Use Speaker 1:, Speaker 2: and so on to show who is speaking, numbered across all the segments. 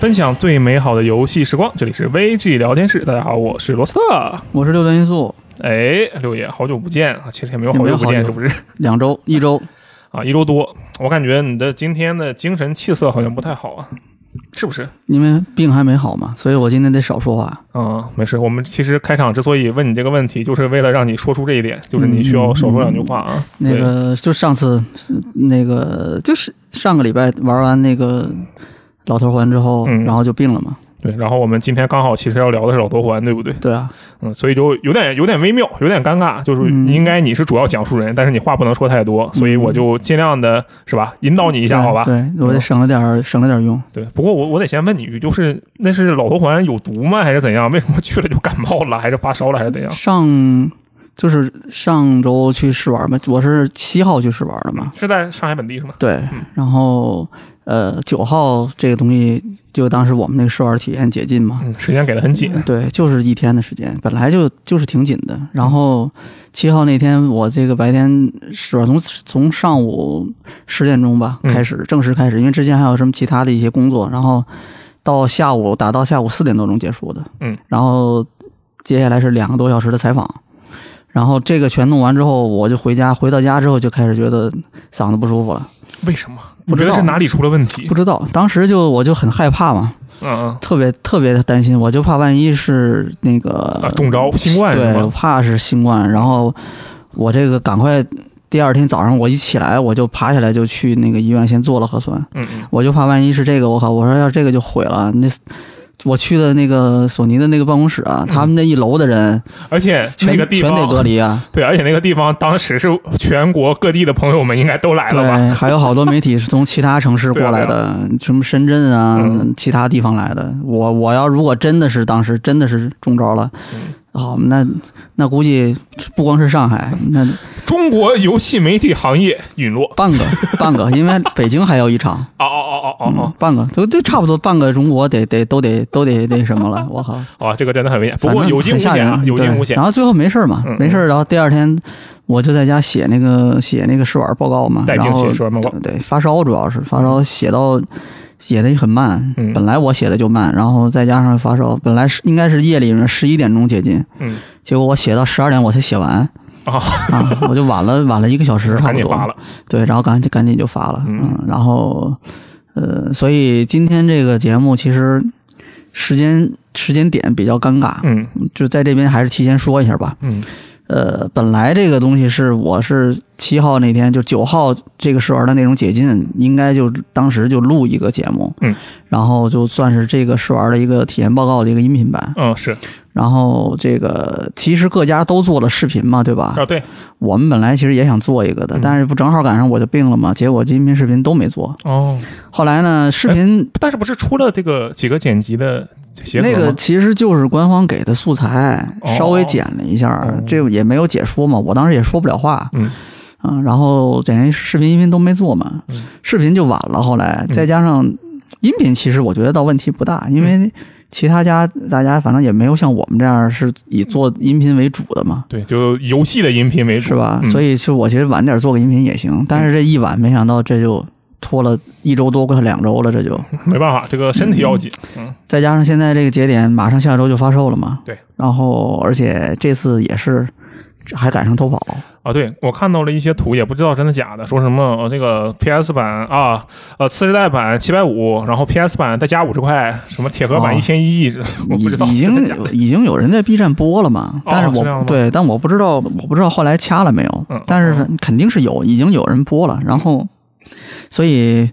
Speaker 1: 分享最美好的游戏时光，这里是 VG 聊天室。大家好，我是罗斯特。
Speaker 2: 我是六段因素，
Speaker 1: 哎，六爷，好久不见啊！其实也没有好
Speaker 2: 也没
Speaker 1: 久
Speaker 2: 有
Speaker 1: 不见，
Speaker 2: 好
Speaker 1: 是
Speaker 2: 久
Speaker 1: 不是？
Speaker 2: 两周一周
Speaker 1: 啊，一周多，我感觉你的今天的精神气色好像不太好啊，是不是？
Speaker 2: 因为病还没好嘛，所以我今天得少说话。
Speaker 1: 嗯，没事。我们其实开场之所以问你这个问题，就是为了让你说出这一点，就是你需要少说两句话啊。
Speaker 2: 那个就上次那个就是上个礼拜玩完那个老头环之后，
Speaker 1: 嗯
Speaker 2: 然后就病了嘛。
Speaker 1: 对对，然后我们今天刚好其实要聊的是老头环，对不对？
Speaker 2: 对啊，
Speaker 1: 嗯，所以就有点有点微妙，有点尴尬，就是
Speaker 2: 嗯
Speaker 1: 应该你是主要讲述人，但是你话不能说太多，所以我就尽量的是吧，引导你一
Speaker 2: 一
Speaker 1: 下，好吧？嗯
Speaker 2: 对我得省了点儿省了点儿用。
Speaker 1: 对，不过我我得先问你一句，就是那是老头环有毒吗，还是怎样？为什么去了就感冒了，还是发烧了，还是怎样？
Speaker 2: 上就是上周去试玩嘛，我是七号去试玩的嘛，
Speaker 1: 是在上海本地是吗？
Speaker 2: 对
Speaker 1: 嗯，
Speaker 2: 然后呃九号这个东西就当时我们那个试玩体验解禁嘛，
Speaker 1: 嗯，时间给的很紧。
Speaker 2: 对，就是一天的时间，本来就就是挺紧的。然后七号那天，我这个白天是吧，从从上午十点钟吧
Speaker 1: 嗯
Speaker 2: 开始、正式开始，因为之前还有什么其他的一些工作，然后到下午打到下午四点多钟结束的。
Speaker 1: 嗯，
Speaker 2: 然后接下来是两个多小时的采访。然后这个全弄完之后，我就回家。回到家之后，就开始觉得嗓子不舒服了。
Speaker 1: 为什么？
Speaker 2: 不
Speaker 1: 我觉
Speaker 2: 知道
Speaker 1: 得是哪里出了问题
Speaker 2: 不？知道，当时就我就很害怕嘛，
Speaker 1: 嗯
Speaker 2: 特别特别的担心，我就怕万一是那个、
Speaker 1: 嗯啊，中招新冠是
Speaker 2: 对，我
Speaker 1: 吗？
Speaker 2: 怕是新冠。然后我这个赶快，第二天早上我一起来，我就爬起来就去那个医院先做了核酸，
Speaker 1: 嗯嗯
Speaker 2: 我就怕万一是这个，我靠，我说要这个就毁了。那我去的那个索尼的那个办公室啊，他们那一楼的人
Speaker 1: 而且嗯哎那
Speaker 2: 全
Speaker 1: 个地
Speaker 2: 全得隔
Speaker 1: 方，
Speaker 2: 离啊，
Speaker 1: 对，而且那个地方当时是全国各地的朋友们应该都来了吧？
Speaker 2: 对，还有好多媒体是从其他城市过
Speaker 1: 对
Speaker 2: 来
Speaker 1: 啊
Speaker 2: 的，什么深圳啊，
Speaker 1: 嗯
Speaker 2: 其他地方来的。我我要如果真的是当时真的是中招了，
Speaker 1: 嗯
Speaker 2: 好、那那估计不光是上海，那
Speaker 1: 中国游戏媒体行业陨落。
Speaker 2: 半个半个，因为北京还有一场，
Speaker 1: 哦哦哦哦
Speaker 2: 嗯
Speaker 1: 哦
Speaker 2: 半个都都差不多半个中国得得都得都得那什么了，我靠，
Speaker 1: 哦，啊，这个真的很危险。不
Speaker 2: 反
Speaker 1: 过
Speaker 2: 正
Speaker 1: 有惊无
Speaker 2: 很吓
Speaker 1: 险啊，
Speaker 2: 人，
Speaker 1: 有惊无
Speaker 2: 对
Speaker 1: 险
Speaker 2: 然。后最后没事儿嘛
Speaker 1: 嗯嗯，
Speaker 2: 没事儿，然后第二天我就在家写那个写那个试玩报告嘛，
Speaker 1: 带病
Speaker 2: 然后
Speaker 1: 写试玩报告
Speaker 2: 对发烧主要是发烧写到。写的很慢
Speaker 1: 嗯，
Speaker 2: 本来我写的就慢，然后再加上发烧，本来是应该是夜里十一点钟解禁，
Speaker 1: 嗯
Speaker 2: 结果我写到十二点我才写完
Speaker 1: 啊，
Speaker 2: 啊，我就晚 了晚了一个小时，差
Speaker 1: 赶
Speaker 2: 不
Speaker 1: 紧
Speaker 2: 多
Speaker 1: 发了。
Speaker 2: 对，然后赶紧赶紧就发了，
Speaker 1: 嗯
Speaker 2: 嗯，然后呃，所以今天这个节目其实时间时间点比较尴尬，
Speaker 1: 嗯
Speaker 2: 就在这边还是提前说一下吧。
Speaker 1: 嗯
Speaker 2: 呃，本来这个东西是我是七号那天就九号这个试玩的内容解禁，应该就当时就录一个节目，
Speaker 1: 嗯，
Speaker 2: 然后就算是这个试玩的一个体验报告的一个音频版，
Speaker 1: 嗯，是
Speaker 2: 然后这个其实各家都做了视频嘛，对吧？
Speaker 1: 啊，对，
Speaker 2: 我们本来其实也想做一个的
Speaker 1: 嗯，
Speaker 2: 但是不正好赶上我就病了嘛，结果这音频视频都没做。
Speaker 1: 哦，
Speaker 2: 后来呢，视频
Speaker 1: 但是不是出了这个几个剪辑的结合
Speaker 2: 那
Speaker 1: 吗
Speaker 2: 个其实就是官方给的素材，
Speaker 1: 哦
Speaker 2: 稍微剪了一下
Speaker 1: 哦，
Speaker 2: 这也没有解说嘛，我当时也说不了话，
Speaker 1: 嗯
Speaker 2: 嗯，然后剪辑视频、音频都没做嘛
Speaker 1: 嗯，
Speaker 2: 视频就晚了。后来再加上音频，其实我觉得倒问题不大，因
Speaker 1: 嗯
Speaker 2: 为其他家大家反正也没有像我们这样是以做音频为主的嘛，
Speaker 1: 对，就游戏的音频为主
Speaker 2: 是吧？
Speaker 1: 嗯
Speaker 2: 所以是我其实晚点做个音频也行，但是这一晚没想到这就拖了一周多，快两周了，这就
Speaker 1: 没办法，这个身体要紧。嗯
Speaker 2: 再加上现在这个节点，马上下周就发售了嘛。
Speaker 1: 对。
Speaker 2: 然后而且这次也是还赶上偷跑，
Speaker 1: 啊，对我看到了一些图，也不知道真的假的，说什么、呃、这个 PS 版啊，呃次世代版七百五，然后 PS 版再加五十块，什么铁盒版
Speaker 2: 哦
Speaker 1: 一千一， 我不知道
Speaker 2: 已已
Speaker 1: 真
Speaker 2: 经
Speaker 1: 的假的
Speaker 2: 已经有人在 B 站播了嘛，
Speaker 1: 哦
Speaker 2: 但是
Speaker 1: 是
Speaker 2: 我
Speaker 1: 这样吗
Speaker 2: 对，但我不知道我不知道后来掐了没有
Speaker 1: 嗯，
Speaker 2: 但是肯定是有，已经有人播了，然后所以。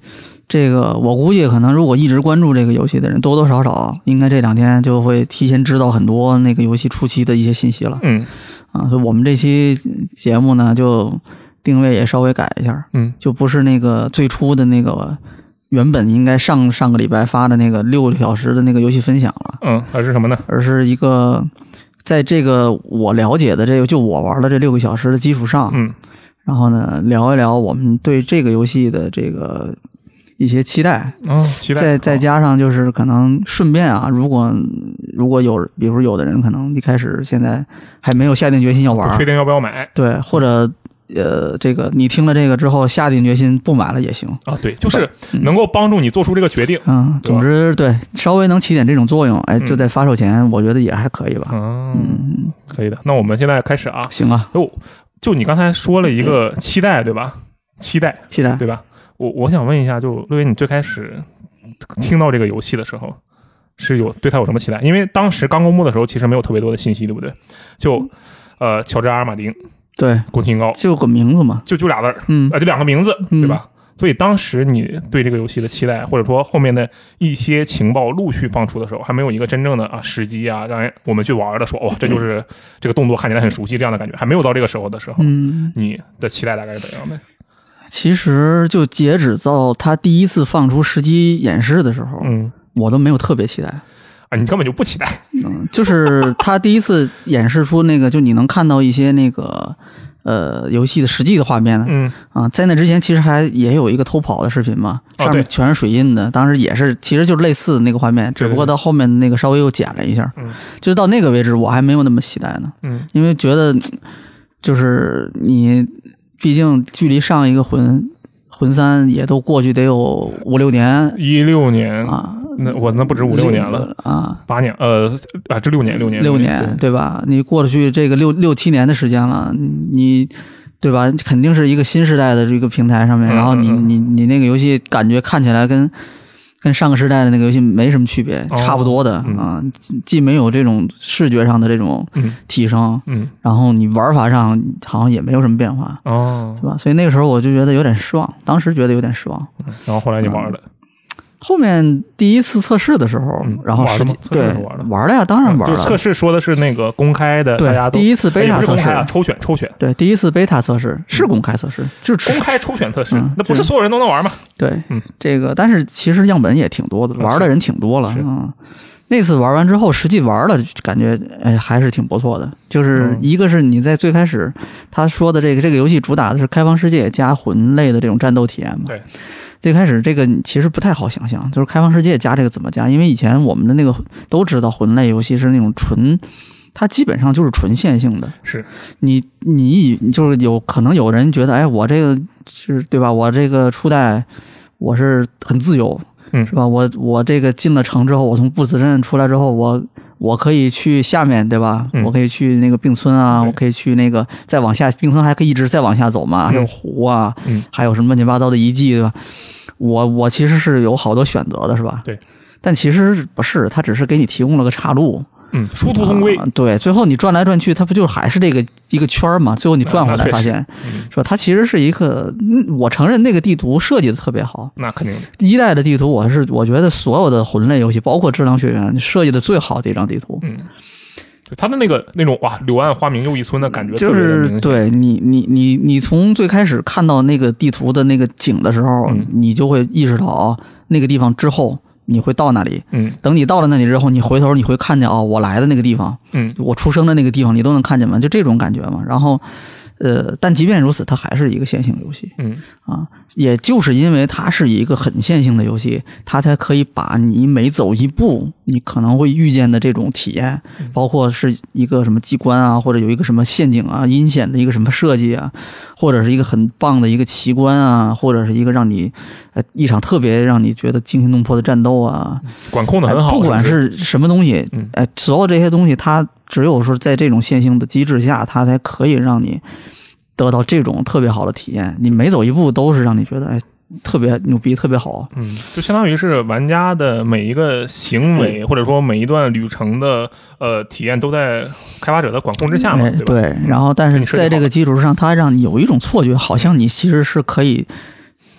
Speaker 2: 这个我估计，可能如果一直关注这个游戏的人，多多少少应该这两天就会提前知道很多那个游戏初期的一些信息了
Speaker 1: 嗯
Speaker 2: 啊。所以我们这期节目呢，就定位也稍微改一下，
Speaker 1: 嗯
Speaker 2: 就不是那个最初的那个原本应该上上个礼拜发的那个六个小时的那个游戏分享了。
Speaker 1: 嗯，还是什么呢？
Speaker 2: 而是一个在这个我了解的这个就我玩的这六个小时的基础上，
Speaker 1: 嗯
Speaker 2: 然后呢聊一聊我们对这个游戏的这个一些期待，
Speaker 1: 啊、期待
Speaker 2: 再再
Speaker 1: 加
Speaker 2: 加上就是可能顺便啊，如果如果有比如有的人可能一开始现在还没有下定决心要玩
Speaker 1: 不
Speaker 2: 儿
Speaker 1: 确，定要不要买，
Speaker 2: 对，或者呃，这个你听了这个之后下定决心不买了也行。
Speaker 1: 啊，对，就是能够帮助你做出这个决定。
Speaker 2: 嗯，
Speaker 1: 对吧
Speaker 2: 总之对，稍微能起点这种作用，哎，
Speaker 1: 嗯
Speaker 2: 就在发售前，我觉得也还可以吧。
Speaker 1: 嗯，
Speaker 2: 嗯，
Speaker 1: 可以的。那我们现在开始啊，
Speaker 2: 行啊，
Speaker 1: 哟，就你刚才说了一
Speaker 2: 嗯
Speaker 1: 个期待，对吧？期待，
Speaker 2: 期待。
Speaker 1: 对吧？我我想问一下，就乐为你最开始听到这个游戏的时候，是有对它有什么期待？因为当时刚公布的时候，其实没有特别多的信息，对不对？就呃，乔治阿尔马丁、
Speaker 2: 对，
Speaker 1: 宫崎英高，
Speaker 2: 就个名字嘛。
Speaker 1: 就就俩字儿，
Speaker 2: 嗯
Speaker 1: 啊、就两个名字，
Speaker 2: 嗯
Speaker 1: 对吧？所以当时你对这个游戏的期待，或者说后面的一些情报陆续放出的时候，还没有一个真正的啊时机啊，让人我们去玩的说，哇、这就是这个动作看起来很熟悉这样的感觉，还没有到这个时候的时候，
Speaker 2: 嗯，
Speaker 1: 你的期待大概是怎样的？
Speaker 2: 其实就截止到他第一次放出实机演示的时候，
Speaker 1: 嗯，
Speaker 2: 我都没有特别期待。
Speaker 1: 啊，你根本就不期待，
Speaker 2: 嗯，就是他第一次演示出那个，就你能看到一些那个呃游戏的实际的画面
Speaker 1: 嗯
Speaker 2: 啊，在那之前其实还也有一个偷跑的视频嘛，
Speaker 1: 哦
Speaker 2: 上面
Speaker 1: 对
Speaker 2: 全是水印的，当时也是其实就是类似的那个画面，
Speaker 1: 对对
Speaker 2: 只不过到后面那个稍微又剪了一下，
Speaker 1: 嗯
Speaker 2: 就是到那个为止我还没有那么期待呢，
Speaker 1: 嗯
Speaker 2: 因为觉得嘖就是你毕竟距离上一个魂魂三也都过去得有五六年
Speaker 1: 一六年，
Speaker 2: 啊，
Speaker 1: 那我那不止五六年了，
Speaker 2: 啊，
Speaker 1: 八年，呃啊，这六年，六年，
Speaker 2: 六
Speaker 1: 对
Speaker 2: 年，对吧？你过去这个六六七年的时间了，你对吧？肯定是一个新时代的这个平台上面，
Speaker 1: 嗯
Speaker 2: 然后你
Speaker 1: 嗯嗯
Speaker 2: 你你那个游戏感觉看起来跟跟上个时代的那个游戏没什么区别，
Speaker 1: 哦
Speaker 2: 差不多的
Speaker 1: 嗯
Speaker 2: 啊，既既没有这种视觉上的这种
Speaker 1: 嗯
Speaker 2: 提升，
Speaker 1: 嗯
Speaker 2: 然后你玩法上好像也没有什么变化，
Speaker 1: 哦
Speaker 2: 对，吧？所以那个时候我就觉得有点失望，当时觉得有点失望。
Speaker 1: 然后后来你玩了，
Speaker 2: 后面第一次测试的时候
Speaker 1: 嗯，
Speaker 2: 然后
Speaker 1: 玩了
Speaker 2: 实际
Speaker 1: 吗测试
Speaker 2: 对
Speaker 1: 的时候玩了吗
Speaker 2: 玩了呀，当然玩
Speaker 1: 就
Speaker 2: 了。
Speaker 1: 是测试说的是那个公开的，大家都
Speaker 2: 对，第一次贝
Speaker 1: 哎
Speaker 2: 塔
Speaker 1: 不是
Speaker 2: 测
Speaker 1: 公
Speaker 2: 试
Speaker 1: 开，啊，抽选抽选。
Speaker 2: 对，第一次贝塔测
Speaker 1: 嗯
Speaker 2: 试是公开测试，就是
Speaker 1: 公开抽选测试
Speaker 2: 嗯，
Speaker 1: 那不是
Speaker 2: 对
Speaker 1: 所有人都能玩吗？
Speaker 2: 对，
Speaker 1: 嗯
Speaker 2: 这个，但是其实样本也挺多的，
Speaker 1: 啊
Speaker 2: 玩的人挺多了
Speaker 1: 是
Speaker 2: 嗯。那次玩完之后，实际玩了，感觉哎还是挺不错的。就是
Speaker 1: 嗯
Speaker 2: 一个是你在最开始他说的这个这个游戏主打的是开放世界加魂类的这种战斗体验嘛，
Speaker 1: 对，
Speaker 2: 最开始这个你其实不太好想象，就是开放世界加这个怎么加，因为以前我们的那个都知道魂类游戏是那种纯。它基本上就是纯线性的，
Speaker 1: 是，
Speaker 2: 你你以就是有可能有人觉得，哎，我这个是对吧？我这个初代我是很自由，
Speaker 1: 嗯
Speaker 2: 是吧？我我这个进了城之后，我从不死镇出来之后，我我可以去下面对吧？
Speaker 1: 嗯
Speaker 2: 我可以去那个并村啊，
Speaker 1: 对
Speaker 2: 我可以去那个再往下，并村还可以一直再往下走嘛，还有湖啊，
Speaker 1: 嗯
Speaker 2: 还有什么乱七八糟的遗迹对吧？我我其实是有好多选择的，是吧？
Speaker 1: 对。
Speaker 2: 但其实不是，它只是给你提供了个岔路，
Speaker 1: 嗯，殊途同归
Speaker 2: 啊。对，最后你转来转去，它不就是还是这个一个圈儿嘛？最后你转回
Speaker 1: 那
Speaker 2: 来
Speaker 1: 确实
Speaker 2: 发现，
Speaker 1: 嗯
Speaker 2: 是吧？它其实是一个，嗯我承认那个地图设计的特别好。
Speaker 1: 那肯定的，
Speaker 2: 一代的地图，我是我觉得所有的魂类游戏，包括《质量学园》设计的最好的一张地图，
Speaker 1: 嗯，就他的那个那种哇，柳暗花明又一村的感觉，
Speaker 2: 就
Speaker 1: 嗯特别的明
Speaker 2: 是
Speaker 1: 显，
Speaker 2: 对你你你你从最开始看到那个地图的那个景的时候，
Speaker 1: 嗯
Speaker 2: 你就会意识到啊，那个地方之后你会到那里。
Speaker 1: 嗯
Speaker 2: 等你到了那里之后，你回头你会看见哦，我来的那个地方，
Speaker 1: 嗯
Speaker 2: 我出生的那个地方，你都能看见吗？就这种感觉嘛。然后，呃，但即便如此，它还是一个线性游戏
Speaker 1: 嗯
Speaker 2: 啊。也就是因为它是一个很线性的游戏，它才可以把你每走一步，你可能会遇见的这种体验，包括是一个什么机关啊，或者有一个什么陷阱啊、阴险的一个什么设计啊，或者是一个很棒的一个奇观啊，或者是一个让你呃一场特别让你觉得惊心动魄的战斗啊，
Speaker 1: 管控的
Speaker 2: 哎
Speaker 1: 很好，
Speaker 2: 不管
Speaker 1: 是
Speaker 2: 是什么东西
Speaker 1: 嗯，
Speaker 2: 哎，所有这些东西，它只有说在这种线性的机制下，它才可以让你得到这种特别好的体验。你每走一步都是让你觉得哎特别牛逼，特别好。
Speaker 1: 嗯，就相当于是玩家的每一个行
Speaker 2: 嗯
Speaker 1: 为，或者说每一段旅程的呃体验，都在开发者的管控之下嘛，
Speaker 2: 哎，
Speaker 1: 对吧？嗯
Speaker 2: 对，然后但是
Speaker 1: 你设计
Speaker 2: 在这
Speaker 1: 好
Speaker 2: 个基础之上，它让你有一种错觉，好像你其实是可以，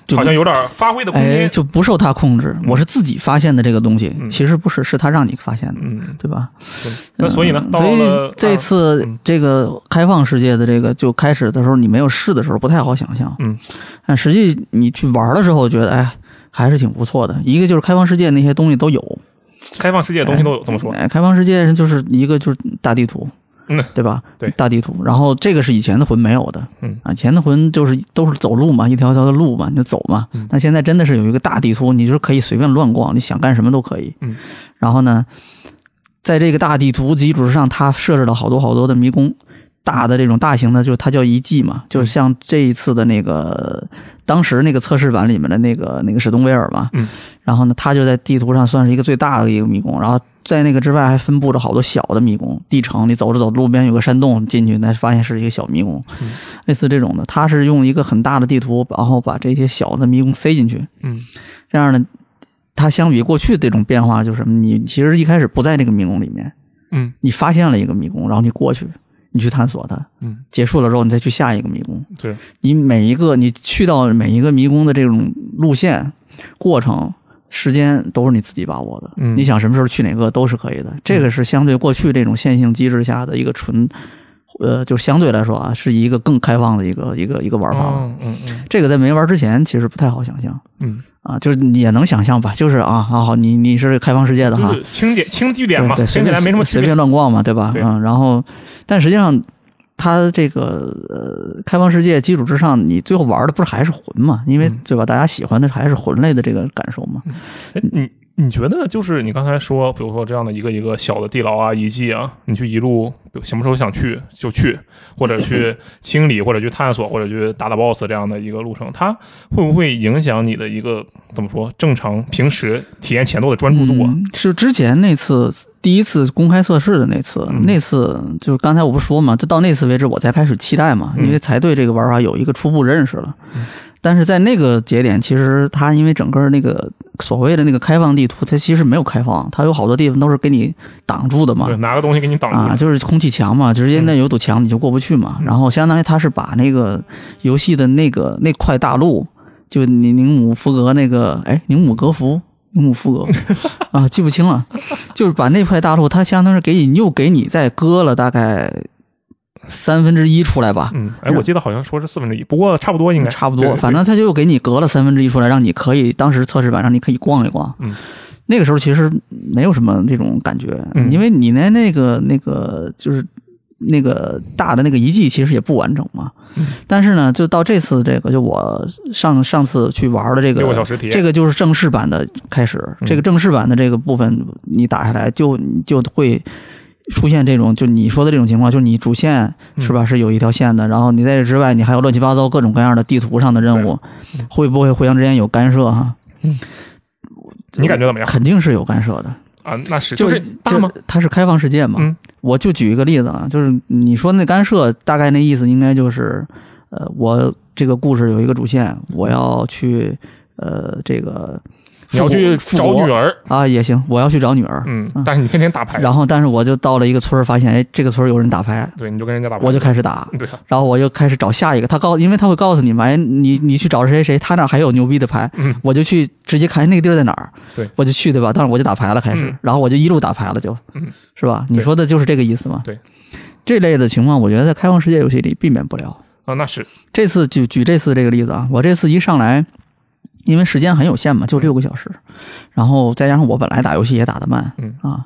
Speaker 2: 就
Speaker 1: 好像有点发挥的空
Speaker 2: 哎
Speaker 1: 间，
Speaker 2: 就不受它控制。我是自己发现的这个东西，
Speaker 1: 嗯
Speaker 2: 其实不是，是它让你发现的，
Speaker 1: 嗯，
Speaker 2: 对吧？
Speaker 1: 对那所以呢
Speaker 2: 嗯，
Speaker 1: 到
Speaker 2: 所
Speaker 1: 了呃啊
Speaker 2: 以这次
Speaker 1: 嗯
Speaker 2: 这个开放世界的这个就开始的时候，你没有试的时候不太好想象。
Speaker 1: 嗯，
Speaker 2: 但实际你去玩的时候，觉得哎还是挺不错的。一个就是开放世界那些东西都有，
Speaker 1: 开放世界的东西都有这么说，
Speaker 2: 哎，开放世界就是一个就是大地图，
Speaker 1: 嗯，
Speaker 2: 对吧？
Speaker 1: 对
Speaker 2: 大地图。然后这个是以前的魂没有的，
Speaker 1: 嗯
Speaker 2: 啊，以前的魂就是都是走路嘛，一条条的路嘛，你就走嘛
Speaker 1: 嗯。
Speaker 2: 那现在真的是有一个大地图，你就是可以随便乱逛，你想干什么都可以。
Speaker 1: 嗯，
Speaker 2: 然后呢，在这个大地图基础之上，它设置了好多好多的迷宫。大的这种大型的，就是它叫遗迹嘛，
Speaker 1: 嗯
Speaker 2: 就是像这一次的那个当时那个测试版里面的那个那个史东威尔嘛，
Speaker 1: 嗯，
Speaker 2: 然后呢，它就在地图上算是一个最大的一个迷宫，然后在那个之外还分布着好多小的迷宫，地城你走着走路边有个山洞进去，那发现是一个小迷宫，
Speaker 1: 嗯
Speaker 2: 类似这种的，它是用一个很大的地图，然后把这些小的迷宫塞进去，
Speaker 1: 嗯
Speaker 2: 这样呢，它相比过去这种变化就是什么，你其实一开始不在这个迷宫里面，
Speaker 1: 嗯
Speaker 2: 你发现了一个迷宫，然后你过去，你去探索它，
Speaker 1: 嗯，
Speaker 2: 结束了之后，你再去下一个迷宫。
Speaker 1: 对，
Speaker 2: 你每一个你去到每一个迷宫的这种路线、过程、时间都是你自己把握的。
Speaker 1: 嗯
Speaker 2: 你想什么时候去哪个都是可以的。这个是相对过去这种线性机制下的一个纯，呃，就相对来说啊，是一个更开放的一个一个一个玩法了。
Speaker 1: 哦嗯嗯
Speaker 2: 这个在没玩之前其实不太好想象
Speaker 1: 嗯，
Speaker 2: 啊，就是你也能想象吧，就是啊，好好，你你是开放世界的哈，
Speaker 1: 就是轻点轻据点
Speaker 2: 对
Speaker 1: 嘛，
Speaker 2: 对，随
Speaker 1: 听起
Speaker 2: 便
Speaker 1: 来没什么区
Speaker 2: 随
Speaker 1: 别
Speaker 2: 便。乱逛嘛，对吧？
Speaker 1: 对
Speaker 2: 嗯，然后，但实际上，它这个呃开放世界基础之上，你最后玩的不是还是魂嘛？因为、
Speaker 1: 嗯
Speaker 2: 对吧？大家喜欢的还是魂类的这个感受嘛。
Speaker 1: 哎你你觉得就是你刚才说，比如说这样的一个一个小的地牢啊、遗迹啊，你去一路比如什么时候想去就去，或者 去清理，或者去探索，或者去打打 BOSS 这样的一个路程，它会不会影响你的一个怎么说正常平时体验前头的专注度啊？
Speaker 2: 嗯是之前那次第一次公开测试的那次，
Speaker 1: 嗯
Speaker 2: 那次就是刚才我不说嘛，就到那次为止我才开始期待嘛，
Speaker 1: 嗯
Speaker 2: 因为才对这个玩法有一个初步认识了。但是在那个节点，其实它因为整个那个所谓的那个开放地图，它其实没有开放，它有好多地方都是给你挡住的嘛。
Speaker 1: 对，拿个东西给你挡住
Speaker 2: 嗯啊，
Speaker 1: 了，
Speaker 2: 就是空气墙嘛，直接那有堵墙你就过不去嘛。
Speaker 1: 嗯
Speaker 2: 然后相当于他是把那个游戏的那个那块大陆，就宁宁姆福格那个，哎，宁姆格福。宁姆福格 啊，记不清了，就是把那块大陆，它相当是给你又给你再割了大概三分之一出来吧，
Speaker 1: 嗯，哎，我记得好像说是四分之一，不过差不多应该
Speaker 2: 啊嗯差不
Speaker 1: 对
Speaker 2: 多，
Speaker 1: 对
Speaker 2: 反正他就给你隔了三分之一出来，让你可以当时测试版让你可以逛一逛。
Speaker 1: 嗯，
Speaker 2: 那个时候其实没有什么这种感觉，
Speaker 1: 嗯
Speaker 2: 因为你那那个那个就是那个大的那个遗迹其实也不完整嘛。
Speaker 1: 嗯
Speaker 2: 但是呢，就到这次这个，就我上上次去玩的这个
Speaker 1: 六个小时体验，
Speaker 2: 这个就是正式版的开始。
Speaker 1: 嗯
Speaker 2: 这个正式版的这个部分，你打下来就你就会出现这种，就你说的这种情况，就是你主线
Speaker 1: 嗯
Speaker 2: 是吧是有一条线的，然后你在这之外，你还有乱七八糟各种各样的地图上的任务，
Speaker 1: 嗯
Speaker 2: 会不会互相之间有干涉哈？
Speaker 1: 你感觉怎么样
Speaker 2: 肯定是有干涉的，
Speaker 1: 啊？那是
Speaker 2: 就是
Speaker 1: 大吗？？
Speaker 2: 它是开放世界嘛。
Speaker 1: 嗯
Speaker 2: 我就举一个例子啊，就是你说那干涉，大概那意思应该就是，呃，我这个故事有一个主线，我要去，呃，这个
Speaker 1: 你要去
Speaker 2: 复
Speaker 1: 找
Speaker 2: 国
Speaker 1: 女儿，
Speaker 2: 啊，也行，我要去找女儿。
Speaker 1: 嗯
Speaker 2: 嗯，
Speaker 1: 但是你天天打牌，
Speaker 2: 然后，但是我就到了一个村儿，发现哎，这个村儿有人打牌，
Speaker 1: 对，你就跟人家打牌，
Speaker 2: 我就开始打，
Speaker 1: 对啊，
Speaker 2: 然后我又开始找下一个。他告，因为他会告诉你嘛，哎，你你去找谁谁，他那儿还有牛逼的牌，
Speaker 1: 嗯
Speaker 2: 我就去直接看哎那个地儿在哪儿，
Speaker 1: 对，
Speaker 2: 我就去对吧？当然我就打牌了，开始，
Speaker 1: 嗯
Speaker 2: 然后我就一路打牌了就，
Speaker 1: 嗯
Speaker 2: 是吧？
Speaker 1: 对
Speaker 2: 你说的就是这个意思嘛？
Speaker 1: 对，
Speaker 2: 这类的情况，我觉得在开放世界游戏里避免不了。
Speaker 1: 啊，那是
Speaker 2: 这次举举这次这个例子啊，我这次一上来，因为时间很有限嘛，就
Speaker 1: 嗯
Speaker 2: 六个小时，然后再加上我本来打游戏也打得慢，
Speaker 1: 嗯
Speaker 2: 啊，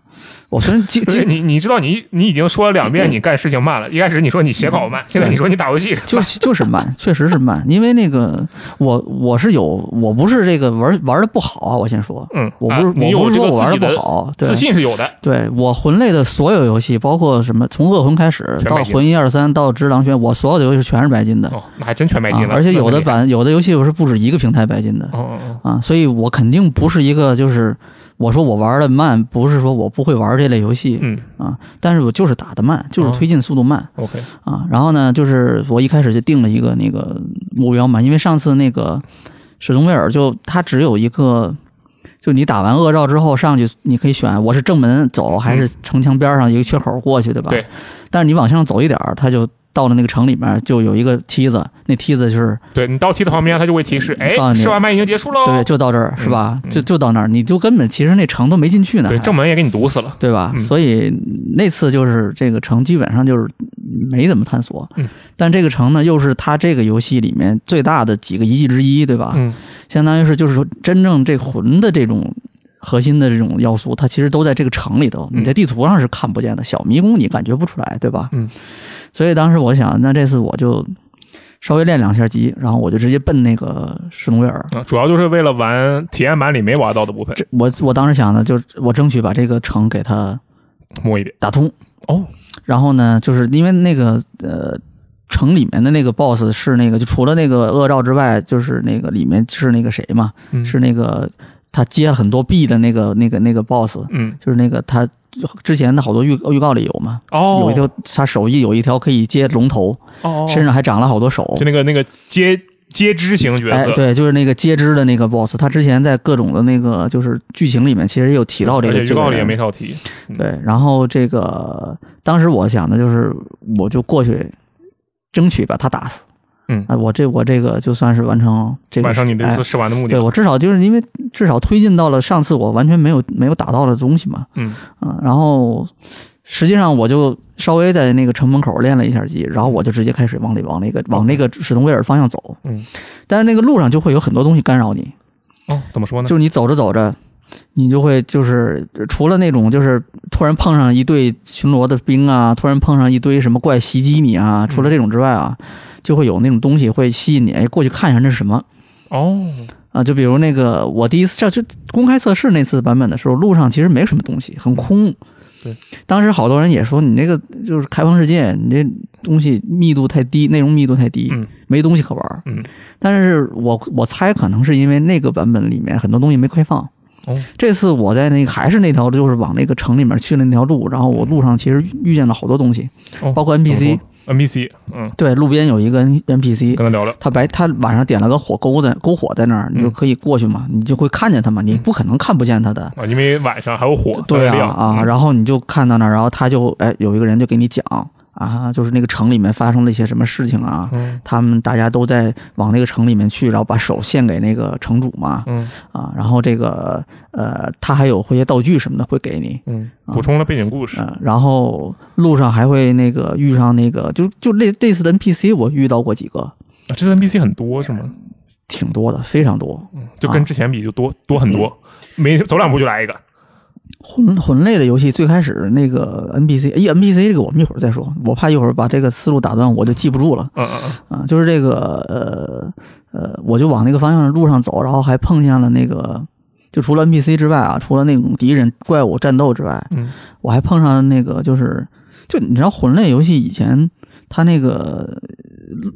Speaker 2: 我虽然 经
Speaker 1: 对
Speaker 2: 经
Speaker 1: 你你知道你你已经说了两
Speaker 2: 嗯
Speaker 1: 遍你干事情慢了，一开始你说你写稿慢，现在你说你打游戏，
Speaker 2: 就就是慢，确实是慢，因为那个我我是有我不是这个玩玩的不好啊，我先说，
Speaker 1: 嗯，
Speaker 2: 我
Speaker 1: 啊
Speaker 2: 不是、
Speaker 1: 你
Speaker 2: 我
Speaker 1: 有
Speaker 2: 不是
Speaker 1: 这
Speaker 2: 说
Speaker 1: 个自己
Speaker 2: 我玩的不
Speaker 1: 的
Speaker 2: 好，对
Speaker 1: 自。信是有的，
Speaker 2: 对我魂类的所有游戏，包括什么从恶魂开始
Speaker 1: 全白
Speaker 2: 到
Speaker 1: 金
Speaker 2: 魂一二三到只狼轩，我所有的游戏全是白金的，
Speaker 1: 哦，那还真全白金
Speaker 2: 啊
Speaker 1: 了，
Speaker 2: 而且有的
Speaker 1: 那你，
Speaker 2: 版有的游戏我是不止一个平台白金的，
Speaker 1: 哦哦
Speaker 2: 啊，所以我肯定不是一个就是我说我玩的慢，不是说我不会玩这类游
Speaker 1: 哦，
Speaker 2: 戏
Speaker 1: 嗯哦
Speaker 2: 啊，但是我就是打的慢，就是推进速度慢
Speaker 1: ，OK，
Speaker 2: 啊。然后呢，就是我一开始就定了一个那个目标嘛，因为上次那个史东威尔就他只有一个。就你打完恶兆之后上去，你可以选我是正门走还是城墙边上一个缺口过去，对吧？
Speaker 1: 对。
Speaker 2: 但是你往上走一点儿，他就到了那个城里面，就有一个梯子，那梯子就是
Speaker 1: 对你到梯子旁边，它就会提示，哎
Speaker 2: 告诉，你
Speaker 1: 吃完饭已经结束喽，
Speaker 2: 对，就到这儿是吧？
Speaker 1: 哦嗯嗯
Speaker 2: 就就到那儿，你就根本其实那城都没进去呢，
Speaker 1: 对，
Speaker 2: 还
Speaker 1: 正门也给你堵死了，
Speaker 2: 对吧？
Speaker 1: 嗯
Speaker 2: 所以那次就是这个城基本上就是没怎么探索，
Speaker 1: 嗯
Speaker 2: 但这个城呢又是它这个游戏里面最大的几个遗迹之一，对吧？
Speaker 1: 嗯
Speaker 2: 相当于是就是说真正这魂的这种。核心的这种要素，它其实都在这个城里头，
Speaker 1: 嗯
Speaker 2: 你在地图上是看不见的。小迷宫你感觉不出来，对吧？
Speaker 1: 嗯。
Speaker 2: 所以当时我想，那这次我就稍微练两下级，然后我就直接奔那个史努威尔，
Speaker 1: 啊，主要就是为了玩体验版里没玩到的部分，
Speaker 2: 这我我当时想的就是，我争取把这个城给它
Speaker 1: 摸一遍，
Speaker 2: 打通
Speaker 1: 哦，
Speaker 2: 然后呢，就是因为那个呃城里面的那个 BOSS 是那个，就除了那个恶兆之外，就是那个里面是那个谁嘛，
Speaker 1: 嗯
Speaker 2: 是那个他接了很多币的那个那个那个 BOSS，
Speaker 1: 嗯
Speaker 2: 就是那个他之前的好多预预告里有嘛，
Speaker 1: 哦，
Speaker 2: 嗯有一条他手艺有一条可以接龙头，
Speaker 1: 哦，
Speaker 2: 身上还长了好多手。
Speaker 1: 就那个那个接接肢型角
Speaker 2: 哎，
Speaker 1: 色，
Speaker 2: 对，就是那个接肢的那个 boss，他之前在各种的那个就是剧情里面其实也有提到这
Speaker 1: 而
Speaker 2: 个
Speaker 1: 且预
Speaker 2: 这个
Speaker 1: 告里也
Speaker 2: 人
Speaker 1: 没少提。嗯
Speaker 2: 对，然后这个当时我想的就是，我就过去争取把他打死。
Speaker 1: 嗯
Speaker 2: 啊，我这我这个就算是完成这个
Speaker 1: 完成你这
Speaker 2: 哎
Speaker 1: 次试玩的目
Speaker 2: 对
Speaker 1: 的，
Speaker 2: 我至少就是因为至少推进到了上次我完全没有没有打到的东西嘛，
Speaker 1: 嗯
Speaker 2: 嗯，然后实际上我就稍微在那个城门口练了一下级，然后我就直接开始往里往那个往那个史东威尔方向走，
Speaker 1: 嗯，
Speaker 2: 但是那个路上就会有很多东西干扰你，
Speaker 1: 哦，怎么说呢？
Speaker 2: 就是你走着走着，你就会就是除了那种就是突然碰上一队巡逻的兵啊，突然碰上一堆什么怪袭击你啊，除了这种之外啊，就会有那种东西会吸引你，哎，过去看一下那是什么
Speaker 1: 哦，
Speaker 2: 啊？就比如那个我第一次这这公开测试那次版本的时候，路上其实没什么东西，很空。
Speaker 1: 对，
Speaker 2: 当时好多人也说你那个就是开放世界，你这东西密度太低，内容密度太低，
Speaker 1: 嗯
Speaker 2: 没东西可玩儿。
Speaker 1: 嗯，
Speaker 2: 但是我我猜可能是因为那个版本里面很多东西没开放。
Speaker 1: 哦
Speaker 2: 这次我在那个还是那条就是往那个城里面去的那条路，然后我路上其实遇见了好多东西，
Speaker 1: 哦
Speaker 2: 包括
Speaker 1: 怎么说
Speaker 2: NPC。
Speaker 1: 嗯 NPC，嗯，
Speaker 2: 对，路边有一个 N- NPC，
Speaker 1: 跟他聊聊，
Speaker 2: 他白他晚上点了个火篝在篝火在那儿，你就
Speaker 1: 嗯
Speaker 2: 可以过去嘛，你就会看见他嘛，你不可能看不见他的。
Speaker 1: 啊，因为晚上还有火，
Speaker 2: 对
Speaker 1: 还有
Speaker 2: 啊
Speaker 1: 亮
Speaker 2: 啊，
Speaker 1: 嗯
Speaker 2: 然后你就看到那儿，然后他就哎有一个人就给你讲啊，就是那个城里面发生了一些什么事情啊，
Speaker 1: 嗯
Speaker 2: 他们大家都在往那个城里面去，然后把手献给那个城主嘛，
Speaker 1: 嗯
Speaker 2: 啊，然后这个呃，他还有会一些道具什么的会给你，
Speaker 1: 嗯，补充了背景故事，
Speaker 2: 啊嗯、然后路上还会那个遇上那个，就就类类似的 NPC，我遇到过几个，
Speaker 1: 啊这次 NPC 很多是吗？
Speaker 2: 啊挺多的，非常多。
Speaker 1: 嗯，就跟之前比就多多很多，
Speaker 2: 嗯
Speaker 1: 没走两步就来一个，
Speaker 2: 魂魂类的游戏最开始那个 NPC，哎，NPC 这个我们一会儿再说，我怕一会儿把这个思路打断，我就记不住了
Speaker 1: 嗯嗯嗯，
Speaker 2: 啊、就是这个呃呃，我就往那个方向路上走，然后还碰见了那个。就除了 NPC 之外啊，除了那种敌人、怪物、战斗之外，
Speaker 1: 嗯，
Speaker 2: 我还碰上了那个，就是就你知道魂类游戏以前它那个呃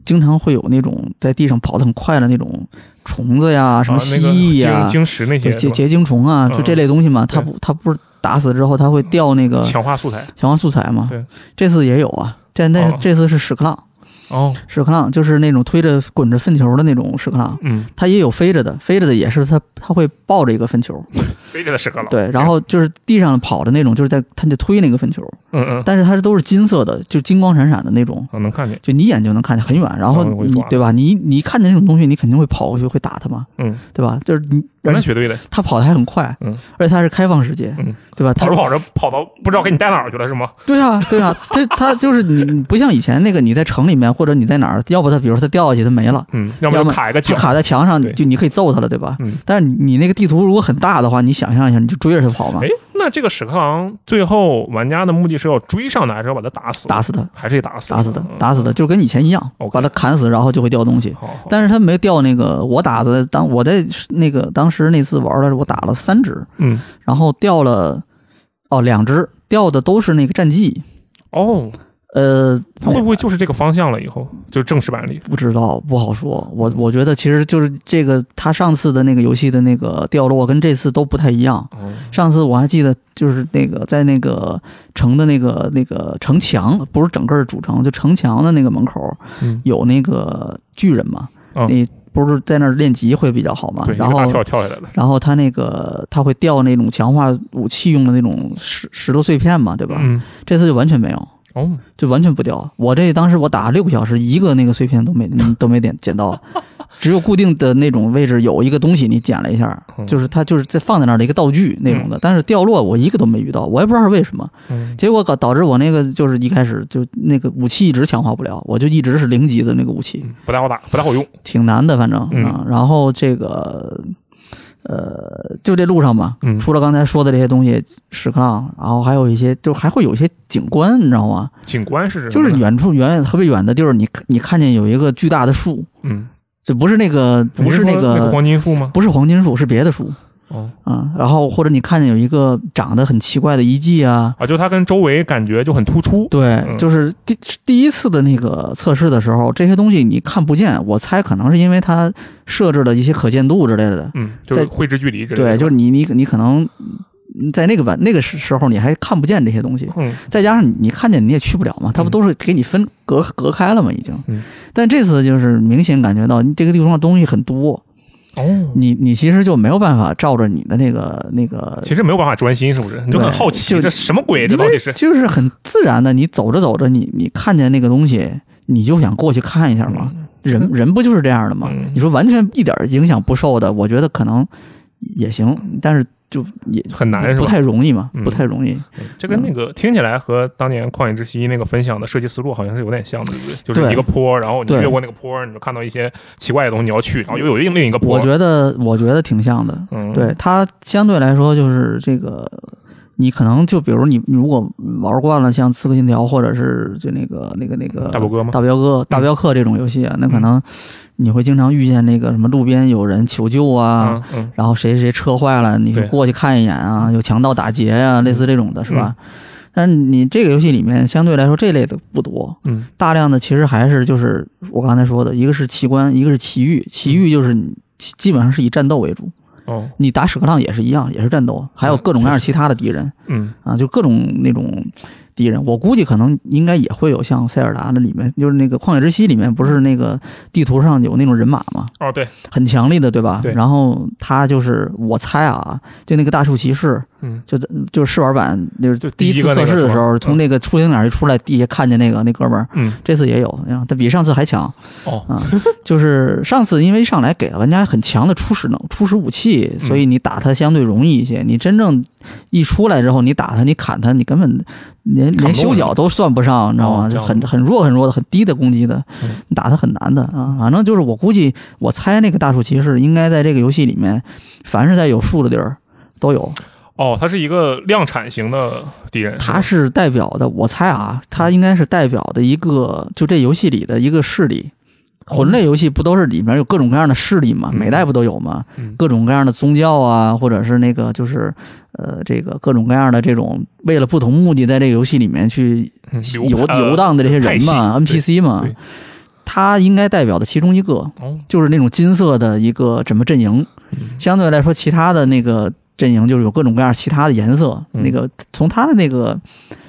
Speaker 2: 经常会有那种在地上跑得很快的那种虫子呀、什么
Speaker 1: 啊
Speaker 2: 蜥
Speaker 1: 那个
Speaker 2: 蜴呀、
Speaker 1: 晶晶石那些
Speaker 2: 对结
Speaker 1: 是吧
Speaker 2: 结晶虫啊，
Speaker 1: 嗯
Speaker 2: 就这类东西嘛，它
Speaker 1: 对
Speaker 2: 不它不是打死之后它会掉那个
Speaker 1: 强化素材，
Speaker 2: 强化素材嘛？
Speaker 1: 对，
Speaker 2: 这次也有啊，但但是
Speaker 1: 哦
Speaker 2: 这次是屎壳郎，
Speaker 1: 哦，
Speaker 2: 屎壳郎就是那种推着滚着粪球的那种屎壳郎。
Speaker 1: 嗯，
Speaker 2: 它也有飞着的，飞着的也是它，它会抱着一个粪球，
Speaker 1: 非得适合了，
Speaker 2: 对，然后就是地上跑的那种，就是在它就推那个粪球，
Speaker 1: 嗯嗯，
Speaker 2: 但是它是都是金色的，就金光闪闪的那种，
Speaker 1: 我能看见，
Speaker 2: 就你一眼就能看见很远。然后
Speaker 1: 嗯会
Speaker 2: 你
Speaker 1: 抓
Speaker 2: 对吧？你你看见这种东西，你肯定会跑过去会打它嘛，
Speaker 1: 嗯，
Speaker 2: 对吧？就是你，而
Speaker 1: 那
Speaker 2: 且
Speaker 1: 绝对的，
Speaker 2: 它跑的还很快，
Speaker 1: 嗯
Speaker 2: 而且它是开放世界，
Speaker 1: 嗯
Speaker 2: 对吧？它
Speaker 1: 跑着跑着跑到不知道给你带哪儿去了是吗？
Speaker 2: 对啊对啊，它它就是你你不像以前那个你在城里面或者你在哪儿，要不它比如说它掉下去它没了，
Speaker 1: 嗯，要么
Speaker 2: 要
Speaker 1: 就
Speaker 2: 么
Speaker 1: 卡一个角，
Speaker 2: 它卡在墙上
Speaker 1: 对
Speaker 2: 就你可以揍它了，对吧？
Speaker 1: 嗯。
Speaker 2: 但是你那个地图如果很大的话，你想象一下，你就追着它跑嘛
Speaker 1: 哎，，那这个屎壳郎最后玩家的目的是要追上他，还是要把他打死？
Speaker 2: 打死它，
Speaker 1: 还是得打死？
Speaker 2: 打死它
Speaker 1: 嗯，
Speaker 2: 打死它，就跟以前一样，
Speaker 1: OK
Speaker 2: 把它砍死，然后就会掉东西。
Speaker 1: 好，好
Speaker 2: 但是他没掉那个，我打的当我在那个当时那次玩的时候，我打了三只，
Speaker 1: 嗯，
Speaker 2: 然后掉了哦两只，掉的都是那个战绩，
Speaker 1: 哦，
Speaker 2: 呃，
Speaker 1: 他会不会就是这个方向了？以后就是正式版里，
Speaker 2: 不知道不好说，我我觉得其实就是这个他上次的那个游戏的那个掉落跟这次都不太一样。
Speaker 1: 哦，
Speaker 2: 上次我还记得，就是那个在那个城的那个那个城墙，不是整个主城，就城墙的那个门口
Speaker 1: 嗯，
Speaker 2: 有那个巨人嘛，
Speaker 1: 嗯
Speaker 2: 那不是在那儿练级会比较好嘛
Speaker 1: 对，一，个
Speaker 2: 然后
Speaker 1: 大跳跳下来了，
Speaker 2: 然后他那个他会掉那种强化武器用的那种石石头碎片嘛，对吧？
Speaker 1: 嗯，
Speaker 2: 这次就完全没有，
Speaker 1: 哦，
Speaker 2: 就完全不掉。啊我这当时我打了六个小时，一个那个碎片都没 嗯都没点捡到，只有固定的那种位置有一个东西你捡了一下，
Speaker 1: 嗯
Speaker 2: 就是它就是在放在那儿的一个道具那种的，
Speaker 1: 嗯
Speaker 2: 但是掉落我一个都没遇到，我也不知道是为什么。
Speaker 1: 嗯，
Speaker 2: 结果搞导致我那个就是一开始就那个武器一直强化不了，我就一直是零级的那个武器。
Speaker 1: 嗯不太好打，不太好用，
Speaker 2: 挺难的，反正
Speaker 1: 嗯
Speaker 2: 啊。然后这个，呃，就这路上吧，
Speaker 1: 嗯
Speaker 2: 除了刚才说的这些东西，屎壳郎，然后还有一些，就还会有一些景观，你知道吗？
Speaker 1: 景观是什
Speaker 2: 就
Speaker 1: 么
Speaker 2: 是
Speaker 1: 呢，
Speaker 2: 远处远远特别远的地儿，你你看见有一个巨大的树，
Speaker 1: 嗯，
Speaker 2: 这不是那个，
Speaker 1: 你
Speaker 2: 不是
Speaker 1: 说
Speaker 2: 那
Speaker 1: 那
Speaker 2: 个，
Speaker 1: 黄金树吗？
Speaker 2: 不是黄金树，是别的树，
Speaker 3: 哦，
Speaker 2: 嗯，然后或者你看见有一个长得很奇怪的遗迹啊，
Speaker 1: 啊，就它跟周围感觉就很突出，
Speaker 2: 对，
Speaker 1: 嗯
Speaker 2: 就是第第一次的那个测试的时候，这些东西你看不见，我猜可能是因为它设置了一些可见度之类的，
Speaker 1: 嗯，就是
Speaker 2: 在
Speaker 1: 绘制距离之类的，
Speaker 2: 对，就是你你你可能在那个版那个时时候你还看不见这些东西，
Speaker 1: 嗯
Speaker 2: 再加上你你看见你也去不了嘛，它
Speaker 1: 嗯
Speaker 2: 不都是给你分隔隔开了嘛已经
Speaker 1: 嗯。
Speaker 2: 但这次就是明显感觉到你这个地方的东西很多，
Speaker 1: 哦，
Speaker 2: 你你其实就没有办法照着你的那个那个，
Speaker 1: 其实没有办法专心，是不是？你就很好奇
Speaker 2: 就
Speaker 1: 这什么鬼，这
Speaker 2: 因
Speaker 1: 到
Speaker 2: 为
Speaker 1: 底是？
Speaker 2: 就是很自然的，你走着走着你你看见那个东西，你就想过去看一下嘛。
Speaker 1: 嗯
Speaker 2: 人人不就是这样的吗
Speaker 1: 嗯？
Speaker 2: 你说完全一点影响不受的，我觉得可能也行，但是就也
Speaker 1: 很难是
Speaker 2: 不
Speaker 1: 吧？
Speaker 2: 太容易嘛
Speaker 1: 嗯，
Speaker 2: 不太容易。
Speaker 1: 这跟
Speaker 2: 嗯
Speaker 1: 那个听起来和当年《旷野之息》那个分享的设计思路好像是有点像的，对不对？就是
Speaker 2: 对
Speaker 1: 一个坡，然后你
Speaker 2: 对
Speaker 1: 越过那个坡，你就看到一些奇怪的东西，你要去，然后又有另另一个坡。
Speaker 2: 我觉得我觉得挺像的，
Speaker 1: 嗯，
Speaker 2: 对，它相对来说就是这个，你可能就比如你如果玩惯了像《刺客信条》或者是就那个那个那个
Speaker 1: 大表哥吗
Speaker 2: 大镖哥、大镖客这种游戏啊，那可能你会经常遇见那个什么路边有人求救啊，
Speaker 1: 嗯嗯，
Speaker 2: 然后谁谁车坏了，你就
Speaker 1: 对嗯
Speaker 2: 过去看一眼啊，有强盗打劫呀、类似这种的是吧？但是你这个游戏里面相对来说这类的不多，
Speaker 1: 嗯，
Speaker 2: 大量的其实还是就是我刚才说的，一个是奇观，一个是奇遇，奇遇就是你基基本上是以战斗为主，
Speaker 1: 哦，
Speaker 2: 你打屎壳郎也是一样，也是战斗，还有各种各样其他的敌人
Speaker 1: 嗯，
Speaker 2: 啊，就各种那种敌人。我估计可能应该也会有像塞尔达那里面，就是那个旷野之息里面，不
Speaker 1: 嗯
Speaker 2: 是那个地图上有那种人马嘛，
Speaker 1: 哦，对，
Speaker 2: 很强力的，对吧？
Speaker 1: 对
Speaker 2: 然后他就是我猜啊，就那个大树骑士，
Speaker 1: 嗯，
Speaker 2: 就在就是试玩版，就是
Speaker 1: 就
Speaker 2: 第一
Speaker 1: 第一
Speaker 2: 次
Speaker 1: 个那个
Speaker 2: 测试的
Speaker 1: 是
Speaker 2: 时
Speaker 1: 吧
Speaker 2: 候，
Speaker 1: 嗯
Speaker 2: 从那个出行点一出来，地下看见那个那哥们儿。
Speaker 1: 嗯，
Speaker 2: 这次也有，他比上次还强，
Speaker 1: 哦，
Speaker 2: 啊，就是上次因为上来给了玩家很强的初始能初始武器，所以你打他相对容易一些。你真正一出来之后，你打他，你砍他，你根本连
Speaker 1: 动
Speaker 2: 连修脚都算不上，你知道
Speaker 1: 哦
Speaker 2: 吗？
Speaker 1: 这
Speaker 2: 就
Speaker 1: 样
Speaker 2: 很很弱很弱的很低的攻击的
Speaker 1: 嗯，
Speaker 2: 你打他很难的啊。反正就是我估计，我猜那个大树骑士应该在这个游戏里面，凡是在有树的地儿都有。
Speaker 1: 哦，它是一个量产型的敌人，
Speaker 2: 它是代表的，我猜啊，它应该是代表的一个就这游戏里的一个势力。魂类游戏不都是里面有各种各样的势力嘛？
Speaker 1: 嗯
Speaker 2: 每代不都有吗？
Speaker 1: 嗯
Speaker 2: 各种各样的宗教啊，或者是那个就是呃，这个各种各样的这种为了不同目的在这个游戏里面去
Speaker 1: 嗯 流
Speaker 2: 游
Speaker 1: 派
Speaker 2: 游荡的这些人嘛
Speaker 1: 派系
Speaker 2: ，NPC 嘛
Speaker 1: 对对，
Speaker 2: 它应该代表的其中一个
Speaker 1: 哦，
Speaker 2: 就是那种金色的一个整个阵营。
Speaker 1: 嗯
Speaker 2: 相对来说，其他的那个阵营就是有各种各样其他的颜色。
Speaker 1: 嗯
Speaker 2: 那个从他的那个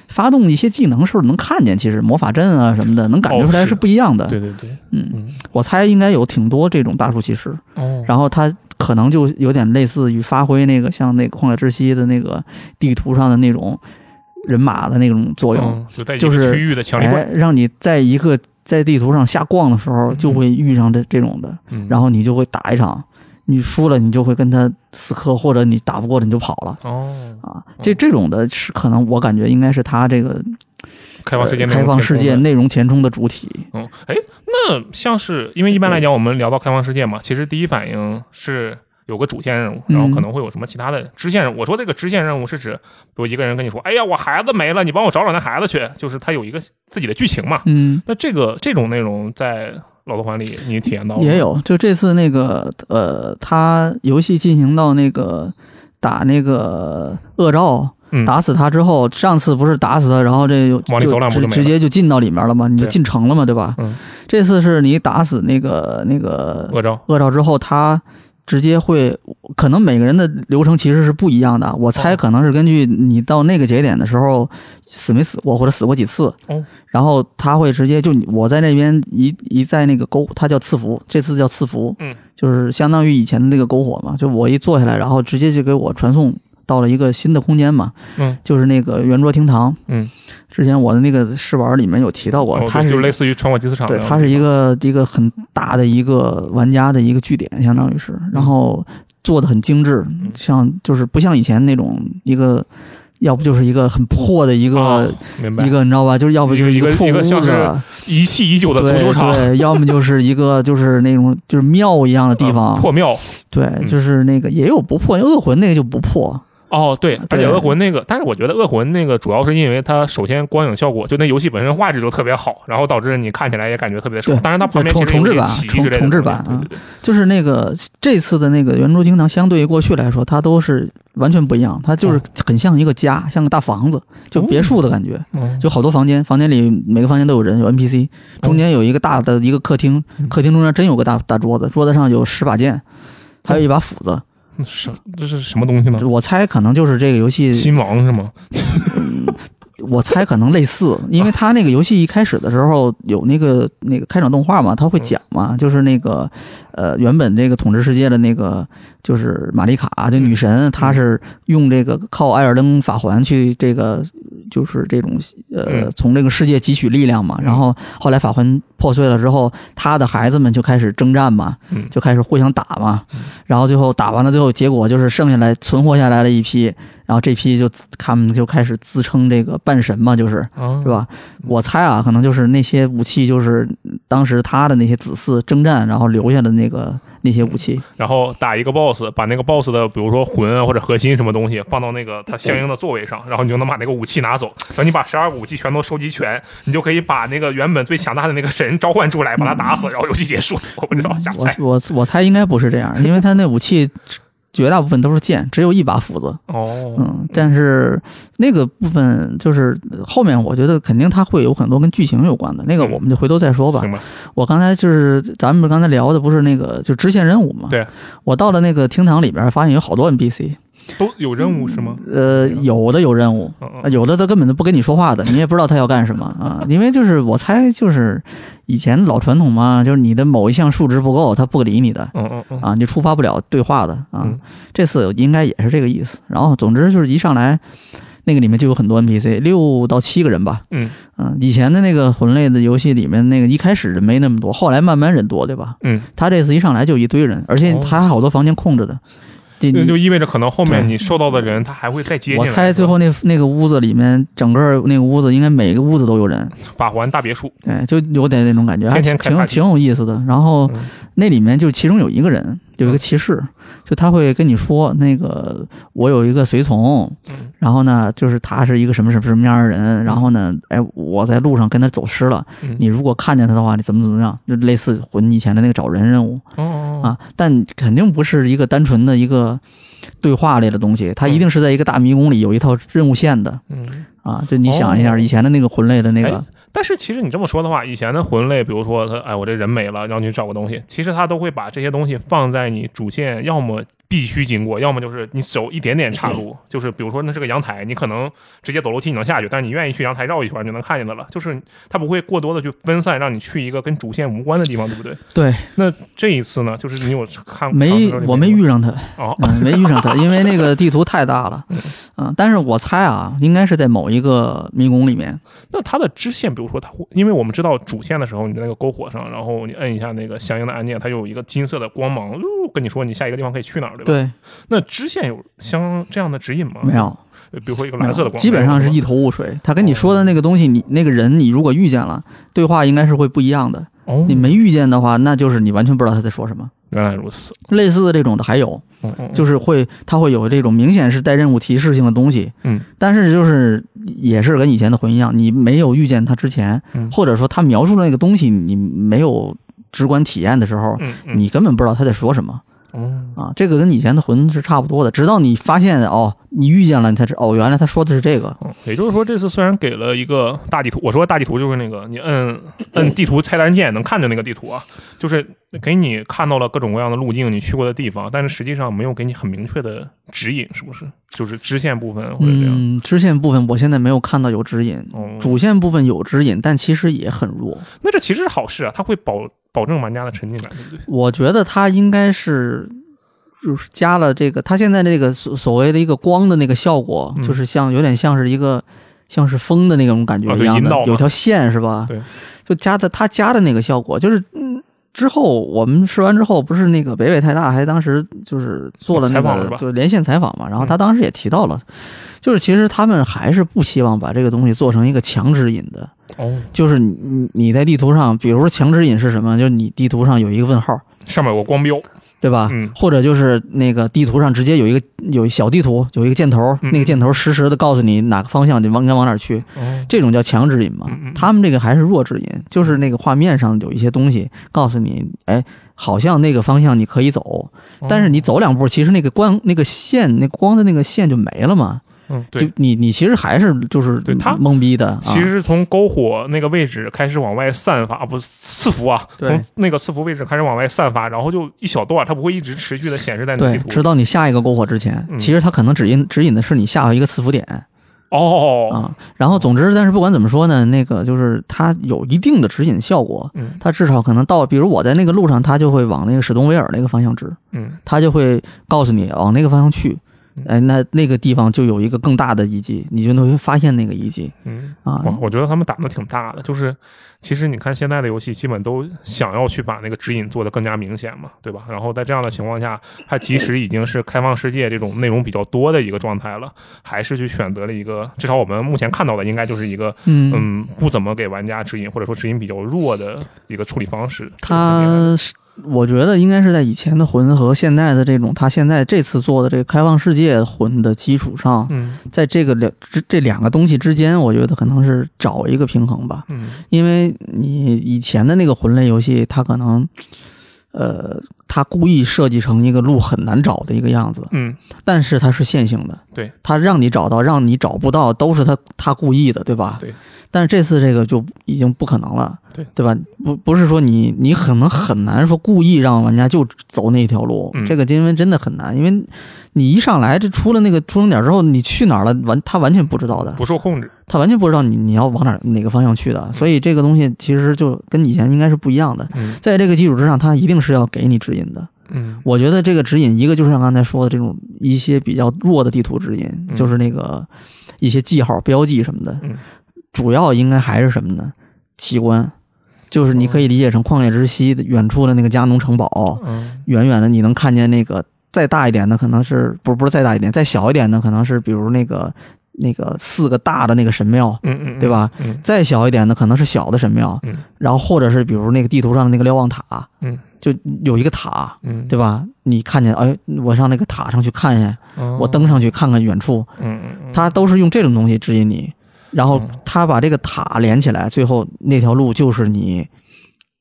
Speaker 2: 发动一些技能时候能看见，其实魔法阵啊什么的，能感觉出
Speaker 1: 哦
Speaker 2: 来
Speaker 1: 是
Speaker 2: 是不一样的。
Speaker 1: 对对对，
Speaker 2: 嗯，
Speaker 1: 嗯，
Speaker 2: 我猜应该有挺多这种大树骑士，
Speaker 1: 哦，
Speaker 2: 然后他可能就有点类似于发挥那个像那个旷野之息的那个地图上的那种人马的那种作用，
Speaker 1: 嗯就在一
Speaker 2: 就
Speaker 1: 个
Speaker 2: 是
Speaker 1: 区域的强力
Speaker 2: 哎
Speaker 1: 怪，，
Speaker 2: 让你在一个在地图上瞎逛的时候，就会遇上这这种的。
Speaker 1: 嗯，
Speaker 2: 然后你就会打一场，你输了你就会跟他死磕，或者你打不过了你就跑了
Speaker 1: 哦，
Speaker 2: 啊。这这种的是可能我感觉应该是他这个
Speaker 1: 开放世界
Speaker 2: 呃
Speaker 1: 内容
Speaker 2: 开放
Speaker 1: 填充
Speaker 2: 世界
Speaker 1: 的
Speaker 2: 内容填充的主体。
Speaker 1: 嗯，哎，那像是因为一般来讲，我们聊到开放世界嘛，其实第一反应是有个主线任务，然
Speaker 2: 嗯
Speaker 1: 后可能会有什么其他的支线任务。我说这个支线任务是指，比如一个人跟你说：“哎呀，我孩子没了，你帮我找找那孩子去。”就是他有一个自己的剧情嘛。
Speaker 2: 嗯，
Speaker 1: 那这个这种内容在《老头环》里你体验到了吗
Speaker 2: 也，有，就这次那个呃，他游戏进行到那个打那个恶兆。
Speaker 1: 嗯
Speaker 2: 打死他之后，上次不是打死他，然后这就
Speaker 1: 往里走两步就
Speaker 2: 直
Speaker 1: 没了
Speaker 2: 直接就进到里面了吗？你就
Speaker 1: 对
Speaker 2: 进城了嘛，对吧？
Speaker 1: 嗯
Speaker 2: 这次是你打死那个那个
Speaker 1: 恶兆
Speaker 2: 恶兆之后，他直接会，可能每个人的流程其实是不一样的。我猜
Speaker 1: 哦
Speaker 2: 可能是根据你到那个节点的时候死没死过，或者死过几次。
Speaker 1: 哦。
Speaker 2: 然后他会直接就你我在那边一一在那个篝，它叫赐福，这次叫赐福，
Speaker 1: 嗯，
Speaker 2: 就是相当于以前的那个篝火嘛，就我一坐下来，然后直接就给我传送到了一个新的空间嘛，
Speaker 1: 嗯，
Speaker 2: 就是那个圆桌厅堂。
Speaker 1: 嗯，
Speaker 2: 之前我的那个试玩里面有提到过，
Speaker 1: 哦，
Speaker 2: 它
Speaker 1: 对
Speaker 2: 是
Speaker 1: 就
Speaker 2: 一个
Speaker 1: 类似于穿过集市场那
Speaker 2: 对，
Speaker 1: 样的，
Speaker 2: 它是一个一个很大的一个玩家的一个据点，相当于是，
Speaker 1: 嗯
Speaker 2: 然后做的很精致，像就是不像以前那种一个，要不就是一个很破的一个、
Speaker 1: 哦明白
Speaker 2: 一个，你知道吧？就是要不就是
Speaker 1: 一个
Speaker 2: 破
Speaker 1: 一个
Speaker 2: 屋
Speaker 1: 像是
Speaker 2: 子，
Speaker 1: 遗弃已久的足球
Speaker 2: 对
Speaker 1: 场，
Speaker 2: 对，要么就是一个就是那种就是庙一样的地
Speaker 1: 啊
Speaker 2: 方，
Speaker 1: 破庙嗯
Speaker 2: 对，就是那个也有不破，恶魂那个就不破，
Speaker 1: 哦，对，而
Speaker 2: 对
Speaker 1: 且恶魂那个，但是我觉得恶魂那个主要是因为它首先光影效果，就那游戏本身画质就特别好，然后导致你看起来也感觉特别的爽
Speaker 2: 对。
Speaker 1: 当然它旁边
Speaker 2: 重
Speaker 1: 其实有
Speaker 2: 重置
Speaker 1: 一些
Speaker 2: 版
Speaker 1: 棋
Speaker 2: 重
Speaker 1: 之类的
Speaker 2: 重置
Speaker 1: 东西
Speaker 2: 版
Speaker 1: 对
Speaker 2: 啊
Speaker 1: 对对，
Speaker 2: 就是那个这次的那个圆桌厅堂，相对于过去来说，它都是完全不一样，它就是
Speaker 1: 哦
Speaker 2: 很像一个家，像个大房子，就别墅的感觉，
Speaker 1: 嗯，
Speaker 2: 就好多房间，房间里每个房间都有人，有 NPC，中间有一个大的一个客厅，
Speaker 1: 嗯
Speaker 2: 客厅中间真有个大大桌子，桌子上有十把剑，还有一把斧子，
Speaker 1: 那嗯什这是什么东西呢？
Speaker 2: 我猜可能就是这个游戏
Speaker 1: 新王是吗？
Speaker 2: 我猜可能类似， 因为他那个游戏一开始的时候有那个那个开场动画嘛，他会讲
Speaker 1: 嗯
Speaker 2: 嘛，就是那个呃原本这个统治世界的那个就是玛丽卡就女神，
Speaker 1: 嗯
Speaker 2: 她是用这个靠艾尔登法环去这个就是这种呃
Speaker 1: 嗯
Speaker 2: 从这个世界汲取力量嘛，
Speaker 1: 嗯
Speaker 2: 啊然后后来法环破碎了之后，她的孩子们就开始征战嘛，
Speaker 1: 嗯，
Speaker 2: 就开始互相打嘛，然后最后打完了，最后结果就是剩下来存活下来了一批，然后这批就自他们就开始自称这个半神嘛，就是
Speaker 1: 啊，
Speaker 2: 是？吧？我猜啊，可能就是那些武器，就是当时他的那些子嗣征战，然后留下的那个那些 武器，
Speaker 1: 然后打一个 boss，把那个 boss 的比如说魂啊或者核心什么东西放到那个它相应的座位上，然后你就能把那个武器拿走。等你把十二个武器全都收集全，你就可以把那个原本最强大的那个神召唤出来，把他打死，然后游戏结束。我不知道，瞎
Speaker 2: 我
Speaker 1: 猜。
Speaker 2: 我我猜应该不是这样，因为他那武器绝大部分都是剑，只有一把斧子，
Speaker 1: 哦，
Speaker 2: 嗯，但是那个部分就是后面我觉得肯定他会有很多跟剧情有关的，那个我们就回头再说吧。
Speaker 1: 哦行吧，
Speaker 2: 我刚才就是咱们刚才聊的不是那个就支线任务嘛？
Speaker 1: 对，
Speaker 2: 我到了那个厅堂里边，发现有好多 NPC，
Speaker 1: 都有任务是吗？
Speaker 2: 呃，有的有任务，
Speaker 1: 嗯
Speaker 2: 啊
Speaker 1: 嗯，
Speaker 2: 有的他根本都不跟你说话的，你也不知道他要干什么啊。因为就是我猜就是以前老传统嘛，就是你的某一项数值不够，他不理你的
Speaker 1: 嗯嗯嗯，
Speaker 2: 啊，你触发不了对话的啊
Speaker 1: 嗯。
Speaker 2: 这次应该也是这个意思。然后总之就是一上来。那个里面就有很多 NPC，六到七个人吧。
Speaker 1: 嗯
Speaker 2: 嗯，以前的那个魂类的游戏里面，那个一开始人没那么多，后来慢慢人多，对吧？
Speaker 1: 嗯，
Speaker 2: 他这次一上来就一堆人，而且
Speaker 1: 哦
Speaker 2: 他还好多房间空着的。这
Speaker 1: 那
Speaker 2: 你
Speaker 1: 就意味着可能后面
Speaker 2: 对
Speaker 1: 你受到的人他还会再接进来。
Speaker 2: 我猜
Speaker 1: 是
Speaker 2: 最
Speaker 1: 吧
Speaker 2: 后那那个屋子里面，整个那个屋子应该每个屋子都有人，
Speaker 1: 法环大别墅，
Speaker 2: 对，哎就有点那种感觉，还
Speaker 1: 天天
Speaker 2: 挺
Speaker 1: 开 party
Speaker 2: 挺有意思的。然后
Speaker 1: 嗯
Speaker 2: 那里面就其中有一个人，有一个骑士，就他会跟你说，那个我有一个随从，
Speaker 1: 嗯
Speaker 2: 然后呢，就是他是一个什么什么什么样的人，然后呢，哎，我在路上跟他走失了，
Speaker 1: 嗯
Speaker 2: 你如果看见他的话，你怎么怎么样，就类似魂以前的那个找人任务。
Speaker 1: 哦哦，哦
Speaker 2: 啊，但肯定不是一个单纯的一个对话类的东西，它一定是在一个大迷宫里有一套任务线的
Speaker 1: 嗯。
Speaker 2: 啊。就你想一下，
Speaker 1: 哦
Speaker 2: 以前的那个魂类的那个
Speaker 1: 哎，但是其实你这么说的话，以前的魂类，比如说他，哎，我这人没了，让你去找个东西，其实他都会把这些东西放在你主线，要么必须经过，要么就是你走一点点岔 路，就是比如说那是个阳台，你可能直接走楼梯你能下去，但是你愿意去阳台绕一圈你就能看见它了，就是它不会过多的去分散，让你去一个跟主线无关的地方，对不对？
Speaker 2: 对，
Speaker 1: 那这一次呢，就是你有看
Speaker 2: 没
Speaker 1: 尝试
Speaker 2: 我没遇上他，
Speaker 1: 哦，
Speaker 2: 嗯，没遇上他，因为那个地图太大了，嗯，但是我猜啊，应该是在某一个迷宫里面，
Speaker 1: 那它的支线，比如说它会，因为我们知道主线的时候，你在那个篝火上，然后你摁一下那个相应的按键，它有一个金色的光芒，呜，跟你说你下一个地方可以去哪儿，对吧？啊
Speaker 2: 对，
Speaker 1: 那支线有相这样的指引吗？
Speaker 2: 没有，
Speaker 1: 呃，比如说一个蓝色的光，
Speaker 2: 基本上是
Speaker 1: 没有哦
Speaker 2: 一头雾水。他跟你说的那个东西，你那个人，你如果遇见了，对话应该是会不一样的。
Speaker 1: 吗哦，
Speaker 2: 你没遇见的话，那就是你完全不知道他在说什么。
Speaker 1: 原来如此，
Speaker 2: 类似的这种的还有，
Speaker 1: 嗯嗯，
Speaker 2: 就是会，它会有这种明显是带任务提示性的东西，
Speaker 1: 嗯，
Speaker 2: 但是就是也是跟以前的魂一样，你没有遇见它之前，
Speaker 1: 嗯
Speaker 2: 或者说他描述的那个东西你没有直观体验的时候，
Speaker 1: 嗯嗯
Speaker 2: 你根本不知道他在说什么
Speaker 1: 哦
Speaker 2: 啊。这个跟以前的魂是差不多的，直到你发现哦，你遇见了，你才知哦，原来他说的是这个。
Speaker 1: 哦，也就是说，这次虽然给了一个大地图，我说大地图就是那个你摁摁地图菜单键能看见那个地图啊，就是给你看到了各种各样的路径，你去过的地方，但是实际上没有给你很明确的指引，是不是？就是支线部分或者这样。
Speaker 2: 嗯，支线部分我现在没有看到有指引，
Speaker 1: 哦，
Speaker 2: 主线部分有指引，但其实也很弱。
Speaker 1: 那这其实是好事啊，它会保保证玩家的沉浸感，对不对？
Speaker 2: 我觉得它应该是就是加了这个，它现在这个所所谓的一个光的那个效果，
Speaker 1: 嗯
Speaker 2: 就是像有点像是一个像是风的那种感觉
Speaker 1: 啊
Speaker 2: 一
Speaker 1: 对
Speaker 2: 样
Speaker 1: 引
Speaker 2: 的，
Speaker 1: 导嘛
Speaker 2: 有条线是吧？
Speaker 1: 对，
Speaker 2: 就加的它加的那个效果，就是嗯。之后我们试完之后，不是那个北北太大还当时就是做了那
Speaker 1: 采访是
Speaker 2: 个
Speaker 1: 吧嗯
Speaker 2: 就连线采访嘛，然后他当时也提到了，就是其实他们还是不希望把这个东西做成一个强指引的，
Speaker 1: 哦，
Speaker 2: 就是你你你在地图上，比如说强指引是什么，就是你地图上有一个问号，
Speaker 1: 上面有个光标，
Speaker 2: 对吧？
Speaker 1: 嗯
Speaker 2: 或者就是那个地图上直接有一个有一小地图，有一个箭头，
Speaker 1: 嗯
Speaker 2: 那个箭头实时的告诉你哪个方向你往应该往哪儿去，
Speaker 1: 哦，
Speaker 2: 这种叫强指引嘛
Speaker 1: 嗯嗯。
Speaker 2: 他们这个还是弱指引，就是那个画面上有一些东西告诉你，哎，好像那个方向你可以
Speaker 1: 哦
Speaker 2: 走，但是你走两步，其实那个光那个线那光的那个线就没了嘛。
Speaker 1: 嗯，对
Speaker 2: 就，啊你你其实还是就是
Speaker 1: 对它
Speaker 2: 懵逼的啊。
Speaker 1: 其实是从篝火那个位置开始往外散发，啊不是伺服啊，
Speaker 2: 对
Speaker 1: 从那个伺服位置开始往外散发，然后就一小段，它不会一直持续的显示在你的
Speaker 2: 对
Speaker 1: 地，图。
Speaker 2: 直到你下一个篝火之前，
Speaker 1: 嗯
Speaker 2: 其实它可能指引指引的是你下一个伺服点
Speaker 1: 哦，
Speaker 2: 啊。然后总之，但是不管怎么说呢，那个就是它有一定的指引效果，
Speaker 1: 嗯
Speaker 2: 它至少可能到，比如我在那个路上，它就会往那个史东威尔那个方向指，
Speaker 1: 嗯
Speaker 2: 它就会告诉你往那个方向去
Speaker 1: 嗯。
Speaker 2: 哎，那那个地方就有一个更大的遗迹，你就能会发现那个遗迹
Speaker 1: 嗯，
Speaker 2: 啊。
Speaker 1: 哇，我觉得他们胆子挺大的，就是其实你看现在的游戏基本都想要去把那个指引做得更加明显嘛，对吧？然后在这样的情况下，它其实已经是开放世界这种内容比较多的一个状态了，还是去选择了一个至少我们目前看到的应该就是一个
Speaker 2: 嗯
Speaker 1: 嗯，不怎么给玩家指引，或者说指引比较弱的一个处理方式。
Speaker 2: 它是，我觉得应该是在以前的魂和现在的这种，它现在这次做的这个开放世界魂的基础上，
Speaker 1: 嗯
Speaker 2: 在这个两这这两个东西之间，我觉得可能是找一个平衡吧。
Speaker 1: 嗯
Speaker 2: 因为你以前的那个魂类游戏，它可能，呃，它故意设计成一个路很难找的一个样子，
Speaker 1: 嗯，
Speaker 2: 但是它是线性的，
Speaker 1: 对，
Speaker 2: 它让你找到，让你找不到，都是它它故意的，对吧？
Speaker 1: 对。
Speaker 2: 但是这次这个就已经不可能了，
Speaker 1: 对
Speaker 2: 对吧？不不是说你你可能很难说故意让玩家就走那一条路，
Speaker 1: 嗯
Speaker 2: 这个因为真的很难，因为你一上来这出了那个出生点之后，你去哪儿了，完他完全不知道的，
Speaker 1: 不受控制。
Speaker 2: 他完全不知道你你要往哪儿哪个方向去的，所以这个东西其实就跟以前应该是不一样的。
Speaker 1: 嗯
Speaker 2: 在这个基础之上，它一定是要给你指引的。
Speaker 1: 嗯
Speaker 2: 我觉得这个指引，一个就是像刚才说的这种一些比较弱的地图指引，
Speaker 1: 嗯
Speaker 2: 就是那个一些记号、标记什么的，
Speaker 1: 嗯
Speaker 2: 主要应该还是什么呢？奇观，就是你可以理解成旷野之息的远处的那个加农城堡，
Speaker 1: 哦嗯
Speaker 2: 远远的你能看见那个再大一点的，可能是不是不是再大一点，再小一点的可能是比如那个那个四个大的那个神庙，
Speaker 1: 嗯嗯，
Speaker 2: 对？吧？
Speaker 1: 嗯
Speaker 2: 再小一点的可能是小的神庙，
Speaker 1: 嗯
Speaker 2: 然后或者是比如那个地图上的那个瞭望塔，
Speaker 1: 嗯
Speaker 2: 就有一个塔，
Speaker 1: 嗯，
Speaker 2: 对吧？你看见，哎，我上那个塔上去看一下，我登上去看看远处，
Speaker 1: 嗯哦嗯，
Speaker 2: 它都是用这种东西指引你，然后
Speaker 1: 嗯
Speaker 2: 它把这个塔连起来，最后那条路就是你，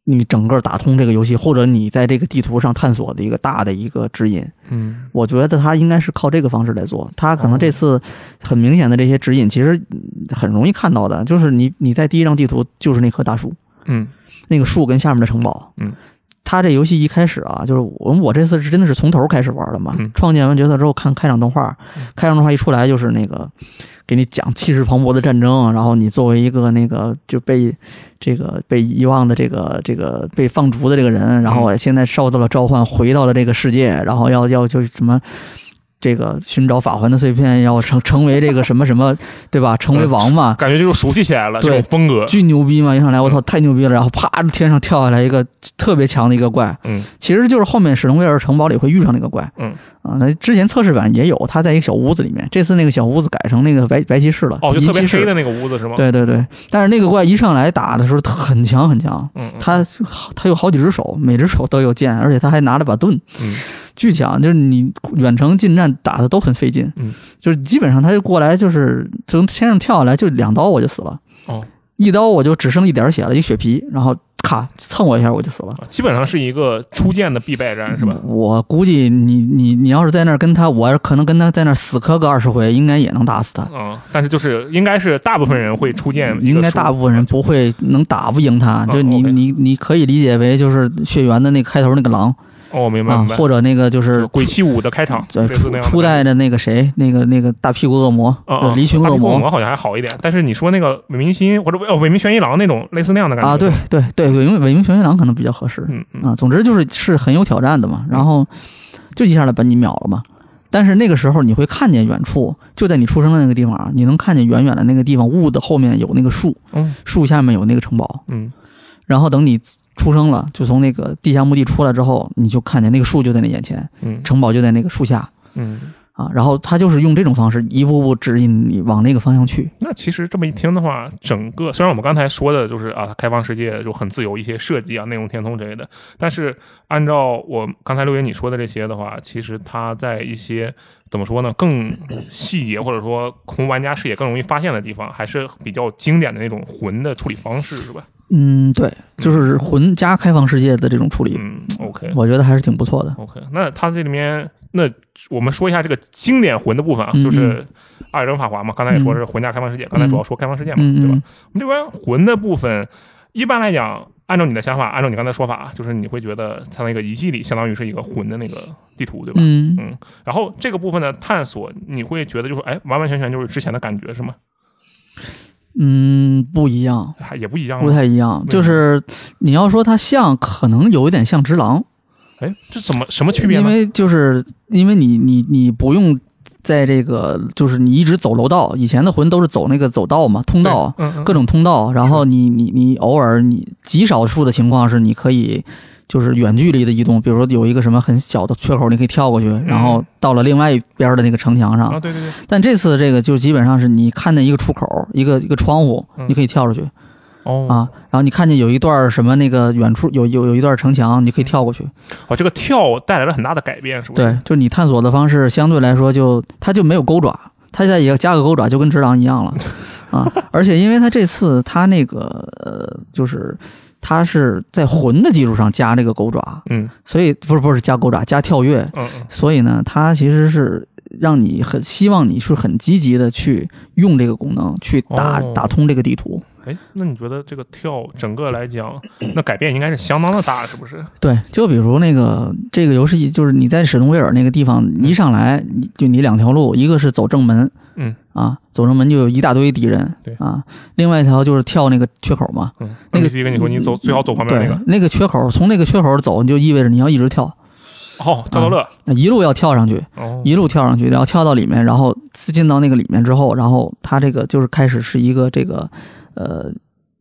Speaker 2: 你整个打通这个游戏，或者你在这个地图上探索的一个大的一个指引。
Speaker 1: 嗯
Speaker 2: 我觉得它应该是靠这个方式来做。它可能这次很明显的这些指引，其实嗯很容易看到的，就是你你在第一张地图就是那棵大树，
Speaker 1: 嗯
Speaker 2: 那个树跟下面的城堡，
Speaker 1: 嗯。
Speaker 2: 它这游戏一开始啊，就是我我这次是真的是从头开始玩的嘛。
Speaker 1: 嗯
Speaker 2: 创建完角色之后看开场动画
Speaker 1: 嗯，
Speaker 2: 开场动画一出来就是那个给你讲气势磅礴的战争，然后你作为一个那个就被这个被遗忘的这个这个被放逐的这个人，然
Speaker 1: 嗯
Speaker 2: 后哎现在受到了召唤回到了这个世界，然后要要就什么。这个寻找法环的碎片，要成成为这个什么什么，对吧？成为王嘛，
Speaker 1: 感觉呃就是熟悉起来了，这种风 格。
Speaker 2: 巨牛逼嘛！一上来，我操，
Speaker 1: 嗯
Speaker 2: 太牛逼了！然后啪，天上跳下来一个 特别强的一个怪，
Speaker 1: 嗯
Speaker 2: 其实就是后面史隆威尔城堡里会遇上那个怪
Speaker 1: 嗯，
Speaker 2: 啊。那之前测试版也有，他在一个小屋子里面，这次那个小屋子改成那个 白白骑士了，
Speaker 1: 哦，就
Speaker 2: 银
Speaker 1: 特
Speaker 2: 骑
Speaker 1: 别黑
Speaker 2: 士。
Speaker 1: 的那个屋子是吗？，
Speaker 2: 对对对，但是那个怪一上来打的时候特很强很强，
Speaker 1: 嗯
Speaker 2: 他他有好几只手，每只手都有剑，而且他还拿了把盾，
Speaker 1: 嗯
Speaker 2: 巨强，就是你远程近战打的都很费劲，
Speaker 1: 嗯，
Speaker 2: 就是基本上他就过来就是从天上跳下来就两刀我就死了，
Speaker 1: 哦，
Speaker 2: 一刀我就只剩一点血了，一血皮，然后咔蹭我一下我就死了。
Speaker 1: 基本上是一个初见的必败战哎是吧？
Speaker 2: 我估计你你你要是在那儿跟他，我可能跟他在那儿死磕个二十回，应该也能打死他。
Speaker 1: 嗯，但是就是应该是大部分人会初见，
Speaker 2: 应该大部分人不会能打不赢他，就你
Speaker 1: 啊 OK
Speaker 2: 你你可以理解为就是血缘的那开头那个狼
Speaker 1: 哦，明白
Speaker 2: 啊
Speaker 1: 明，白，
Speaker 2: 或者那个就是
Speaker 1: 鬼泣五的开场，
Speaker 2: 呃
Speaker 1: 类似
Speaker 2: 初
Speaker 1: 那样
Speaker 2: 初代的那个谁，那个那个大屁股恶魔，
Speaker 1: 啊，
Speaker 2: 呃离群
Speaker 1: 大
Speaker 2: 恶
Speaker 1: 屏幕恶
Speaker 2: 魔
Speaker 1: 魔好像还好一点，但是你说那个伪明星或者伪哦伪明玄一郎那种类似那样的感觉
Speaker 2: 啊，对，对对，伪明伪明玄一郎可能比较合适。
Speaker 1: 嗯嗯
Speaker 2: 啊，总之就是是很有挑战的嘛。然后就一下来把你秒了嘛。但是那个时候你会看见远处，就在你出生的那个地方啊，你能看见远远的那个地方雾的后面有那个树，
Speaker 1: 嗯
Speaker 2: 树下面有那个城堡。
Speaker 1: 嗯
Speaker 2: 然后等你出生了，就从那个地下墓地出来之后，你就看见那个树就在你眼前，
Speaker 1: 嗯
Speaker 2: 城堡就在那个树下
Speaker 1: 嗯
Speaker 2: 啊，然后他就是用这种方式一步步指引你往那个方向去。
Speaker 1: 那其实这么一听的话，整个虽然我们刚才说的就是啊，开放世界就很自由一些设计啊、内容填充之类的，但是按照我刚才刘云你说的这些的话，其实它在一些怎么说呢，更细节或者说从玩家视野更容易发现的地方，还是比较经典的那种魂的处理方式，是吧？
Speaker 2: 嗯，对，就是魂加开放世界的这种处理，
Speaker 1: 嗯，OK。
Speaker 2: 我觉得还是挺不错的。
Speaker 1: OK，那它这里面，那我们说一下这个经典魂的部分啊，
Speaker 2: 嗯
Speaker 1: 就是《艾尔登法环》嘛，刚才也说是魂加开放世界，刚才主要说开放世界嘛，
Speaker 2: 嗯
Speaker 1: 对吧
Speaker 2: 嗯？
Speaker 1: 我们这边魂的部分，一般来讲，按照你的想法，按照你刚才说法啊，就是你会觉得它那个遗迹里相当于是一个魂的那个地图，对吧？
Speaker 2: 嗯，
Speaker 1: 嗯然后这个部分的探索，你会觉得就是哎，完完全全就是之前的感觉是吗？
Speaker 2: 嗯，不一样，
Speaker 1: 还也不一样
Speaker 2: 不
Speaker 1: 吗？
Speaker 2: 太一样。就是你要说它像，可能有一点像只狼，
Speaker 1: 哎，这怎么什么区别
Speaker 2: 因
Speaker 1: 呢？
Speaker 2: 为就是因为你你你不用在这个，就是你一直走楼道，以前的魂都是走那个走道嘛，通道，啊
Speaker 1: 对，嗯嗯，
Speaker 2: 各种通道，然后你你你偶尔你极少数的情况是你可以。就是远距离的移动，比如说有一个什么很小的缺口，你可以跳过去，然
Speaker 1: 嗯
Speaker 2: 后到了另外一边的那个城墙上
Speaker 1: 啊，。对对对，
Speaker 2: 但这次的这个就基本上是你看见一个出口，一个一个窗户
Speaker 1: 嗯，
Speaker 2: 你可以跳出去
Speaker 1: 哦
Speaker 2: 啊。然后你看见有一段什么那个远处有有有一段城墙，你可以跳过去。
Speaker 1: 哦，这个跳带来了很大的改变，是不是？
Speaker 2: 对，就是你探索的方式相对来说就它就没有钩爪，它再也加个钩爪就跟直狼一样了啊！而且因为它这次它那个呃，就是它是在魂的基础上加这个钩爪，
Speaker 1: 嗯，
Speaker 2: 所以不是不是加钩爪加跳跃，
Speaker 1: 嗯嗯
Speaker 2: 所以呢，它其实是让你很希望你是很积极的去用这个功能去打、
Speaker 1: 哦
Speaker 2: 打通这个地图。
Speaker 1: 哎，那你觉得这个跳整个来讲，那改变应该是相当的大，是不是？
Speaker 2: 对，就比如那个这个游戏，就是你在史东威尔那个地方一上来，你就你两条路，一个是走正门，
Speaker 1: 嗯
Speaker 2: 啊，走正门就有一大堆敌人，
Speaker 1: 对
Speaker 2: 啊，另外一条就是跳那个缺口嘛，
Speaker 1: 嗯，
Speaker 2: 那个
Speaker 1: NPC 跟你说，你走最好走旁边那
Speaker 2: 对
Speaker 1: 个。，
Speaker 2: 那个缺口从那个缺口走，就意味着你要一直跳，
Speaker 1: 哦，跳跳乐。
Speaker 2: 那一路要跳上去，
Speaker 1: 哦，
Speaker 2: 一路跳上去，然后跳到里面，然后刺进到那个里面之后，然后它这个就是开始是一个这个呃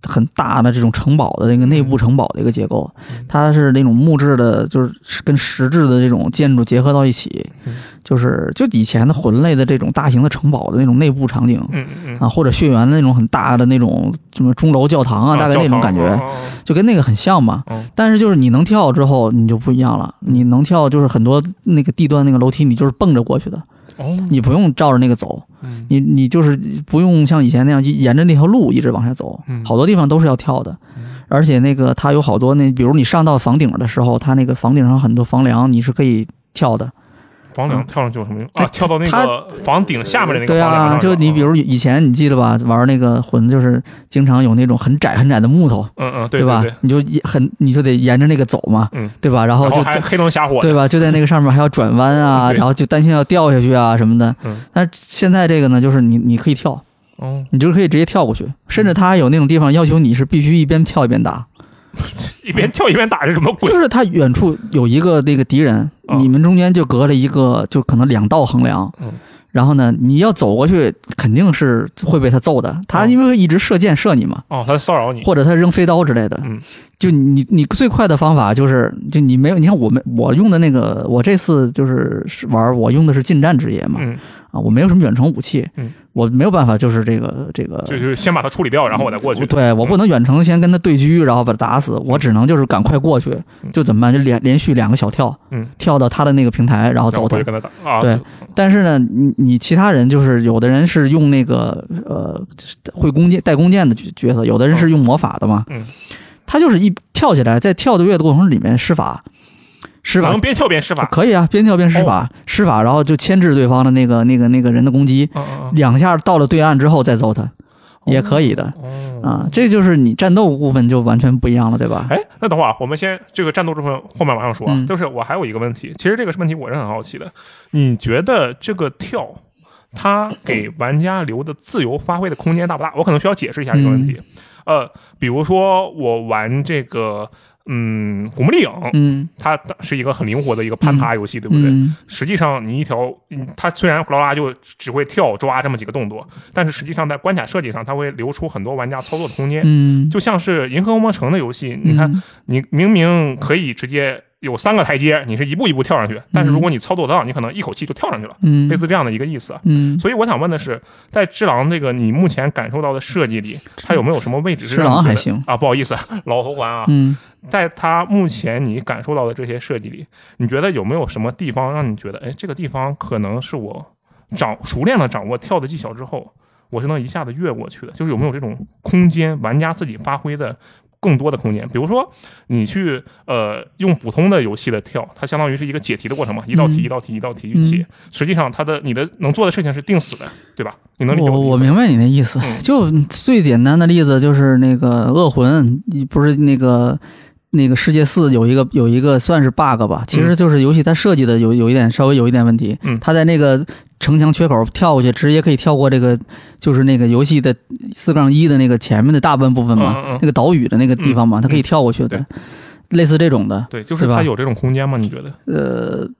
Speaker 2: 很大的这种城堡的那个内部城堡的一个结构，
Speaker 1: 嗯
Speaker 2: 它是那种木质的，就是跟石质的这种建筑结合到一起
Speaker 1: 嗯，
Speaker 2: 就是就以前的魂类的这种大型的城堡的那种内部场景。
Speaker 1: 嗯嗯嗯
Speaker 2: 啊，或者血缘那种很大的那种什么钟楼教堂啊，大概那种感觉，
Speaker 1: 教堂哦哦
Speaker 2: 就跟那个很像嘛。
Speaker 1: 嗯
Speaker 2: 但是就是你能跳之后，你就不一样了。你能跳，就是很多那个地段那个楼梯，你就是蹦着过去的，
Speaker 1: 哦，
Speaker 2: 你不用照着那个走，
Speaker 1: 嗯
Speaker 2: 你你就是不用像以前那样一沿着那条路一直往下走
Speaker 1: 嗯，
Speaker 2: 好多地方都是要跳的。而且那个它有好多那，比如你上到房顶的时候，它那个房顶上很多房梁，你是可以跳的。
Speaker 1: 房梁跳上去有什么用啊？
Speaker 2: 它
Speaker 1: 跳到那个房顶下面的那个
Speaker 2: 对
Speaker 1: 房梁
Speaker 2: 啊，
Speaker 1: 上
Speaker 2: 就你比如以前你记得吧，玩那个魂就是经常有那种很窄很窄的木头，
Speaker 1: 嗯嗯对
Speaker 2: 吧
Speaker 1: 对，？
Speaker 2: 你就一很你就得沿着那个走嘛，
Speaker 1: 嗯
Speaker 2: 对吧？然后
Speaker 1: 然后
Speaker 2: 就
Speaker 1: 还黑灯瞎火的，
Speaker 2: 对吧？就在那个上面还要转弯啊，
Speaker 1: 嗯对
Speaker 2: 然后就担心要掉下去啊什么的。
Speaker 1: 嗯
Speaker 2: 但现在这个呢，就是你你可以跳，
Speaker 1: 哦，
Speaker 2: 你就可以直接跳过去，甚至它还有那种地方要求你是必须一边跳一边打，
Speaker 1: 一边跳一边打是什么鬼？
Speaker 2: 就是它远处有一个那个敌人，
Speaker 1: 嗯
Speaker 2: 你们中间就隔了一个就可能两道横梁，
Speaker 1: 嗯
Speaker 2: 然后呢，你要走过去肯定是会被他揍的，他
Speaker 1: 嗯
Speaker 2: 因为会一直射箭射你嘛。
Speaker 1: 哦，他在骚扰你，
Speaker 2: 或者他扔飞刀之类的。
Speaker 1: 嗯，
Speaker 2: 就你你最快的方法就是，就你没有，你看我们我用的那个，我这次就是玩，我用的是近战职业嘛，
Speaker 1: 嗯，
Speaker 2: 啊，我没有什么远程武器，
Speaker 1: 嗯，
Speaker 2: 我没有办法，就是这个这个。
Speaker 1: 就就是先把它处理掉，然后我再过去。嗯
Speaker 2: 对，嗯我不能远程先跟他对狙，然后把他打死，我只能就是赶快过去，就怎么办？就连连续两个小跳，
Speaker 1: 嗯，
Speaker 2: 跳到他的那个平台，然
Speaker 1: 然后
Speaker 2: 后揍
Speaker 1: 我
Speaker 2: 他
Speaker 1: 就。跟他打啊，
Speaker 2: 对但是呢，你你其他人就是有的人是用那个呃会弓箭带弓箭的角角色，有的人是用魔法的嘛。
Speaker 1: 嗯，
Speaker 2: 他就是一跳起来，在跳的跃的过程里面施法，施法
Speaker 1: 能边跳边施法。哦
Speaker 2: 可以啊，边跳边施法，施法然后就牵制对方的那个那个那个人的攻击，
Speaker 1: 嗯嗯
Speaker 2: 两下到了对岸之后再揍他，也可以的。
Speaker 1: 嗯，哦
Speaker 2: 啊，这就是你战斗部分就完全不一样了，对吧？
Speaker 1: 哎，那等会儿啊我们先这个战斗这部分后面往上说啊。
Speaker 2: 嗯
Speaker 1: 就是我还有一个问题，其实这个是问题我是很好奇的。你觉得这个跳，它给玩家留的自由发挥的空间大不大？我可能需要解释一下这个问题。
Speaker 2: 嗯
Speaker 1: 呃，比如说我玩这个，嗯，古墓丽影，
Speaker 2: 嗯，
Speaker 1: 它是一个很灵活的一个攀爬游戏，对不对？
Speaker 2: 嗯
Speaker 1: 实际上，你一条，嗯它虽然呼啦啦就只会跳抓这么几个动作，但是实际上在关卡设计上，它会留出很多玩家操作的空间。
Speaker 2: 嗯，
Speaker 1: 就像是《银河恶魔城》的游戏，你看
Speaker 2: 嗯
Speaker 1: 你明明可以直接有三个台阶，你是一步一步跳上去。但是如果你操作得当，你可能一口气就跳上去了，
Speaker 2: 嗯
Speaker 1: 类似这样的一个意思。
Speaker 2: 嗯，
Speaker 1: 所以我想问的是，在智狼这个你目前感受到的设计里，它有没有什么位置是
Speaker 2: 智
Speaker 1: 让你
Speaker 2: 狼
Speaker 1: 觉
Speaker 2: 还
Speaker 1: 得
Speaker 2: 行
Speaker 1: 啊？不好意思，老头环啊，
Speaker 2: 嗯，
Speaker 1: 在它目前你感受到的这些设计里，你觉得有没有什么地方让你觉得，哎，这个地方可能是我掌熟练了掌握跳的技巧之后，我是能一下子越过去的？就是有没有这种空间，玩家自己发挥的更多的空间？比如说，你去呃用普通的游戏的跳，它相当于是一个解题的过程嘛，一道题
Speaker 2: 嗯
Speaker 1: 一道题一道题去解，实际上它的你的能做的事情是定死的，对吧？你能理解
Speaker 2: 我
Speaker 1: 我
Speaker 2: 我
Speaker 1: 的意思吗
Speaker 2: 明白你的意思
Speaker 1: 嗯，
Speaker 2: 就最简单的例子就是那个恶魂，你不是那个那个世界四有一个有一个算是 bug 吧，其实就是游戏它设计的有有一点稍微有一点问题，
Speaker 1: 嗯
Speaker 2: 它在那个城墙缺口跳过去，直接可以跳过这个就是那个游戏的四杠一的那个前面的大半部分嘛，
Speaker 1: 嗯嗯嗯嗯
Speaker 2: 那个岛屿的那个地方嘛，它可以跳过去的，
Speaker 1: 对
Speaker 2: 类似这种的，
Speaker 1: 对，就是
Speaker 2: 对吧
Speaker 1: 它有这种空间吗？你觉得？
Speaker 2: 呃。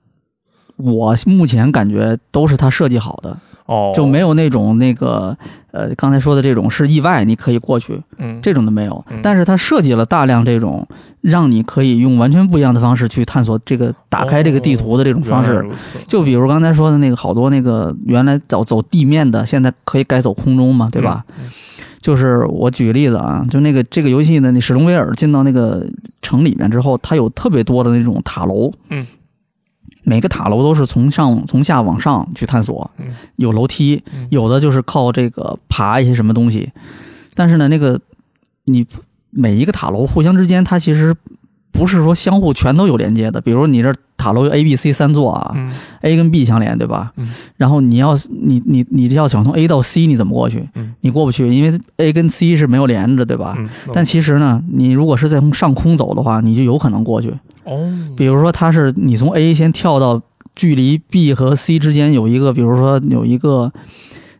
Speaker 2: 我目前感觉都是它设计好的，
Speaker 1: 哦，
Speaker 2: 就没有那种那个呃刚才说的这种是意外，你可以过去
Speaker 1: 嗯，
Speaker 2: 这种都没有
Speaker 1: 嗯。
Speaker 2: 但是它设计了大量这种让你可以用完全不一样的方式去探索这个打开这个地图的这种方
Speaker 1: 哦原来
Speaker 2: 式。
Speaker 1: 如此，
Speaker 2: 就比如刚才说的那个好多那个原来走走地面的，现在可以改走空中嘛，对吧？
Speaker 1: 嗯？嗯
Speaker 2: 就是我举个例子啊，就那个这个游戏呢，你史隆威尔进到那个城里面之后，它有特别多的那种塔楼，
Speaker 1: 嗯，
Speaker 2: 每个塔楼都是从上从下往上去探索，
Speaker 1: 嗯
Speaker 2: 有楼梯
Speaker 1: 嗯，
Speaker 2: 有的就是靠这个爬一些什么东西。但是呢，那个你每一个塔楼互相之间，它其实不是说相互全都有连接的。比如你这塔楼 A、B、C 三座啊、
Speaker 1: 嗯
Speaker 2: a 跟 B 相连，对吧？
Speaker 1: 嗯
Speaker 2: 然后你要你你你要想从 A 到 C，你怎么过去？
Speaker 1: 嗯
Speaker 2: 你过不去，因为 A 跟 C 是没有连着，对吧？
Speaker 1: 嗯，那
Speaker 2: 啊但其实呢，你如果是在从上空走的话，你就有可能过去。
Speaker 1: 哦，
Speaker 2: 比如说，它是你从 A 先跳到距离 B 和 C 之间有一个，比如说有一个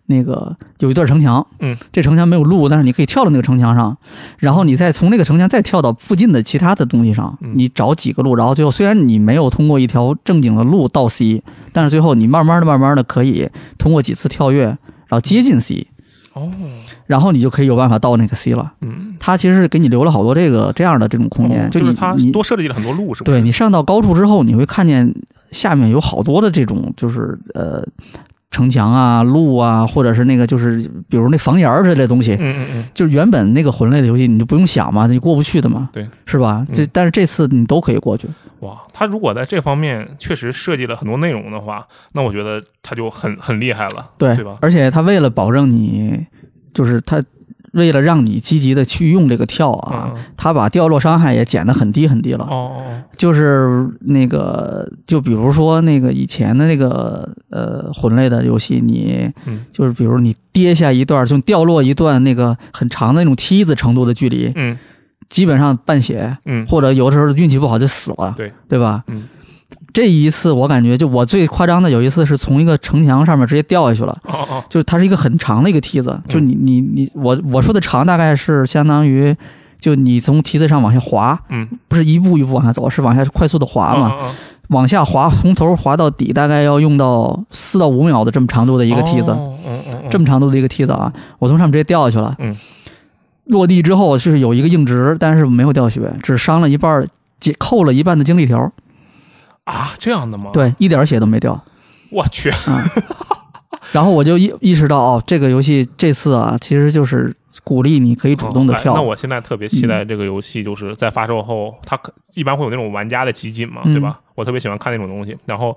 Speaker 2: 那个有一段城墙，
Speaker 1: 嗯，
Speaker 2: 这城墙没有路，但是你可以跳到那个城墙上，然后你再从那个城墙再跳到附近的其他的东西上，
Speaker 1: 嗯
Speaker 2: 你找几个路，然后最后虽然你没有通过一条正经的路到 C，但是最后你慢慢的、慢慢的可以通过几次跳跃，然后接近 C，
Speaker 1: 哦，
Speaker 2: 然后你就可以有办法到那个 C 了。
Speaker 1: 嗯，
Speaker 2: 它其实是给你留了好多这个这样的这种空间，
Speaker 1: 哦
Speaker 2: 你
Speaker 1: 是他
Speaker 2: 你
Speaker 1: 多设计了很多路，是吧？
Speaker 2: 对你上到高处之后，你会看见下面有好多的这种，就是呃城墙啊、路啊，或者是那个就是比如那房檐儿之类的东西。
Speaker 1: 嗯嗯嗯，
Speaker 2: 就是原本那个魂类的游戏，你就不用想嘛，你过不去的嘛，
Speaker 1: 对，
Speaker 2: 是吧？这
Speaker 1: 嗯
Speaker 2: 但是这次你都可以过去，
Speaker 1: 哇，他如果在这方面确实设计了很多内容的话，那我觉得他就很很厉害了，
Speaker 2: 对，
Speaker 1: 对吧？
Speaker 2: 而且他为了保证你，就是他为了让你积极的去用这个跳啊，
Speaker 1: 嗯，嗯
Speaker 2: 他把掉落伤害也减得很低很低了。
Speaker 1: 哦哦，
Speaker 2: 就是那个，就比如说那个以前的那个呃魂类的游戏，你
Speaker 1: 嗯
Speaker 2: 就是比如你跌下一段，就掉落一段那个很长的那种梯子程度的距离，
Speaker 1: 嗯
Speaker 2: 基本上半血，
Speaker 1: 嗯
Speaker 2: 或者有的时候运气不好就死了，
Speaker 1: 对
Speaker 2: 对吧？
Speaker 1: 嗯，
Speaker 2: 这一次我感觉就我最夸张的有一次是从一个城墙上面直接掉下去了。
Speaker 1: 哦哦，
Speaker 2: 就是它是一个很长的一个梯子，
Speaker 1: 嗯
Speaker 2: 就你你你我我说的长大概是相当于，就你从梯子上往下滑，
Speaker 1: 嗯，
Speaker 2: 不是一步一步往下走，是往下快速的滑嘛，
Speaker 1: 嘛，
Speaker 2: 往下滑，从头滑到底，大概要用到四到五秒的这么长度的一个梯子，
Speaker 1: 哦嗯嗯嗯，
Speaker 2: 这么长度的一个梯子啊，我从上面直接掉下去了，
Speaker 1: 嗯，
Speaker 2: 落地之后就是有一个硬直，但是没有掉血，只伤了一半儿，解扣了一半的精力条，
Speaker 1: 啊，这样的吗？，
Speaker 2: 对，一点儿血都没掉。
Speaker 1: 我去，
Speaker 2: 然后我就意意识到哦，这个游戏这次啊，其实就是鼓励你可以主动的
Speaker 1: 哦哎
Speaker 2: 跳，嗯
Speaker 1: 那我现在特别期待这个游戏，就是在发售后，它可一般会有那种玩家的集锦嘛，对
Speaker 2: 嗯
Speaker 1: 吧？我特别喜欢看那种东西。然后，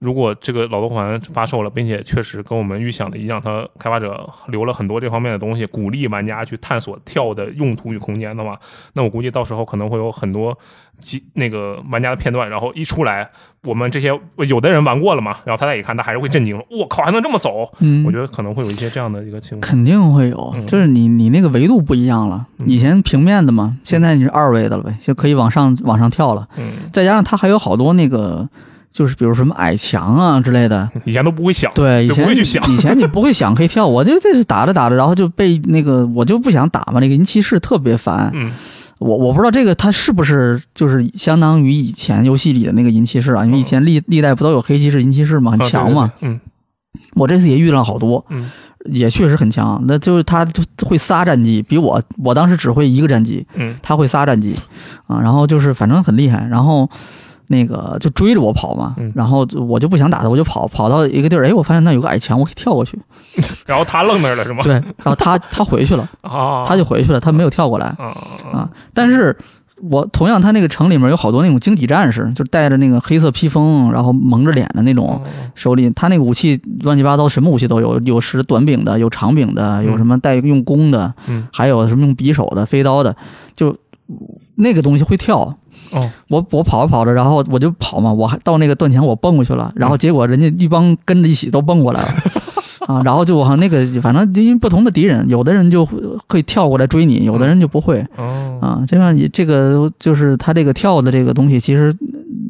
Speaker 1: 如果这个老头环发售了，并且确实跟我们预想的一样，它开发者留了很多这方面的东西，鼓励玩家去探索跳的用途与空间的话，那我估计到时候可能会有很多集那个玩家的片段，然后一出来，我们这些有的人玩过了嘛，然后他再一看，他还是会震惊，我靠，还能这么走？
Speaker 2: 嗯，
Speaker 1: 我觉得可能会有一些这样的一个情况。
Speaker 2: 肯定会有
Speaker 1: 嗯，
Speaker 2: 就是你你那个维度不一样了，
Speaker 1: 嗯
Speaker 2: 以前平面的嘛，现在你是二维的了呗，就可以往上往上跳了，
Speaker 1: 嗯，
Speaker 2: 再加上它还有好多那个。就是比如什么矮墙啊之类的，
Speaker 1: 以前都不会想。
Speaker 2: 对，以
Speaker 1: 就不
Speaker 2: 前
Speaker 1: 会去想
Speaker 2: 以前你不会想可以跳，我就这是打着打着，然后就被那个我就不想打嘛，那个银骑士特别烦，
Speaker 1: 嗯，
Speaker 2: 我我不知道这个它是不是就是相当于以前游戏里的那个银骑士啊，因为以前历历代不都有黑骑士、银骑士嘛，很
Speaker 1: 啊
Speaker 2: 强嘛，，
Speaker 1: 对对对嗯
Speaker 2: 我这次也遇到了好多，
Speaker 1: 嗯，
Speaker 2: 也确实很强。那就是他就会仨战机，比我我当时只会一个战机，
Speaker 1: 嗯
Speaker 2: 他会仨战机啊。然后就是反正很厉害。然后那个就追着我跑嘛
Speaker 1: 嗯，
Speaker 2: 然后我就不想打他，我就跑跑到一个地儿，哎，我发现那有个矮墙，我可以跳过去。
Speaker 1: 然后他愣那儿了是吗？
Speaker 2: 对，然后他他回去了，
Speaker 1: 啊，
Speaker 2: 他就回去了，他没有跳过来
Speaker 1: 啊
Speaker 2: 啊。但是我同样，他那个城里面有好多那种荆棘战士，就是带着那个黑色披风，然后蒙着脸的那
Speaker 1: 哦
Speaker 2: 种，手里他那个武器乱七八糟，什么武器都有，有使短柄的，有长柄的，有什么带用弓的，
Speaker 1: 嗯
Speaker 2: 还有什么用匕首的、飞刀的，就那个东西会跳。
Speaker 1: 哦，
Speaker 2: 我我跑着跑着，然后我就跑嘛，我还到那个断墙我蹦过去了，然后结果人家一帮跟着一起都蹦过来了。啊，然后就我好像那个，反正因为不同的敌人，有的人就会会跳过来追你，有的人就不会
Speaker 1: 哦，
Speaker 2: 啊。这样也这个就是他这个跳的这个东西，其实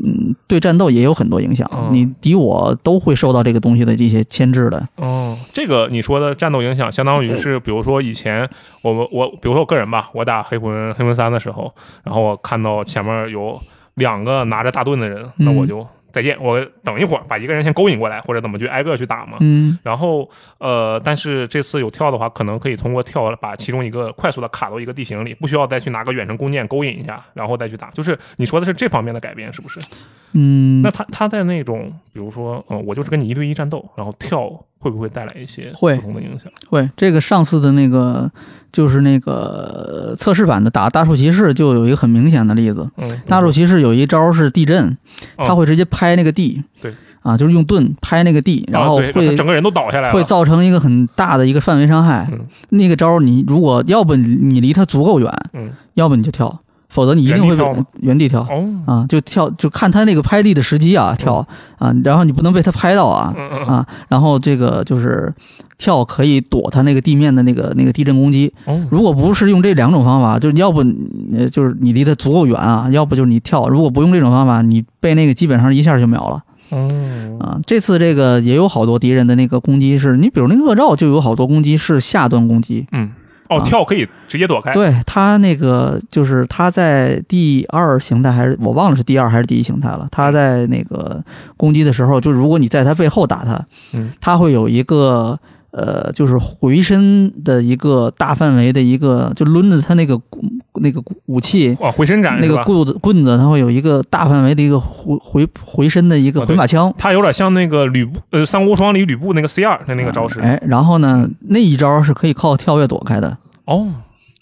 Speaker 2: 嗯，对战斗也有很多影响
Speaker 1: 哦。
Speaker 2: 你敌我都会受到这个东西的这些牵制的。
Speaker 1: 哦，这个你说的战斗影响，相当于是，比如说以前我们我，比如说我个人吧，我打黑魂黑魂三的时候，然后我看到前面有两个拿着大盾的人，那
Speaker 2: 嗯
Speaker 1: 我就再见，我等一会儿把一个人先勾引过来，或者怎么去挨个去打嘛。
Speaker 2: 嗯
Speaker 1: 然后呃，但是这次有跳的话，可能可以通过跳把其中一个快速的卡到一个地形里，不需要再去拿个远程弓箭勾引一下，然后再去打。就是你说的是这方面的改变，是不是？
Speaker 2: 嗯
Speaker 1: 那，他他在那种比如说，嗯，我就是跟你一对一战斗，然后跳会不会带来一些
Speaker 2: 会
Speaker 1: 不同的影响？
Speaker 2: 会这个上次的那个就是那个呃测试版的打大树骑士就有一个很明显的例子，
Speaker 1: 嗯，比
Speaker 2: 大树
Speaker 1: 如说
Speaker 2: 骑士有一招是地震，
Speaker 1: 哦
Speaker 2: 他会直接拍那个地，
Speaker 1: 对，
Speaker 2: 啊，就是用盾拍那个地，然后
Speaker 1: 啊对
Speaker 2: 会
Speaker 1: 他整个人都倒下来了，
Speaker 2: 会造成一个很大的一个范围伤害
Speaker 1: 嗯。
Speaker 2: 那个招你如果要不你离他足够远，
Speaker 1: 嗯
Speaker 2: 要不你就跳，否则你一定会
Speaker 1: 原地跳吗
Speaker 2: 被原地跳。
Speaker 1: 哦，
Speaker 2: 啊，就跳就看他那个拍地的时机啊，跳啊，然后你不能被他拍到啊
Speaker 1: 嗯嗯
Speaker 2: 啊，然后这个就是跳可以躲他那个地面的那个那个地震攻击。
Speaker 1: 哦
Speaker 2: 如果不是用这两种方法，就是要不你呃就是你离他足够远啊，要不就是你跳。如果不用这种方法，你被那个基本上一下就秒了
Speaker 1: 哦
Speaker 2: 啊。这次这个也有好多敌人的那个攻击是，你比如那个恶兆就有好多攻击是下端攻击，
Speaker 1: 嗯哦，
Speaker 2: 啊
Speaker 1: 跳可以直接躲开，
Speaker 2: 对他那个就是他在第二形态还是我忘了是第二还是第一形态了。他在那个攻击的时候，就如果你在他背后打他，
Speaker 1: 嗯
Speaker 2: 他会有一个呃，就是回身的一个大范围的一个，就抡着他那个那个武器。
Speaker 1: 哦，回身斩
Speaker 2: 那
Speaker 1: 是
Speaker 2: 个
Speaker 1: 吧？
Speaker 2: 棍子棍子，它会有一个大范围的一个回回回身的一个
Speaker 1: 啊
Speaker 2: 回
Speaker 1: 对
Speaker 2: 马枪，
Speaker 1: 他有点像那个吕布，呃，《三国无双》里吕布那个 C 二的那个招式。
Speaker 2: 哎，然后呢，那一招是可以靠跳跃躲开的。
Speaker 1: 哦，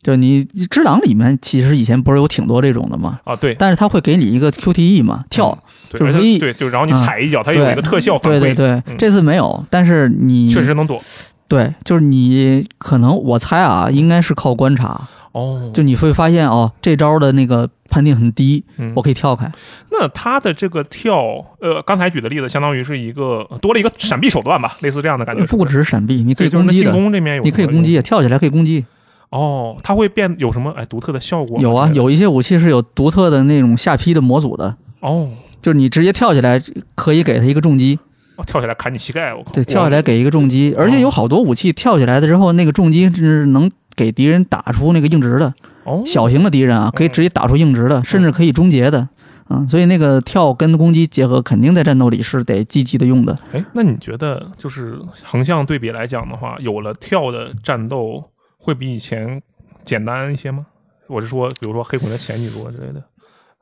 Speaker 2: 就你只狼里面其实以前不是有挺多这种的吗？
Speaker 1: 啊，对，
Speaker 2: 但是它会给你一个 QTE 嘛，跳，
Speaker 1: 对，
Speaker 2: 就
Speaker 1: 而
Speaker 2: 是
Speaker 1: 且
Speaker 2: V-
Speaker 1: 对，就然后你
Speaker 2: 啊
Speaker 1: 踩一脚，它有一个特效反
Speaker 2: 对嗯
Speaker 1: 馈，
Speaker 2: 对对
Speaker 1: 嗯，
Speaker 2: 这次没有，但是你
Speaker 1: 确实能躲。
Speaker 2: 对，就是你可能我猜啊，应该是靠观察，
Speaker 1: 哦，
Speaker 2: 就你会发现哦，这招的那个判定很低，
Speaker 1: 嗯
Speaker 2: 我可以跳开，
Speaker 1: 那他的这个跳，呃，刚才举的例子，相当于是一个呃多了一个闪避手段吧，类似这样的感觉。是
Speaker 2: 呃不
Speaker 1: 是
Speaker 2: 只是闪避，你可
Speaker 1: 对
Speaker 2: 以
Speaker 1: 就是
Speaker 2: 攻
Speaker 1: 那
Speaker 2: 击
Speaker 1: 进
Speaker 2: 的，
Speaker 1: 攻这面有，
Speaker 2: 你可以攻击，。跳起来可以攻击，
Speaker 1: 哦，它会变有什么哎独特的效果吗？
Speaker 2: 有啊，
Speaker 1: 之类的。
Speaker 2: 有一些武器是有独特的那种下劈的模组的，
Speaker 1: 哦，
Speaker 2: 就是你直接跳起来可以给他一个重击，
Speaker 1: 哦跳起来砍你膝盖，我哦靠！
Speaker 2: 对，跳起来给一个重击，而且有好多武器跳起来的之后，那个重击是能给敌人打出那个硬直的。
Speaker 1: 哦，
Speaker 2: 小型的敌人啊，可以
Speaker 1: 嗯
Speaker 2: 直接打出硬直的，甚至可以终结的。啊，所以那个跳跟攻击结合，肯定在战斗里是得积极的用的。
Speaker 1: 哎，那你觉得就是横向对比来讲的话，有了跳的战斗会比以前简单一些吗？我是说，比如说黑魂的前几座之类的，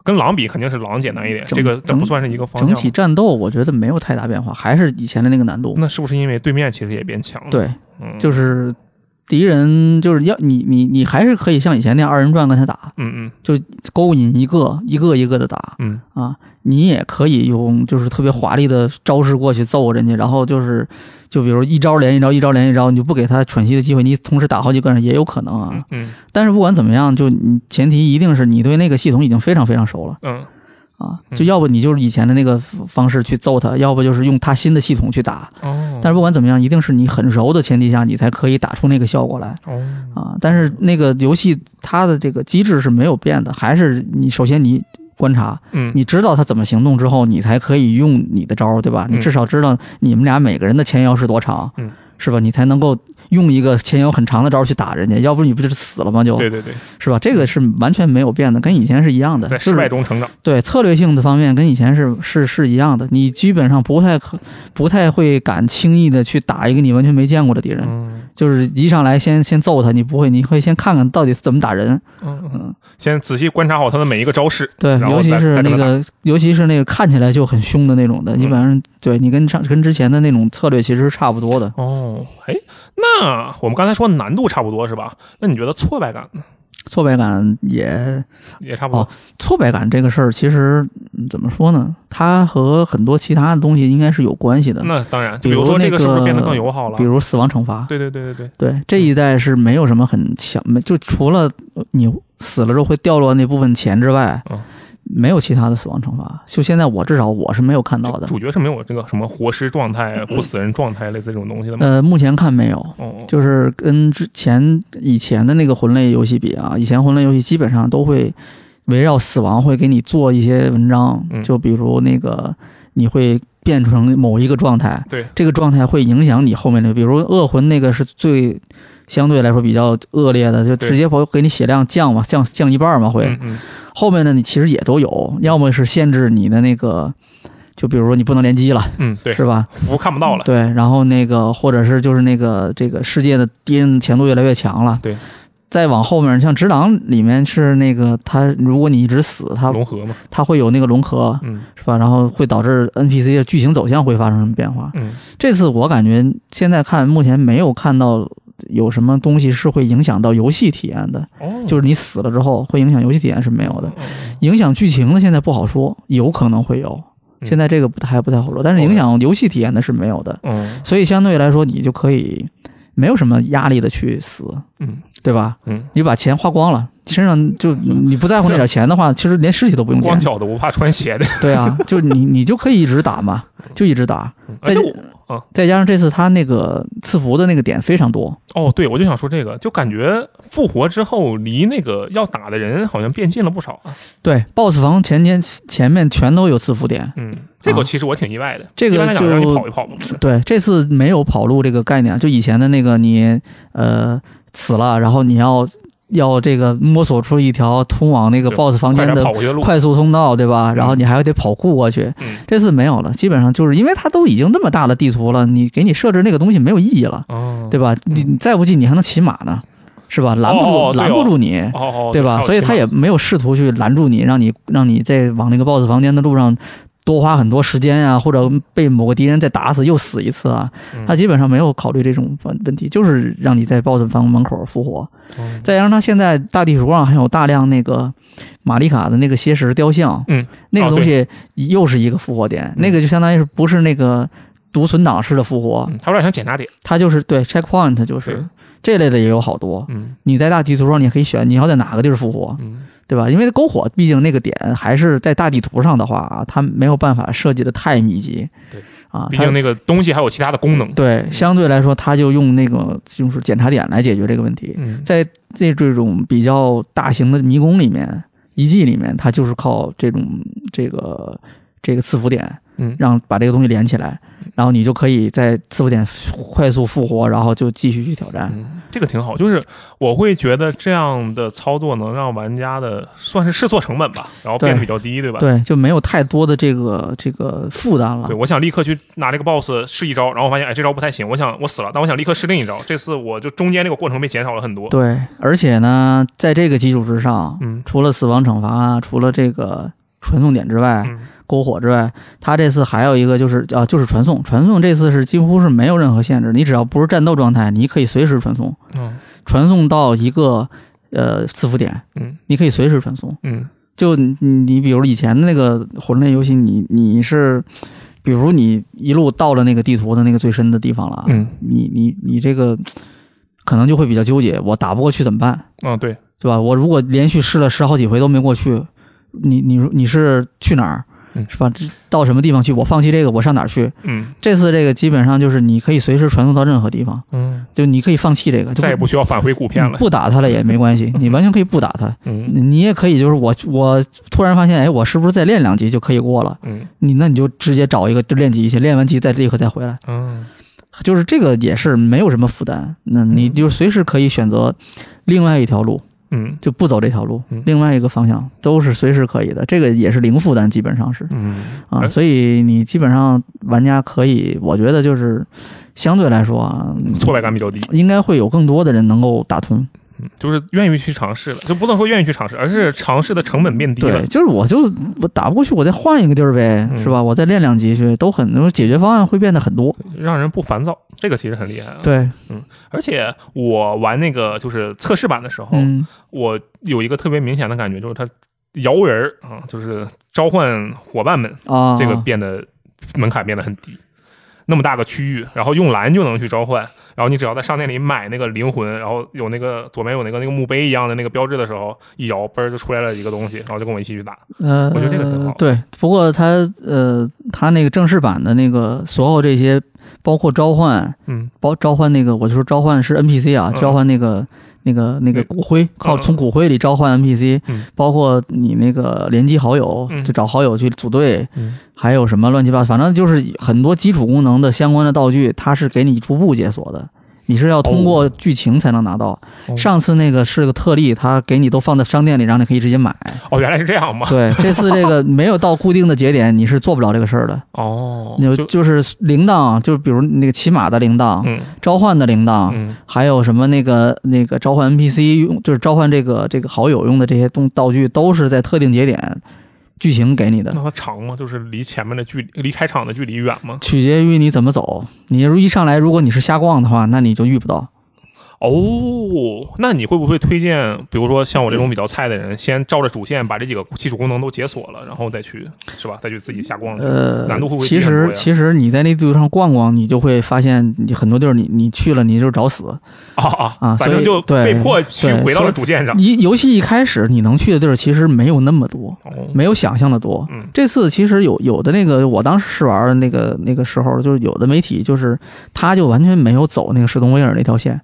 Speaker 1: 跟狼比肯定是狼简单一点，
Speaker 2: 整
Speaker 1: 这个这
Speaker 2: 整
Speaker 1: 不算是一个方
Speaker 2: 整
Speaker 1: 向。
Speaker 2: 体战斗我觉得没有太大变化，还是以前的那个难度。
Speaker 1: 那是不是因为对面其实也变强了？，
Speaker 2: 对，
Speaker 1: 嗯，
Speaker 2: 就是敌人就是要你你你还是可以像以前那样二人转跟他打，
Speaker 1: 嗯
Speaker 2: 勾引一个一个一个的打
Speaker 1: 嗯嗯，
Speaker 2: 啊。你也可以用就是特别华丽的招式过去揍人家，然后就是就比如一招连一招，一招连一招，你就不给他喘息的机会，你同时打好几个人也有可能啊。
Speaker 1: 嗯嗯
Speaker 2: 但是不管怎么样，就你前提一定是你对那个系统已经非常非常熟了
Speaker 1: 嗯
Speaker 2: 啊，
Speaker 1: 嗯
Speaker 2: 就要不你就是以前的那个方式去揍他，要不就是用他新的系统去打。
Speaker 1: 哦，
Speaker 2: 但是不管怎么样，一定是你很熟的前提下，你才可以打出那个效果来
Speaker 1: 哦
Speaker 2: 啊。但是那个游戏它的这个机制是没有变的，还是你首先你。观察，
Speaker 1: 嗯
Speaker 2: 你知道他怎么行动之后，你才可以用你的招儿，对吧？
Speaker 1: 嗯
Speaker 2: 你至少知道你们俩每个人的前摇是多长，
Speaker 1: 嗯
Speaker 2: 是吧？你才能够用一个前摇很长的招儿去打人家，要不你不就是死了吗？就
Speaker 1: 对对对，
Speaker 2: 是吧？这个是完全没有变的，跟以前是一样的。
Speaker 1: 在
Speaker 2: 就
Speaker 1: 失
Speaker 2: 是
Speaker 1: 败中成长。
Speaker 2: 对策略性的方面跟以前是是是一样的，你基本上不太可不太会敢轻易的去打一个你完全没见过的敌人，
Speaker 1: 嗯，
Speaker 2: 就是一上来先先揍他，你不会，你会先看看到底怎么打人。
Speaker 1: 嗯嗯，先仔细观察好他的每一个招式，
Speaker 2: 对，
Speaker 1: 然后
Speaker 2: 尤其
Speaker 1: 再
Speaker 2: 是
Speaker 1: 再跟
Speaker 2: 那
Speaker 1: 他打嗯
Speaker 2: 个，尤其是那个看起来就很凶的那种的，基本上对你跟上跟之前的那种策略其实是差不多的。
Speaker 1: 哦，哎，那我们刚才说难度差不多是吧？那你觉得挫败感呢？
Speaker 2: 挫败感也
Speaker 1: 也差不多
Speaker 2: 哦？挫败感这个事儿，其实嗯怎么说呢？它和很多其他的东西应该是有关系的，
Speaker 1: 那当然，就
Speaker 2: 比
Speaker 1: 如
Speaker 2: 如
Speaker 1: 说这
Speaker 2: 那
Speaker 1: 是不是
Speaker 2: 个
Speaker 1: 变得更友好了？
Speaker 2: 比如死亡惩罚。
Speaker 1: 对对对对对，
Speaker 2: 对这一代是没有什么很强，没就除了呃你死了之后会掉落那部分钱之外，
Speaker 1: 嗯
Speaker 2: 没有其他的死亡惩罚。就现在我至少我是没有看到
Speaker 1: 就
Speaker 2: 的，
Speaker 1: 主角是没有这个什么活尸状 态、不死人状态类似这种东西的吗？
Speaker 2: 呃，目前看没有。
Speaker 1: 哦，
Speaker 2: 嗯就是跟之前以前的那个魂类游戏比啊，以前魂类游戏基本上都会围绕死亡会给你做一些文章
Speaker 1: 嗯，
Speaker 2: 就比如那个你会变成某一个状态，
Speaker 1: 哦对，
Speaker 2: 这个状态会影响你后面的，比如恶魂那个是最相对来说比较恶劣的，就
Speaker 1: 对
Speaker 2: 直接会给你血量降嘛，降降一半嘛会。
Speaker 1: 嗯嗯，
Speaker 2: 后面呢，你其实也都有，要么是限制你的那个，就比如说你不能联机了，
Speaker 1: 嗯，对，
Speaker 2: 是吧？
Speaker 1: 符看不到了，
Speaker 2: 对，然后那个或者是就是那个这个世界的敌人强度越来越强了。
Speaker 1: 对。
Speaker 2: 再往后面，像《直狼》里面是那个他，如果你一直死，他
Speaker 1: 融合嘛，
Speaker 2: 他会有那个融合，
Speaker 1: 嗯
Speaker 2: 是吧？然后会导致 NPC 的剧情走向会发生什么变化。
Speaker 1: 嗯
Speaker 2: 这次我感觉现在看，目前没有看到有什么东西是会影响到游戏体验的，
Speaker 1: 哦，
Speaker 2: 就是你死了之后会影响游戏体验是没有的
Speaker 1: 哦。哦
Speaker 2: 影响剧情的现在不好说，有可能会有，
Speaker 1: 嗯
Speaker 2: 现在这个不太还不太好说，但是影响游戏体验的是没有的，
Speaker 1: 哦
Speaker 2: 所以相对来说你就可以没有什么压力的去死，
Speaker 1: 嗯
Speaker 2: 对吧？
Speaker 1: 嗯，
Speaker 2: 你把钱花光了。身上就你不在乎那点钱的话，其实连尸体都不用
Speaker 1: 光
Speaker 2: 捡。
Speaker 1: 脚的不怕穿 鞋的，
Speaker 2: 对啊，就是你你就可以一直打嘛，就一直打。
Speaker 1: 嗯而
Speaker 2: 再
Speaker 1: 且
Speaker 2: 加
Speaker 1: 我
Speaker 2: 再加上这次他那个赐福的那个点非常多，
Speaker 1: 哦，对，我就想说这个，就感觉复活之后离那个要打的人好像变近了不少啊。
Speaker 2: 对，BOSS 房前前前面全都有赐福点。
Speaker 1: 嗯，这个
Speaker 2: 啊
Speaker 1: 其实我挺意外的。
Speaker 2: 这个
Speaker 1: 一般来讲
Speaker 2: 就
Speaker 1: 让你跑一跑嘛，
Speaker 2: 对，这次没有跑路这个概念，就以前的那个你呃死了，然后你要要这个摸索出一条通往那个
Speaker 1: 对
Speaker 2: BOSS 房
Speaker 1: 快
Speaker 2: 间
Speaker 1: 点
Speaker 2: 的
Speaker 1: 跑过去的路。
Speaker 2: 快速通道，对吧？然后你还得跑酷过去。
Speaker 1: 嗯，
Speaker 2: 这次没有了，基本上就是因为它都已经这么大的地图了，你给你设置那个东西没有意义了，
Speaker 1: 哦，
Speaker 2: 对吧？你你再不济你还能骑马呢，是吧？拦不住，
Speaker 1: 哦对哦
Speaker 2: 拦不住你。
Speaker 1: 哦哦，
Speaker 2: 对吧？
Speaker 1: 还有
Speaker 2: 所以
Speaker 1: 骑
Speaker 2: 他
Speaker 1: 马
Speaker 2: 也没有试图去拦住你，让你让你在往那个 BOSS 房间的路上多花很多时间啊，或者被某个敌人再打死又死一次啊
Speaker 1: 嗯。
Speaker 2: 他基本上没有考虑这种问问题，就是让你在 BOSS 房门口复活。
Speaker 1: 哦
Speaker 2: 再加上他现在大地图上还有大量那个玛丽卡的那个蝎石雕像，
Speaker 1: 嗯，
Speaker 2: 那
Speaker 1: 哦对嗯
Speaker 2: 个东西又是一个复活点，那个就相当于是不是那个读存档式的复活，
Speaker 1: 嗯，还有点像检查点。
Speaker 2: 它就是对 checkpoint 就
Speaker 1: 对
Speaker 2: 是这类的也有好多。
Speaker 1: 嗯
Speaker 2: 你在大地图上你可以选你要在哪个地儿复活，
Speaker 1: 嗯，
Speaker 2: 对吧？因为篝火毕竟那个点还是在大地图上的话啊，它没有办法设计的太密集。
Speaker 1: 对
Speaker 2: 啊，
Speaker 1: 毕
Speaker 2: 它
Speaker 1: 竟那嗯个东西还有其他的功能。
Speaker 2: 对相对来说，它就用那个就是检查点来解决这个问题。
Speaker 1: 嗯，
Speaker 2: 在这这种比较大型的迷宫里面、遗迹里面，它就是靠这种这个这个赐福点，
Speaker 1: 嗯
Speaker 2: 让把这个东西连起来，然后你就可以在赐福点快速复活，然后就继续去挑战。
Speaker 1: 嗯，这个挺好，就是我会觉得这样的操作能让玩家的算是试错成本吧，然后变得
Speaker 2: 对
Speaker 1: 比较低，对吧？
Speaker 2: 对，就没有太多的这个这个负担了
Speaker 1: 对，。我想立刻去拿这个 boss 试一招，然后我发现哎这招不太行，我想我死了，但我想立刻试另一招。这次我就中间这个过程被减少了很多。
Speaker 2: 对，而且呢，在这个基础之上，
Speaker 1: 嗯
Speaker 2: 除了死亡惩罚，啊除了这个传送点之外，
Speaker 1: 嗯
Speaker 2: 篝火之外，它这次还有一个就是啊，就是传送，传送这次是几乎是没有任何限制，你只要不是战斗状态，你可以随时传送，
Speaker 1: 嗯
Speaker 2: 传送到一个呃伺服点，
Speaker 1: 嗯
Speaker 2: 你可以随时传送。
Speaker 1: 嗯
Speaker 2: 就你你比如以前的那个魂类游戏，你你是，比如你一路到了那个地图的那个最深的地方了啊，
Speaker 1: 嗯
Speaker 2: 你你你这个可能就会比较纠结，我打不过去怎么办？
Speaker 1: 嗯，对，
Speaker 2: 对吧？我如果连续试了十好几回都没过去，你你你是去哪儿
Speaker 1: 嗯？
Speaker 2: 是吧？这到什么地方去？我放弃这个，我上哪儿去？
Speaker 1: 嗯
Speaker 2: 这次这个基本上就是你可以随时传送到任何地方，
Speaker 1: 嗯，
Speaker 2: 就你可以放弃这个，就
Speaker 1: 再也不需要返回骨片
Speaker 2: 你
Speaker 1: 了。
Speaker 2: 不打他了也没关系，你完全可以不打他，
Speaker 1: 嗯
Speaker 2: 你你也可以就是我我突然发现，哎，我是不是再练两级就可以过了？
Speaker 1: 嗯
Speaker 2: 你那你就直接找一个就练级去，练完级再立刻再回来。
Speaker 1: 嗯
Speaker 2: 就是这个也是没有什么负担，那你
Speaker 1: 嗯
Speaker 2: 就随时可以选择另外一条路，
Speaker 1: 嗯
Speaker 2: 就不走这条路
Speaker 1: 嗯，
Speaker 2: 另外一个方向都是随时可以的，这个也是零负担，基本上是
Speaker 1: 嗯
Speaker 2: 啊，
Speaker 1: 哎
Speaker 2: 所以你基本上玩家可以，我觉得就是相对来说啊，
Speaker 1: 挫败感比较低，
Speaker 2: 应该会有更多的人能够打通。
Speaker 1: 嗯就是愿意去尝试了，就不能说愿意去尝试，而是尝试的成本变低了
Speaker 2: 对，。就是我就我打不过去，我再换一个地儿呗，
Speaker 1: 嗯
Speaker 2: 是吧？我再练两级去，都很，就是解决方案会变得很多。
Speaker 1: 让人不烦躁，这个其实很厉害啊。，
Speaker 2: 对，
Speaker 1: 而且我玩那个就是测试版的时候，
Speaker 2: 嗯，
Speaker 1: 我有一个特别明显的感觉，就是它摇人儿啊，就是召唤伙伴们，
Speaker 2: 啊，
Speaker 1: 这个变得门槛变得很低。那么大个区域，然后用蓝就能去召唤，然后你只要在商店里买那个灵魂，然后有那个左边有那个那个墓碑一样的那个标志的时候，一摇嘣儿就出来了一个东西，然后就跟我一起去打。
Speaker 2: 呃，
Speaker 1: 我觉得这个挺好
Speaker 2: 对，不过它呃，它那个正式版的那个所有这些，包括召唤，
Speaker 1: 嗯
Speaker 2: 包召唤那个，我就说召唤是 NPC 啊，
Speaker 1: 嗯
Speaker 2: 召唤那个。那个那个骨灰，靠
Speaker 1: 嗯
Speaker 2: 从骨灰里召唤 NPC，、
Speaker 1: 嗯
Speaker 2: 包括你那个联机好友，
Speaker 1: 嗯
Speaker 2: 就找好友去组队，
Speaker 1: 嗯
Speaker 2: 还有什么乱七八，反正就是很多基础功能的相关的道具，它是给你初步解锁的，你是要通过剧情才能拿到。
Speaker 1: 哦
Speaker 2: 上次那个是个特例，它给你都放在商店里，让你可以直接买。
Speaker 1: 哦，原来是这样 吗？
Speaker 2: 对，这次这个没有到固定的节点，你是做不了这个事儿的。
Speaker 1: 哦，
Speaker 2: 你
Speaker 1: 就
Speaker 2: 就是铃铛，啊就是比如那个骑马的铃铛，
Speaker 1: 嗯
Speaker 2: 召唤的铃铛，
Speaker 1: 嗯
Speaker 2: 还有什么那个那个召唤 NPC 用，就是召唤这个这个好友用的这些东道具，都是在特定节点剧情给你的。
Speaker 1: 那它长吗？就是离前面的距离，离开场的距离远吗？
Speaker 2: 取决于你怎么走。你如一上来，如果你是瞎逛的话，那你就遇不到。
Speaker 1: 哦，那你会不会推荐，比如说像我这种比较菜的人，先照着主线把这几个基础功能都解锁了，然后再去是吧？再去自己瞎逛去？
Speaker 2: 呃，
Speaker 1: 难度会不会
Speaker 2: 其
Speaker 1: 低很多
Speaker 2: 实
Speaker 1: 呀
Speaker 2: 其实你在那地图上逛逛，你就会发现你很多地儿你你去了你就找死。
Speaker 1: 啊
Speaker 2: 啊
Speaker 1: 反
Speaker 2: 所
Speaker 1: 正
Speaker 2: 以
Speaker 1: 就
Speaker 2: 对
Speaker 1: 被迫去
Speaker 2: 对
Speaker 1: 回到
Speaker 2: 所
Speaker 1: 了
Speaker 2: 以
Speaker 1: 主线上。
Speaker 2: 一游戏一开始你能去的地儿其实没有那么多，
Speaker 1: 哦，
Speaker 2: 没有想象的多。
Speaker 1: 嗯
Speaker 2: 这次其实有有的那个，我当时试玩的那个那个时候，就是有的媒体就是他就完全没有走那个史东威尔那条线，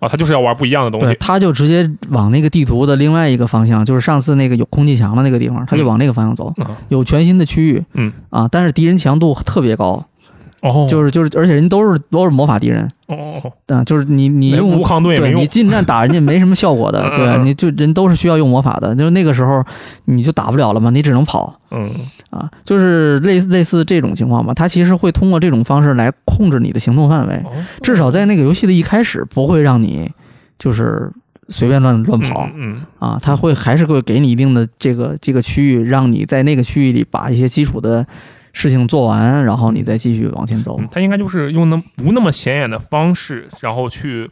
Speaker 1: 啊，他就是要玩不一样的东
Speaker 2: 对，
Speaker 1: 西。
Speaker 2: 他就直接往那个地图的另外一个方向，就是上次那个有空气墙的那个地方，他就往那个方向走，
Speaker 1: 啊，
Speaker 2: 有全新的区域，
Speaker 1: 嗯，
Speaker 2: 啊，但是敌人强度特别高，
Speaker 1: 哦，
Speaker 2: 就是是就是，而且人都是都是魔法敌人，
Speaker 1: 哦哦，哦
Speaker 2: 啊，就是你你
Speaker 1: 没
Speaker 2: 用
Speaker 1: 无抗盾也没
Speaker 2: 对
Speaker 1: 用
Speaker 2: 你。近战打人家没什么效果
Speaker 1: 嗯
Speaker 2: 的，
Speaker 1: 嗯
Speaker 2: 对，
Speaker 1: 嗯
Speaker 2: 你就人都是需要用魔法的，就是那个时候你就打不了了嘛，你只能跑
Speaker 1: 嗯，
Speaker 2: 啊，就是类似类似这种情况吧，它其实会通过这种方式来控制你的行动范围，
Speaker 1: 哦
Speaker 2: 至少在那个游戏的一开始不会让你就是随便乱乱跑，
Speaker 1: 嗯，
Speaker 2: 啊，它会还是会给你一定的这个这个区域，让你在那个区域里把一些基础的事情做完，然后你再继续往前走
Speaker 1: 嗯。嗯他应该就是用那不那么显眼的方式，然后去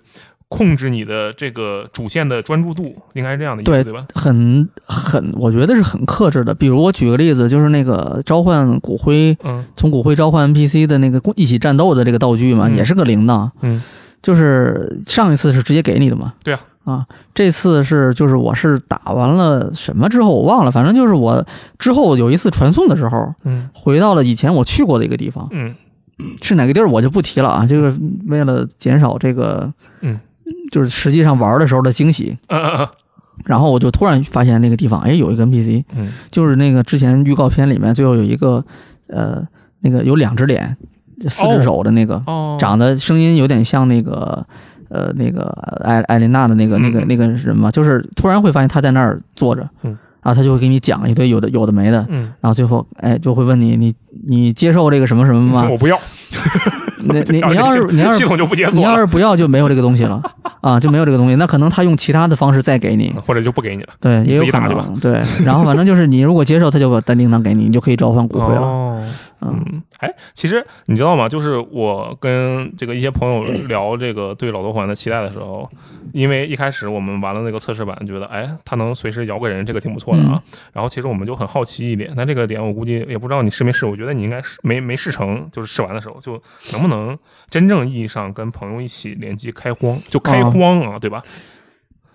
Speaker 1: 控制你的这个主线的专注度，应该是这样的意思，
Speaker 2: 对
Speaker 1: 对吧？
Speaker 2: 很很，我觉得是很克制的。比如我举个例子，就是那个召唤骨灰，
Speaker 1: 嗯
Speaker 2: 从骨灰召唤 NPC 的那个共一起战斗的这个道具嘛，
Speaker 1: 嗯
Speaker 2: 也是个铃铛。
Speaker 1: 嗯，
Speaker 2: 就是上一次是直接给你的嘛？
Speaker 1: 对啊。
Speaker 2: 啊，这次是就是我是打完了什么之后我忘了，反正就是我之后有一次传送的时候，
Speaker 1: 嗯
Speaker 2: 回到了以前我去过的一个地方。
Speaker 1: 嗯
Speaker 2: 是哪个地儿我就不提了啊，这个为了减少这个，
Speaker 1: 嗯，
Speaker 2: 就是实际上玩的时候的惊喜。
Speaker 1: 嗯嗯
Speaker 2: 然后我就突然发现那个地方，哎，有一个 NPC，
Speaker 1: 嗯
Speaker 2: 就是那个之前预告片里面最后有一个，呃，那个有两只脸、四只手的那个，
Speaker 1: 哦，
Speaker 2: 长得声音有点像那个，呃，那个艾艾琳娜的那个那个
Speaker 1: 嗯
Speaker 2: 那个人嘛，就是突然会发现他在那儿坐着，
Speaker 1: 嗯，
Speaker 2: 然后他就会给你讲一堆有的有的没的，
Speaker 1: 嗯，
Speaker 2: 然后最后哎就会问你你你接受这个什么什么吗？
Speaker 1: 我不要，
Speaker 2: 你你
Speaker 1: 然后
Speaker 2: 你要
Speaker 1: 这
Speaker 2: 是
Speaker 1: 系
Speaker 2: 你要
Speaker 1: 系
Speaker 2: 是
Speaker 1: 统就不解
Speaker 2: 你
Speaker 1: 锁
Speaker 2: 要
Speaker 1: 了，
Speaker 2: 是不要就没有这个东西了啊，就没有这个东西。那可能他用其他的方式再给 你，
Speaker 1: 或者就不给你了，
Speaker 2: 对，也有
Speaker 1: 自己
Speaker 2: 可
Speaker 1: 打去
Speaker 2: 能。对，然后反正就是你如果接受，他就把单铃铛给你，你就可以召唤骨灰了。
Speaker 1: 哦。
Speaker 2: 嗯，
Speaker 1: 嗯，哎，其实你知道吗？就是我跟这个一些朋友聊这个对老头环的期待的时候，因为一开始我们玩了那个测试版，觉得哎，它能随时摇个人，这个挺不错的啊。
Speaker 2: 嗯
Speaker 1: 然后其实我们就很好奇一点，但这个点我估计也不知道你试没试，我觉得你应该是没没试成，就是试完的时候就能不能真正意义上跟朋友一起联机开荒，就开
Speaker 2: 哦
Speaker 1: 荒啊，对吧？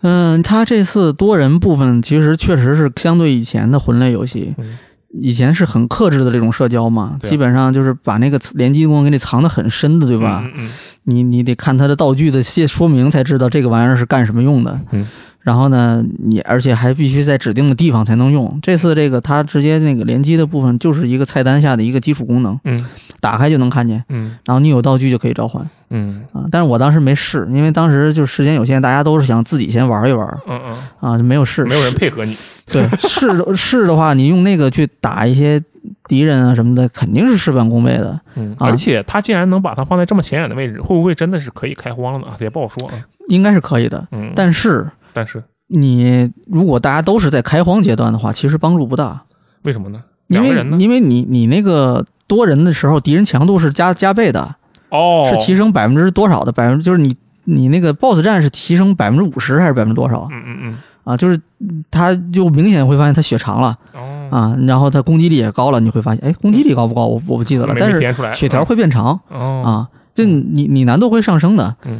Speaker 2: 嗯，他这次多人部分其实确实是相对以前的魂类游戏，
Speaker 1: 嗯
Speaker 2: 以前是很克制的这种社交嘛，
Speaker 1: 对啊
Speaker 2: 基本上就是把那个联机功能给你藏得很深的，对吧？
Speaker 1: 嗯嗯
Speaker 2: 你你得看它的道具的些说明才知道这个玩意儿是干什么用的。
Speaker 1: 嗯，
Speaker 2: 然后呢，你而且还必须在指定的地方才能用。这次这个它直接那个联机的部分就是一个菜单下的一个基础功能，
Speaker 1: 嗯
Speaker 2: 打开就能看见，
Speaker 1: 嗯
Speaker 2: 然后你有道具就可以召唤
Speaker 1: 嗯
Speaker 2: 啊。但是我当时没试，因为当时就时间有限，大家都是想自己先玩一玩
Speaker 1: 嗯嗯
Speaker 2: 啊，就没有试。
Speaker 1: 嗯，没有人配合你，
Speaker 2: 对，试试的话，你用那个去打一些敌人啊什么的，肯定是事半功倍的。
Speaker 1: 嗯，
Speaker 2: 啊
Speaker 1: 而且他竟然能把它放在这么显眼的位置，会不会真的是可以开荒了呢？啊也不好说啊。
Speaker 2: 应该是可以的。
Speaker 1: 嗯，
Speaker 2: 但是
Speaker 1: 但是
Speaker 2: 你如果大家都是在开荒阶段的话，其实帮助不大，
Speaker 1: 为什么呢？
Speaker 2: 因
Speaker 1: 两
Speaker 2: 为
Speaker 1: 个人呢？
Speaker 2: 因为你你那个多人的时候，敌人强度是加加倍的，
Speaker 1: 哦，
Speaker 2: 是提升百分之多少的百分就是你。你那个 BOSS 战是提升百分之五十还是百分之多少
Speaker 1: 嗯嗯
Speaker 2: 啊？就是嗯他就明显会发现他血长了
Speaker 1: 嗯，哦，
Speaker 2: 啊，然后他攻击力也高了，你会发现，哎，攻击力高不高？我我不记得了
Speaker 1: 没，
Speaker 2: 但
Speaker 1: 没体
Speaker 2: 是
Speaker 1: 验出来
Speaker 2: 血条
Speaker 1: 嗯
Speaker 2: 会变长
Speaker 1: 哦，
Speaker 2: 啊，就你你难度会上升的。
Speaker 1: 嗯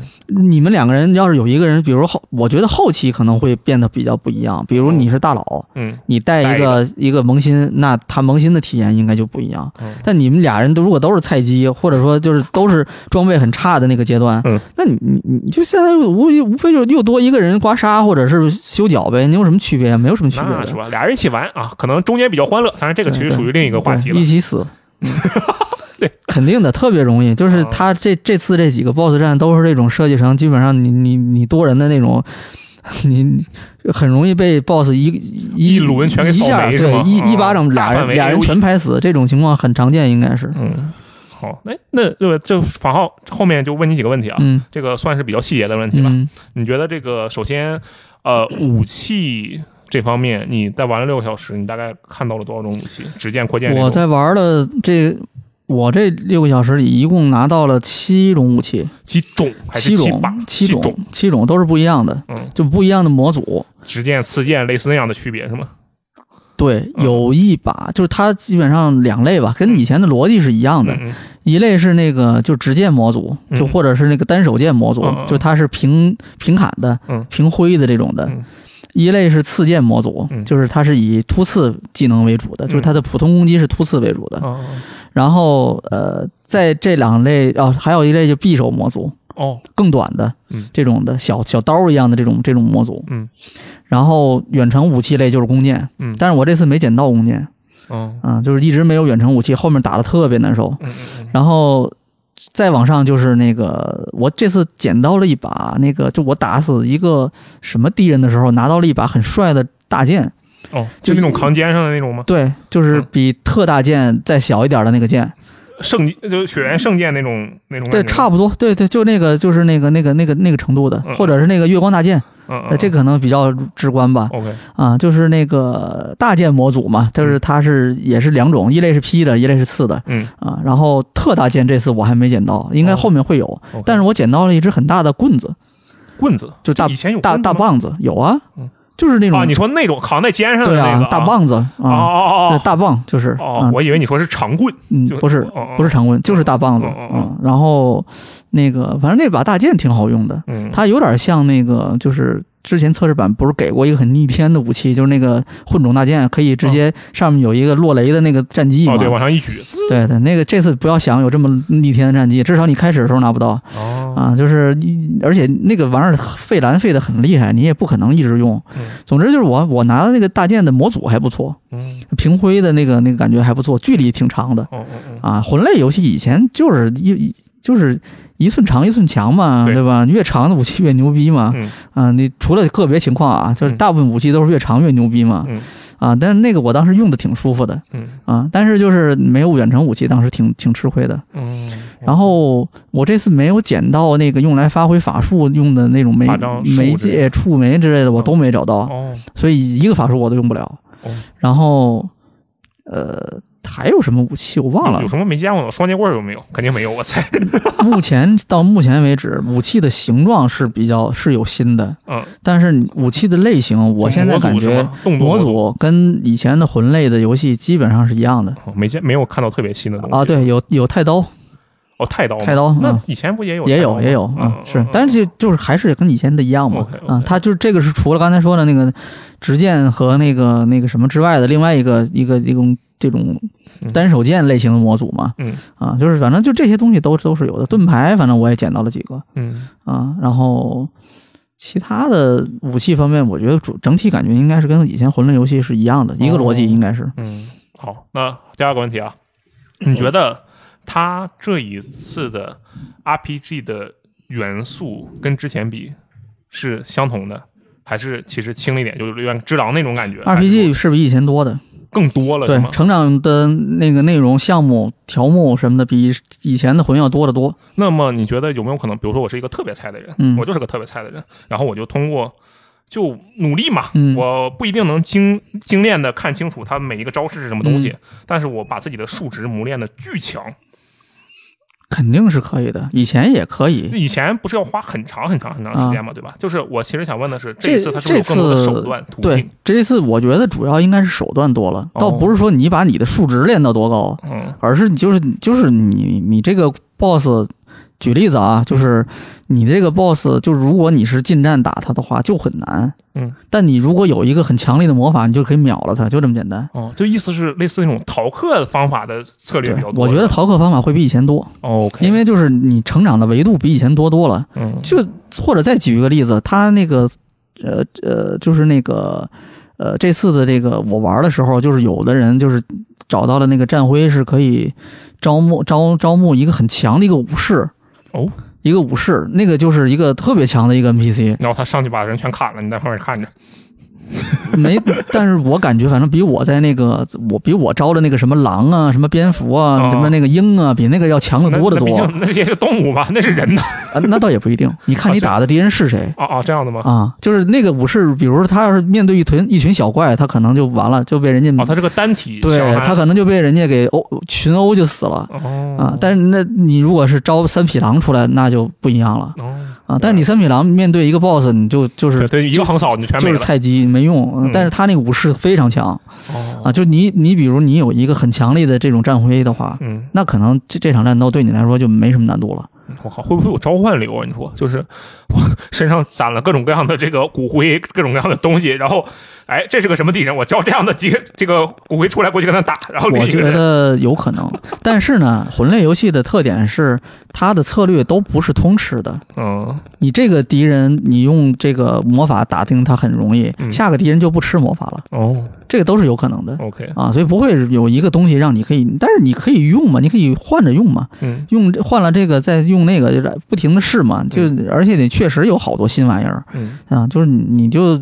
Speaker 2: 你们两个人要是有一个人，比如后，我觉得后期可能会变得比较不一样。
Speaker 1: 哦
Speaker 2: 比如你是大佬，
Speaker 1: 嗯
Speaker 2: 你带一个一个萌新，那他萌新的体验应该就不一样。
Speaker 1: 嗯
Speaker 2: 但你们俩人都如果都是菜鸡，或者说就是都是装备很差的那个阶段，
Speaker 1: 嗯
Speaker 2: 那你你你就现在无无非就又多一个人刮痧或者是修脚呗，你有什么区别啊？没有什么区别
Speaker 1: 那
Speaker 2: 的
Speaker 1: 是。吧？俩人一起玩啊，可能中间比较欢乐，但是这个其实
Speaker 2: 对
Speaker 1: 属于另一个话题
Speaker 2: 对
Speaker 1: 了
Speaker 2: 一。起 死。嗯
Speaker 1: 对，啊
Speaker 2: 肯定的，特别容易。就是他这这次这几个 BOSS 战都是这种设计成，基本上你你你多人的那种，你你很容易被 BOSS 一一
Speaker 1: 一轮全给
Speaker 2: 一
Speaker 1: 扫
Speaker 2: 下，
Speaker 1: 没是吗
Speaker 2: 对，一一
Speaker 1: 啊
Speaker 2: 巴掌
Speaker 1: 大
Speaker 2: 俩
Speaker 1: 范围
Speaker 2: 人俩人
Speaker 1: AOE
Speaker 2: 全拍死，这种情况很常见，应该是。
Speaker 1: 嗯，好，哎，那那这房浩后面就问你几个问题啊，
Speaker 2: 嗯
Speaker 1: 这个算是比较细节的问题吧。
Speaker 2: 嗯，
Speaker 1: 你觉得这个首先，呃，武器这方面，你在玩了六个小时，你大概看到了多少种武器？直剑、扩剑这
Speaker 2: 我
Speaker 1: 种
Speaker 2: 在玩了这我这六个小时里，一共拿到了七种武器，
Speaker 1: 几种还是
Speaker 2: 七种
Speaker 1: 把？
Speaker 2: 七
Speaker 1: 种，
Speaker 2: 种七种都是不一样的，
Speaker 1: 嗯，
Speaker 2: 就不一样的模组。
Speaker 1: 直剑、刺剑，类似那样的区别是吗？
Speaker 2: 对，
Speaker 1: 嗯
Speaker 2: 有一把就是它基本上两类吧，跟以前的逻辑是一样的。
Speaker 1: 嗯嗯
Speaker 2: 一类是那个就直剑模组，
Speaker 1: 嗯
Speaker 2: 就或者是那个单手剑模组，
Speaker 1: 嗯嗯嗯
Speaker 2: 就它是平平砍的、
Speaker 1: 嗯
Speaker 2: 平挥的这种的。
Speaker 1: 嗯
Speaker 2: 一类是刺剑模组，
Speaker 1: 嗯
Speaker 2: 就是它是以突刺技能为主的，就是它的普通攻击是突刺为主的。
Speaker 1: 哦
Speaker 2: 然后呃，在这两类哦，还有一类就匕首模组，
Speaker 1: 哦，
Speaker 2: 更短的
Speaker 1: 嗯
Speaker 2: 这种的小小刀一样的这种这种模组。
Speaker 1: 嗯
Speaker 2: 然后远程武器类就是弓箭，
Speaker 1: 嗯
Speaker 2: 但是我这次没捡到弓箭。
Speaker 1: 哦
Speaker 2: 啊，就是一直没有远程武器，后面打的特别难受。
Speaker 1: 嗯嗯
Speaker 2: 然后再往上就是那个，我这次捡到了一把那个，就我打死一个什么敌人的时候，拿到了一把很帅的大剑。
Speaker 1: 嗯哦，就那种扛肩上的那种吗？
Speaker 2: 对，就是
Speaker 1: 嗯
Speaker 2: 比特大剑再小一点的那个剑。
Speaker 1: 圣就血缘圣剑那种那种感觉
Speaker 2: 对，
Speaker 1: 吗，
Speaker 2: 差不多。对对，就那个，就是那个那个那个那个程度的
Speaker 1: 嗯，
Speaker 2: 或者是那个月光大剑，
Speaker 1: 嗯哦
Speaker 2: 呃
Speaker 1: 嗯
Speaker 2: 这个可能比较直观吧。
Speaker 1: OK
Speaker 2: 啊，就是那个大剑模组嘛，就是它是也是两种，一类是劈的，一类是刺的。
Speaker 1: 嗯
Speaker 2: 啊，然后特大件这次我还没捡到，应该
Speaker 1: 哦
Speaker 2: 后面会有。
Speaker 1: OK，
Speaker 2: 但是我捡到了一只很大的棍子，
Speaker 1: 棍子
Speaker 2: 就大
Speaker 1: 以前有
Speaker 2: 大
Speaker 1: 棍子
Speaker 2: 大
Speaker 1: 嗯吗
Speaker 2: 棒子，有啊
Speaker 1: 嗯，
Speaker 2: 就是那种、
Speaker 1: 啊，你说那种扛在肩上的
Speaker 2: 对
Speaker 1: 那
Speaker 2: 啊，
Speaker 1: 个
Speaker 2: 大棒子
Speaker 1: 哦
Speaker 2: 啊，
Speaker 1: 哦
Speaker 2: 对
Speaker 1: 哦
Speaker 2: 大棒就是
Speaker 1: 哦哦，
Speaker 2: 啊，
Speaker 1: 我以为你说是长棍，
Speaker 2: 嗯
Speaker 1: 就，
Speaker 2: 不是
Speaker 1: 哦哦
Speaker 2: 不是长棍，就是大棒子
Speaker 1: 哦哦
Speaker 2: 嗯，然后那个反正那把大剑挺好用的，
Speaker 1: 嗯，
Speaker 2: 它有点像那个就是。之前测试版不是给过一个很逆天的武器，就是那个混种大剑，可以直接上面有一个落雷的那个战绩嘛？
Speaker 1: 哦哦对，往上一举，嘶
Speaker 2: 对对，那个这次不要想有这么逆天的战绩，至少你开始的时候拿不到。
Speaker 1: 哦，
Speaker 2: 啊，就是一，而且那个玩意儿费蓝费的很厉害，你也不可能一直用。
Speaker 1: 嗯
Speaker 2: 总之就是我我拿的那个大剑的模组还不错，
Speaker 1: 嗯，
Speaker 2: 平挥的那个那个感觉还不错，距离挺长的
Speaker 1: 哦哦哦，
Speaker 2: 啊。魂类游戏以前就是一一就是一寸长一寸强嘛，
Speaker 1: 对
Speaker 2: 对吧？越长的武器越牛逼嘛。
Speaker 1: 嗯
Speaker 2: 啊，你除了个别情况啊，就是
Speaker 1: 嗯
Speaker 2: 大部分武器都是越长越牛逼嘛。
Speaker 1: 嗯
Speaker 2: 啊，但是那个我当时用的挺舒服的
Speaker 1: 嗯
Speaker 2: 啊，但是就是没有远程武器，当时挺挺吃亏的。
Speaker 1: 嗯，
Speaker 2: 然后我这次没有捡到那个用来发挥法术用的那种媒
Speaker 1: 法杖树
Speaker 2: 媒
Speaker 1: 之类
Speaker 2: 介、触媒之类的，我都没找到，
Speaker 1: 哦
Speaker 2: 所以一个法术我都用不了
Speaker 1: 哦。
Speaker 2: 然后，呃，还有什么武器我忘了
Speaker 1: 有。什么没见过的？双截棍有没有？肯定没有，我 猜，
Speaker 2: 目前到目前为止，武器的形状是比较是有新的，
Speaker 1: 嗯，
Speaker 2: 但是武器的类型，我现在感觉
Speaker 1: 动作
Speaker 2: 模组跟以前的魂类的游戏基本上是一样的
Speaker 1: 没见没有看到特别新的东西
Speaker 2: 啊。，对，有有太刀，
Speaker 1: 哦，太刀吗
Speaker 2: 太刀嗯
Speaker 1: 那以前不也有
Speaker 2: 也
Speaker 1: 太刀
Speaker 2: 有
Speaker 1: 吗
Speaker 2: 也有
Speaker 1: 嗯
Speaker 2: 啊，
Speaker 1: 嗯
Speaker 2: 是
Speaker 1: 嗯，
Speaker 2: 但是就就是还是跟以前的一样嘛
Speaker 1: OK，OK
Speaker 2: 啊，它就是这个是除了刚才说的那个直剑和那个那个什么之外的另外一个一个一种这种
Speaker 1: 嗯
Speaker 2: 单手剑类型的模组嘛，
Speaker 1: 嗯
Speaker 2: 啊，就是反正就这些东西都都是有的，盾牌反正我也捡到了几个
Speaker 1: 嗯
Speaker 2: 啊，然后其他的武器方面，我觉得主整体感觉应该是跟以前魂类游戏是一样的，
Speaker 1: 哦
Speaker 2: 一个逻辑应该是。
Speaker 1: 嗯，好，那第二个问题啊，你觉得它这一次的 RPG 的元素跟之前比是相同的，还是其实轻了一点，就是有点只狼那种感觉
Speaker 2: RPG 是比以前多的，
Speaker 1: 更多了是
Speaker 2: 对
Speaker 1: 吗？
Speaker 2: 成长的那个内容、项目、条目什么的，比以前的魂要多得多。
Speaker 1: 那么你觉得有没有可能，比如说我是一个特别菜的人，
Speaker 2: 嗯
Speaker 1: 我就是个特别菜的人，然后我就通过就努力嘛，
Speaker 2: 嗯
Speaker 1: 我不一定能精精炼的看清楚它每一个招式是什么东
Speaker 2: 嗯
Speaker 1: 西，但是我把自己的数值磨练的巨强。
Speaker 2: 肯定是可以的，以前也可以。
Speaker 1: 以前不是要花很长很长很长时间嘛，对吧？就是我其实想问的是，
Speaker 2: 这
Speaker 1: 一次它是不是有更多的手段途
Speaker 2: 对
Speaker 1: 径？，
Speaker 2: 这一次我觉得主要应该是手段多了，
Speaker 1: 哦
Speaker 2: 倒不是说你把你的数值练到多高，
Speaker 1: 嗯
Speaker 2: 而是你就是就是你你这个 boss，举例子
Speaker 1: 嗯
Speaker 2: 啊，就是你这个 boss，就如果你是近战打他的话就很难，
Speaker 1: 嗯，
Speaker 2: 但你如果有一个很强力的魔法，你就可以秒了他，就这么简单。
Speaker 1: 哦，就意思是类似那种逃课方法的策略
Speaker 2: 对
Speaker 1: 比较，多。哦
Speaker 2: 我觉得逃课方法会比以前多，
Speaker 1: OK，
Speaker 2: 因为就是你成长的维度比以前多多了。
Speaker 1: 嗯
Speaker 2: 就或者再举一个例子，他那个呃呃，就是那个呃，这次的这个我玩的时候，就是有的人就是找到了那个战徽是可以招募招招募一个很强的一个武士
Speaker 1: 哦，
Speaker 2: 一个武士，那个就是一个特别强的一个 NPC，
Speaker 1: 然后他上去把人全砍了，你在旁边看 着。
Speaker 2: 没，但是我感觉反正比我在那个我比我招的那个什么狼啊、什么蝙蝠啊、
Speaker 1: 哦
Speaker 2: 什么那个鹰啊，比那个要强
Speaker 1: 那
Speaker 2: 的多得
Speaker 1: 那
Speaker 2: 多
Speaker 1: 毕竟那些是动物吧，那是 人呐。
Speaker 2: 啊，那倒也不一定，你看你打的敌人是谁。
Speaker 1: 哦哦，这样的吗？
Speaker 2: 啊，就是那个武士，比如说他要是面对一群一群小怪，他可能就完了，就被人家、
Speaker 1: 哦，它是个单体
Speaker 2: 嗯对
Speaker 1: 小
Speaker 2: 他
Speaker 1: 汉
Speaker 2: 可能就被人家给殴群殴就死了
Speaker 1: 哦
Speaker 2: 啊。但是那你如果是招三匹狼出来，那就不一样了
Speaker 1: 哦
Speaker 2: 啊。但是你三匹狼面对一个 boss，你就就是
Speaker 1: 对对一个横扫你就全没
Speaker 2: 就是
Speaker 1: 了
Speaker 2: 菜鸡没用。
Speaker 1: 嗯
Speaker 2: 嗯但是他那个武士非常强
Speaker 1: 哦
Speaker 2: 啊，就你你比如你有一个很强力的这种战徽的话，
Speaker 1: 嗯，
Speaker 2: 那可能这这场战斗对你来说就没什么难度了。
Speaker 1: 我靠，会不会有召唤流啊？你说，就是我身上攒了各种各样的这个骨灰，各种各样的东西，然后，哎，这是个什么敌人？我招这样的敌，这个骨灰出来过去跟他打，然后另
Speaker 2: 我
Speaker 1: 一个
Speaker 2: 觉
Speaker 1: 人，
Speaker 2: 得有可能，但是呢，魂类游戏的特点是它的策略都不是通吃的。
Speaker 1: 嗯，
Speaker 2: 你这个敌人，你用这个魔法打定他很容易，
Speaker 1: 嗯
Speaker 2: 下个敌人就不吃魔法了，
Speaker 1: 哦
Speaker 2: 这个都是有可能的
Speaker 1: ，OK，
Speaker 2: 啊，所以不会有一个东西让你可以，但是你可以用嘛，你可以换着用嘛，
Speaker 1: 嗯，
Speaker 2: 用这换了这个再用那个，就是不停的试嘛，就而且你确实有好多新玩意儿
Speaker 1: 嗯，
Speaker 2: 啊，就是你就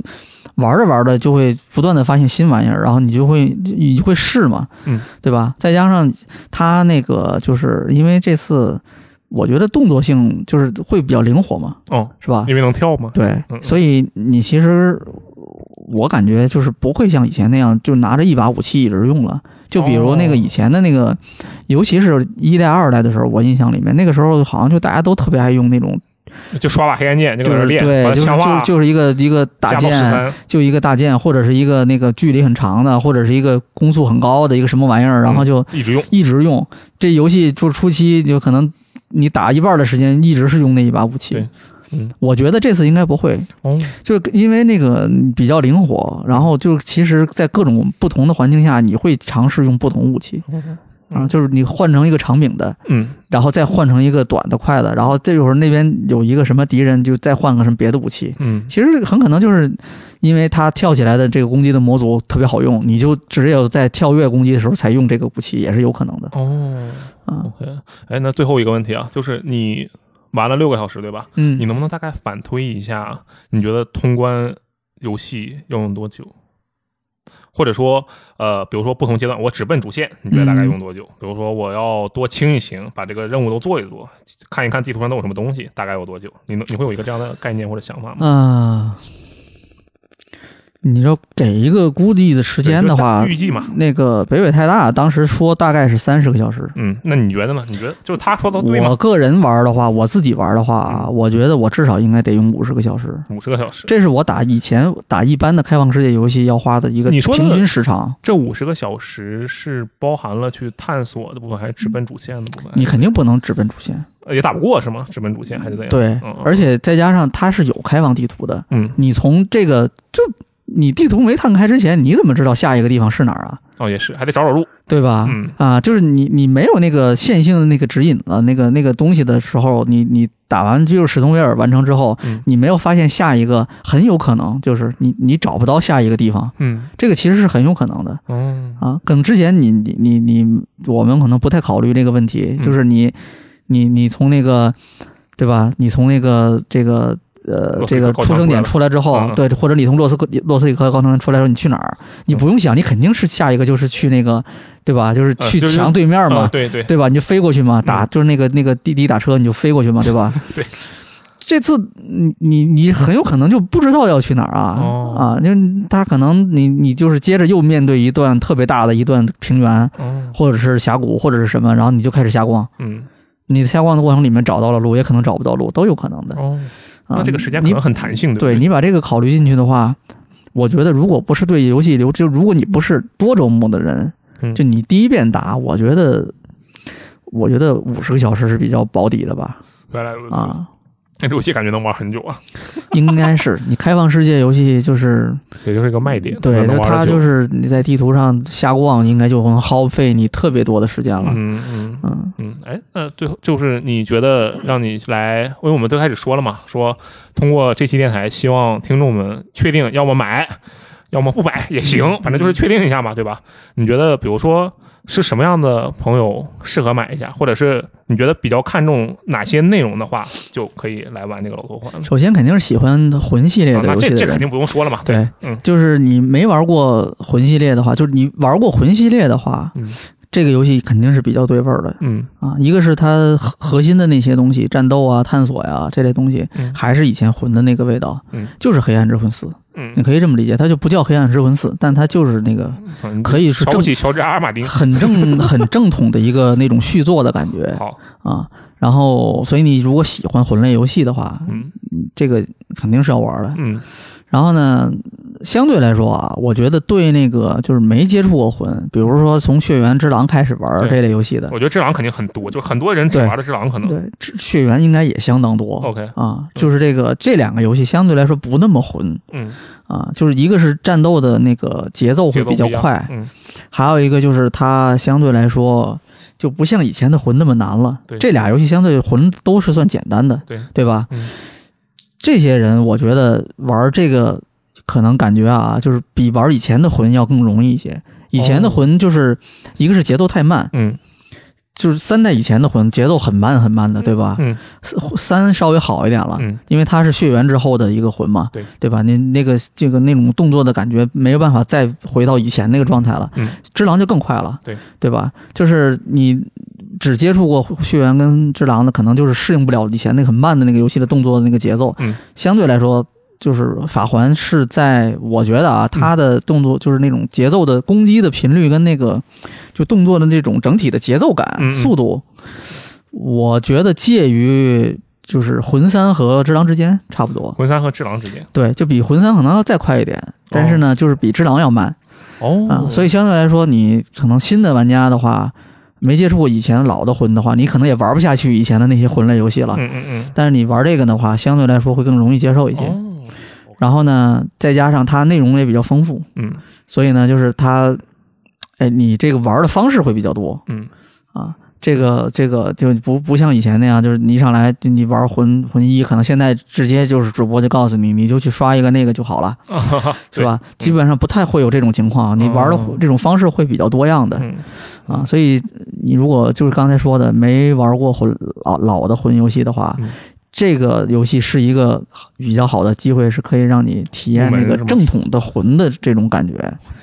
Speaker 2: 玩着玩着就会不断的发现新玩意儿，然后你就会你就会试嘛，
Speaker 1: 嗯，
Speaker 2: 对吧？再加上他那个就是因为这次我觉得动作性就是会比较灵活嘛，
Speaker 1: 哦，
Speaker 2: 是吧？
Speaker 1: 因为能跳吗？
Speaker 2: 对
Speaker 1: 嗯，
Speaker 2: 所以你其实我感觉就是不会像以前那样，就拿着一把武器一直用了。就比如那个
Speaker 1: 哦
Speaker 2: 以前的那个，尤其是一代、二代的时候，我印象里面那个时候好像就大家都特别爱用那种，
Speaker 1: 就刷把黑暗剑，就
Speaker 2: 就
Speaker 1: 搁那
Speaker 2: 是
Speaker 1: 练，
Speaker 2: 对，
Speaker 1: 把
Speaker 2: 就
Speaker 1: 它强
Speaker 2: 是就
Speaker 1: 化
Speaker 2: 是就是一个一个大
Speaker 1: 加到十
Speaker 2: 剑，
Speaker 1: 三，嗯
Speaker 2: 就一个大剑，或者是一个那个距离很长的，或者是一个攻速很高的一个什么玩意儿，然后就
Speaker 1: 一直用，
Speaker 2: 一直用。这游戏就初期就可能你打一半的时间一直是用那一把武器
Speaker 1: 对。嗯，
Speaker 2: 我觉得这次应该不会，
Speaker 1: 哦，
Speaker 2: 就是因为那个比较灵活，然后就其实，在各种不同的环境下，你会尝试用不同武器啊，就是你换成一个长柄的，
Speaker 1: 嗯，
Speaker 2: 然后再换成一个短的、快的，然后这会儿那边有一个什么敌人，就再换个什么别的武器。
Speaker 1: 嗯，
Speaker 2: 其实很可能就是因为他跳起来的这个攻击的模组特别好用，你就只有在跳跃攻击的时候才用这个武器，也是有可能的
Speaker 1: 哦
Speaker 2: 啊。
Speaker 1: ，OK，哎，那最后一个问题啊，就是你玩了六个小时，对吧？你
Speaker 2: 嗯，
Speaker 1: 能不能大概反推一下，你觉得通关游戏要用多久？或者说，呃，比如说不同阶段，我只奔主线，你觉得
Speaker 2: 嗯
Speaker 1: 大概用多久？比如说，我要多清一清，把这个任务都做一做，看一看地图上都有什么东西，大概有多久？你能你会有一个这样的概念或者想法吗？
Speaker 2: 啊，你要给一个估计的时
Speaker 1: 时
Speaker 2: 间的话，
Speaker 1: 预计嘛，
Speaker 2: 那个北纬太大，当时说大概是三十个小时。
Speaker 1: 嗯，那你觉得呢？你觉得就是他说哦的对
Speaker 2: 我
Speaker 1: 吗？
Speaker 2: 个人玩的话，我自己玩的话，啊
Speaker 1: 嗯
Speaker 2: 我觉得我至少应该得用五十个小时。
Speaker 1: 五十个小时，
Speaker 2: 这是我打以前打一般的开放世界游戏要花的一个
Speaker 1: 你说的
Speaker 2: 平均时长。
Speaker 1: 这五十个小时是包含了去探索的部分，还是直奔主线的部分？
Speaker 2: 你肯定不能直奔主线，
Speaker 1: 呃也打不过是吗？直奔主线还是怎样？
Speaker 2: 对
Speaker 1: 嗯，
Speaker 2: 而且再加上它是有开放地图的，
Speaker 1: 嗯，
Speaker 2: 你从这个就你地图没探开之前，你怎么知道下一个地方是哪儿啊？
Speaker 1: 哦，也是，还得找找路。
Speaker 2: 对吧？
Speaker 1: 嗯
Speaker 2: 啊，就是你你没有那个线性的那个指引了，那个那个东西的时候，你你打完就是史通威尔完成之后，
Speaker 1: 嗯
Speaker 2: 你没有发现下一个，很有可能就是你你找不到下一个地方，
Speaker 1: 嗯，
Speaker 2: 这个其实是很有可能的
Speaker 1: 哦，
Speaker 2: 啊。可能之前你你你你我们可能不太考虑这个问题，
Speaker 1: 嗯
Speaker 2: 就是你你你从那个对吧？你从那个这个。呃，
Speaker 1: 洛斯
Speaker 2: 这
Speaker 1: 里
Speaker 2: 个
Speaker 1: 克高
Speaker 2: 出
Speaker 1: 墙
Speaker 2: 生
Speaker 1: 出
Speaker 2: 点
Speaker 1: 来了
Speaker 2: 出来之后，
Speaker 1: 嗯嗯
Speaker 2: 对，或者你从洛斯科洛斯里克高层出来之后，你去哪儿？
Speaker 1: 嗯
Speaker 2: 你不用想，你肯定是下一个就是去那个，对吧？就是
Speaker 1: 呃
Speaker 2: 去
Speaker 1: 就是
Speaker 2: 墙对面嘛，
Speaker 1: 啊对对，嗯
Speaker 2: 对吧？你就飞过去嘛，打就是那个那个滴滴打车，你就飞过去嘛，对吧
Speaker 1: ？对。
Speaker 2: 这次你你你很有可能就不知道要去哪儿啊、
Speaker 1: 哦
Speaker 2: 啊，因为他可能你你就是接着又面对一段特别大的一段平原
Speaker 1: 哦，
Speaker 2: 或者是峡谷或者是什么，然后你就开始瞎逛。
Speaker 1: 嗯，
Speaker 2: 你瞎逛的过程里面找到了路，也可能找不到路，都有可能的。
Speaker 1: 哦，
Speaker 2: 啊、
Speaker 1: 那这个时间可
Speaker 2: 你
Speaker 1: 能很弹性，
Speaker 2: 对
Speaker 1: 不对
Speaker 2: 你把这个考虑进去的话，我觉得如果不是对游戏流，就如果你不是多周目的人，
Speaker 1: 嗯
Speaker 2: 就你第一遍打，我觉得，我觉得五十个小时是比较保底的吧？
Speaker 1: 原来如此。
Speaker 2: 啊，
Speaker 1: 但这游戏感觉能玩很久啊，
Speaker 2: 应该是 你开放世界游戏就是
Speaker 1: 也就是一个卖点。
Speaker 2: 对，
Speaker 1: 能
Speaker 2: 就
Speaker 1: 玩
Speaker 2: 它
Speaker 1: 得久
Speaker 2: 就是你在地图上瞎逛，应该就能耗费你特别多的时间了。
Speaker 1: 嗯嗯
Speaker 2: 嗯
Speaker 1: 嗯，哎，那最后就是你觉得让你来，因为我们最开始说了嘛，说通过这期电台，希望听众们确定要么买，要么不买也行，
Speaker 2: 嗯
Speaker 1: 反正就是确定一下嘛，对吧？你觉得，比如说是什么样的朋友适合买一下，或者是你觉得比较看重哪些内容的话，就可以来玩这个老头环了。
Speaker 2: 首先肯定是喜欢魂系列
Speaker 1: 啊
Speaker 2: 的
Speaker 1: 那
Speaker 2: 游戏
Speaker 1: 这
Speaker 2: 的
Speaker 1: 这肯
Speaker 2: 人，
Speaker 1: 定不用说了嘛，
Speaker 2: 对，
Speaker 1: 嗯
Speaker 2: 就是你没玩过魂系列的话，就是你玩过魂系列的话，
Speaker 1: 嗯
Speaker 2: 这个游戏肯定是比较对味儿的。
Speaker 1: 嗯
Speaker 2: 啊，一个是它核核心的那些东西，战斗啊、探索呀、这类东西，
Speaker 1: 嗯
Speaker 2: 还是以前魂的那个味道，
Speaker 1: 嗯
Speaker 2: 就是《黑暗之魂四》，你
Speaker 1: 嗯
Speaker 2: 可以这么理解，它就不叫《黑暗之魂四》，但它就是那个
Speaker 1: 嗯，
Speaker 2: 可以是
Speaker 1: 瞧
Speaker 2: 正
Speaker 1: 不起乔治阿尔马丁。
Speaker 2: 很 正很正统的一个那种续作的感觉
Speaker 1: 好，
Speaker 2: 啊。然后，所以你如果喜欢魂类游戏的话，
Speaker 1: 嗯
Speaker 2: 这个肯定是要玩的。
Speaker 1: 嗯
Speaker 2: 然后呢，相对来说啊，我觉得对那个就是没接触过魂，比如说从《血缘之狼》开始玩
Speaker 1: 对
Speaker 2: 这类游戏的，
Speaker 1: 我觉得智狼肯定很多，就很多人只
Speaker 2: 对
Speaker 1: 玩的智狼可能。
Speaker 2: 对，这血缘应该也相当多。
Speaker 1: OK，
Speaker 2: 啊，就是这个这两个游戏相对来说不那么混
Speaker 1: 嗯，
Speaker 2: 啊，就是一个是战斗的那个节奏
Speaker 1: 节
Speaker 2: 会
Speaker 1: 奏
Speaker 2: 比较
Speaker 1: 不一样
Speaker 2: 快，
Speaker 1: 嗯
Speaker 2: 还有一个就是它相对来说就不像以前的魂那么难了
Speaker 1: 对。
Speaker 2: 这俩游戏相对魂都是算简单的，
Speaker 1: 对
Speaker 2: 对吧？
Speaker 1: 嗯
Speaker 2: 这些人我觉得玩这个可能感觉啊，就是比玩以前的魂要更容易一些。以前的
Speaker 1: 哦
Speaker 2: 魂就是、一个是节奏太慢，
Speaker 1: 嗯
Speaker 2: 就是三代以前的魂节奏很慢很慢的，对吧？
Speaker 1: 嗯
Speaker 2: 三稍微好一点了，
Speaker 1: 嗯
Speaker 2: 因为它是血缘之后的一个魂嘛，
Speaker 1: 对
Speaker 2: 吧？那那个这个那种动作的感觉没有办法再回到以前那个状态了。
Speaker 1: 嗯，
Speaker 2: 只狼就更快了，
Speaker 1: 对
Speaker 2: 对吧？就是你只接触过血缘跟只狼的，可能就是适应不了以前那个很慢的那个游戏的动作的那个节奏。
Speaker 1: 嗯，
Speaker 2: 相对来说。就是法环是在我觉得啊，它的动作就是那种节奏的攻击的频率跟那个就动作的那种整体的节奏感、
Speaker 1: 嗯嗯
Speaker 2: 速度，我觉得介于就是魂三和只狼之间差不多，哦
Speaker 1: 魂三和智狼之间。
Speaker 2: 对，就比魂三可能要再快一点，但是呢，就是比只狼要慢
Speaker 1: 哦
Speaker 2: 啊、所以相对来说，你可能新的玩家的话，没接触过以前老的魂的话，你可能也玩不下去以前的那些魂类游戏了。
Speaker 1: 嗯嗯
Speaker 2: 但是你玩这个的话，相对来说会更容易接受一
Speaker 1: 嗯，
Speaker 2: 些。
Speaker 1: 哦，
Speaker 2: 然后呢，再加上它内容也比较丰富，
Speaker 1: 嗯
Speaker 2: 所以呢，就是它，哎，你这个玩的方式会比较多。
Speaker 1: 嗯
Speaker 2: 啊，这个这个就不不像以前那样，就是你一上来就你玩魂魂一，可能现在直接就是主播就告诉你，你就去刷一个那个就好了，
Speaker 1: 啊哈哈，
Speaker 2: 是吧？基本上不太会有这种情况，你玩的
Speaker 1: 哦
Speaker 2: 这种方式会比较多样
Speaker 1: 对？
Speaker 2: 的
Speaker 1: 嗯
Speaker 2: 啊，所以你如果就是刚才说的没玩过魂老老的魂游戏的话
Speaker 1: 嗯。
Speaker 2: 这个游戏是一个比较好的机会，是可以让你体验
Speaker 1: 入门
Speaker 2: 那个
Speaker 1: 是吗
Speaker 2: 正统的魂的这种感觉。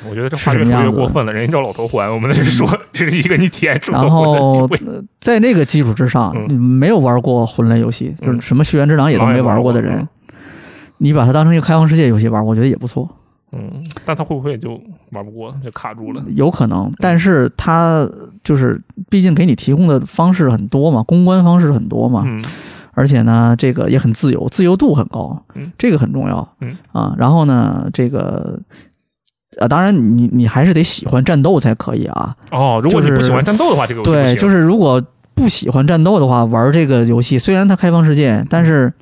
Speaker 1: 我觉得这
Speaker 2: 是
Speaker 1: 话
Speaker 2: 什
Speaker 1: 越
Speaker 2: 么
Speaker 1: 说越
Speaker 2: 样子
Speaker 1: 过
Speaker 2: 的
Speaker 1: 分了，人家叫老头环，我们这是说 这是一个你体验正
Speaker 2: 然
Speaker 1: 宗魂
Speaker 2: 后呃
Speaker 1: 的机会。
Speaker 2: 在那个基础之上，
Speaker 1: 嗯
Speaker 2: 你没有玩过魂类游戏，
Speaker 1: 嗯
Speaker 2: 就是什么《血缘之狼》也都没玩过的人，你把它当成一个开放世界游戏玩，我觉得也不错，
Speaker 1: 嗯，但他会不会就玩不过，就卡住了？
Speaker 2: 有可
Speaker 1: 嗯
Speaker 2: 能。但是它就是，毕竟给你提供的方式很多嘛，公关方式很多嘛，
Speaker 1: 嗯
Speaker 2: 而且呢，这个也很自由，自由度很高，
Speaker 1: 嗯
Speaker 2: 这个很重要。
Speaker 1: 嗯
Speaker 2: 啊，然后呢，这个。啊，当然你，你还是得喜欢战斗才可以啊。
Speaker 1: 哦，如果你
Speaker 2: 就是
Speaker 1: 不喜欢战斗的话，这个游戏不
Speaker 2: 对，
Speaker 1: 行
Speaker 2: 就是如果不喜欢战斗的话，玩这个游戏虽然它开放世界，但是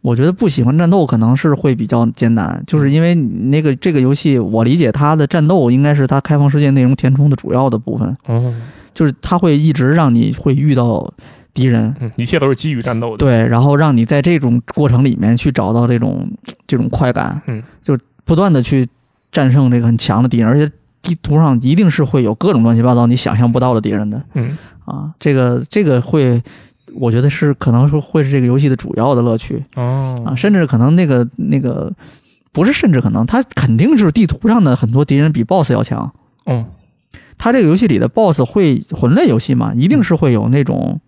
Speaker 2: 我觉得不喜欢战斗可能是会比较艰难，就是因为你那个这个游戏，我理解它的战斗应该是它开放世界内容填充的主要的部分，
Speaker 1: 哦，
Speaker 2: 就是它会一直让你会遇到敌人，
Speaker 1: 嗯，一切都是基于战斗的。
Speaker 2: 对，然后让你在这种过程里面去找到这种这种快感，
Speaker 1: 嗯，
Speaker 2: 就不断的去战胜这个很强的敌人，而且地图上一定是会有各种乱七八糟你想象不到的敌人的
Speaker 1: 嗯，
Speaker 2: 啊，这个这个会，我觉得是可能说会是这个游戏的主要的乐趣啊，
Speaker 1: 哦，
Speaker 2: 甚至可能那个那个不是，甚至可能它肯定是地图上的很多敌人比 BOSS 要强，
Speaker 1: 哦，
Speaker 2: 它这个游戏里的 BOSS 会魂类游戏嘛，一定是会有那种，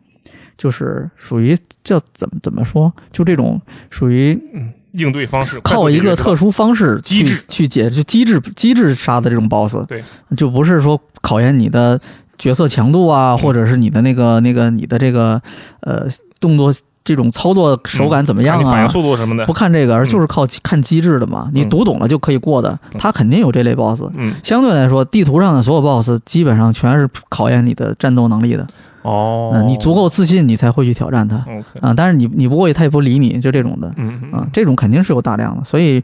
Speaker 2: 就是属于叫怎么怎么说，就这种属于
Speaker 1: 嗯，应对方式
Speaker 2: 靠一个特
Speaker 1: 殊，
Speaker 2: 殊方式
Speaker 1: 机
Speaker 2: 去
Speaker 1: 制
Speaker 2: 去解就机制机制杀的这种 BOSS，
Speaker 1: 对，
Speaker 2: 就不是说考验你的角色强度啊，或者是你的那个那个你的这个呃动作这种操作手感怎
Speaker 1: 嗯
Speaker 2: 么
Speaker 1: 看
Speaker 2: 样
Speaker 1: 你反
Speaker 2: 啊
Speaker 1: 应。速度什么的
Speaker 2: 不。看这个，而
Speaker 1: 嗯
Speaker 2: 就是靠看机制的嘛。你
Speaker 1: 嗯
Speaker 2: 读懂了就可以过的，
Speaker 1: 嗯
Speaker 2: 它肯定有这类 BOSS。
Speaker 1: 嗯，
Speaker 2: 相对来说，地图上的所有 BOSS 基本上全是考验你的战斗能力的。
Speaker 1: 哦嗯
Speaker 2: 嗯、，你足够自信，你才会去挑战它。啊、
Speaker 1: OK，
Speaker 2: 但是你你不过去，他也不理你，就这种的。
Speaker 1: 嗯
Speaker 2: 啊、
Speaker 1: 嗯
Speaker 2: 这种肯定是有大量的，所以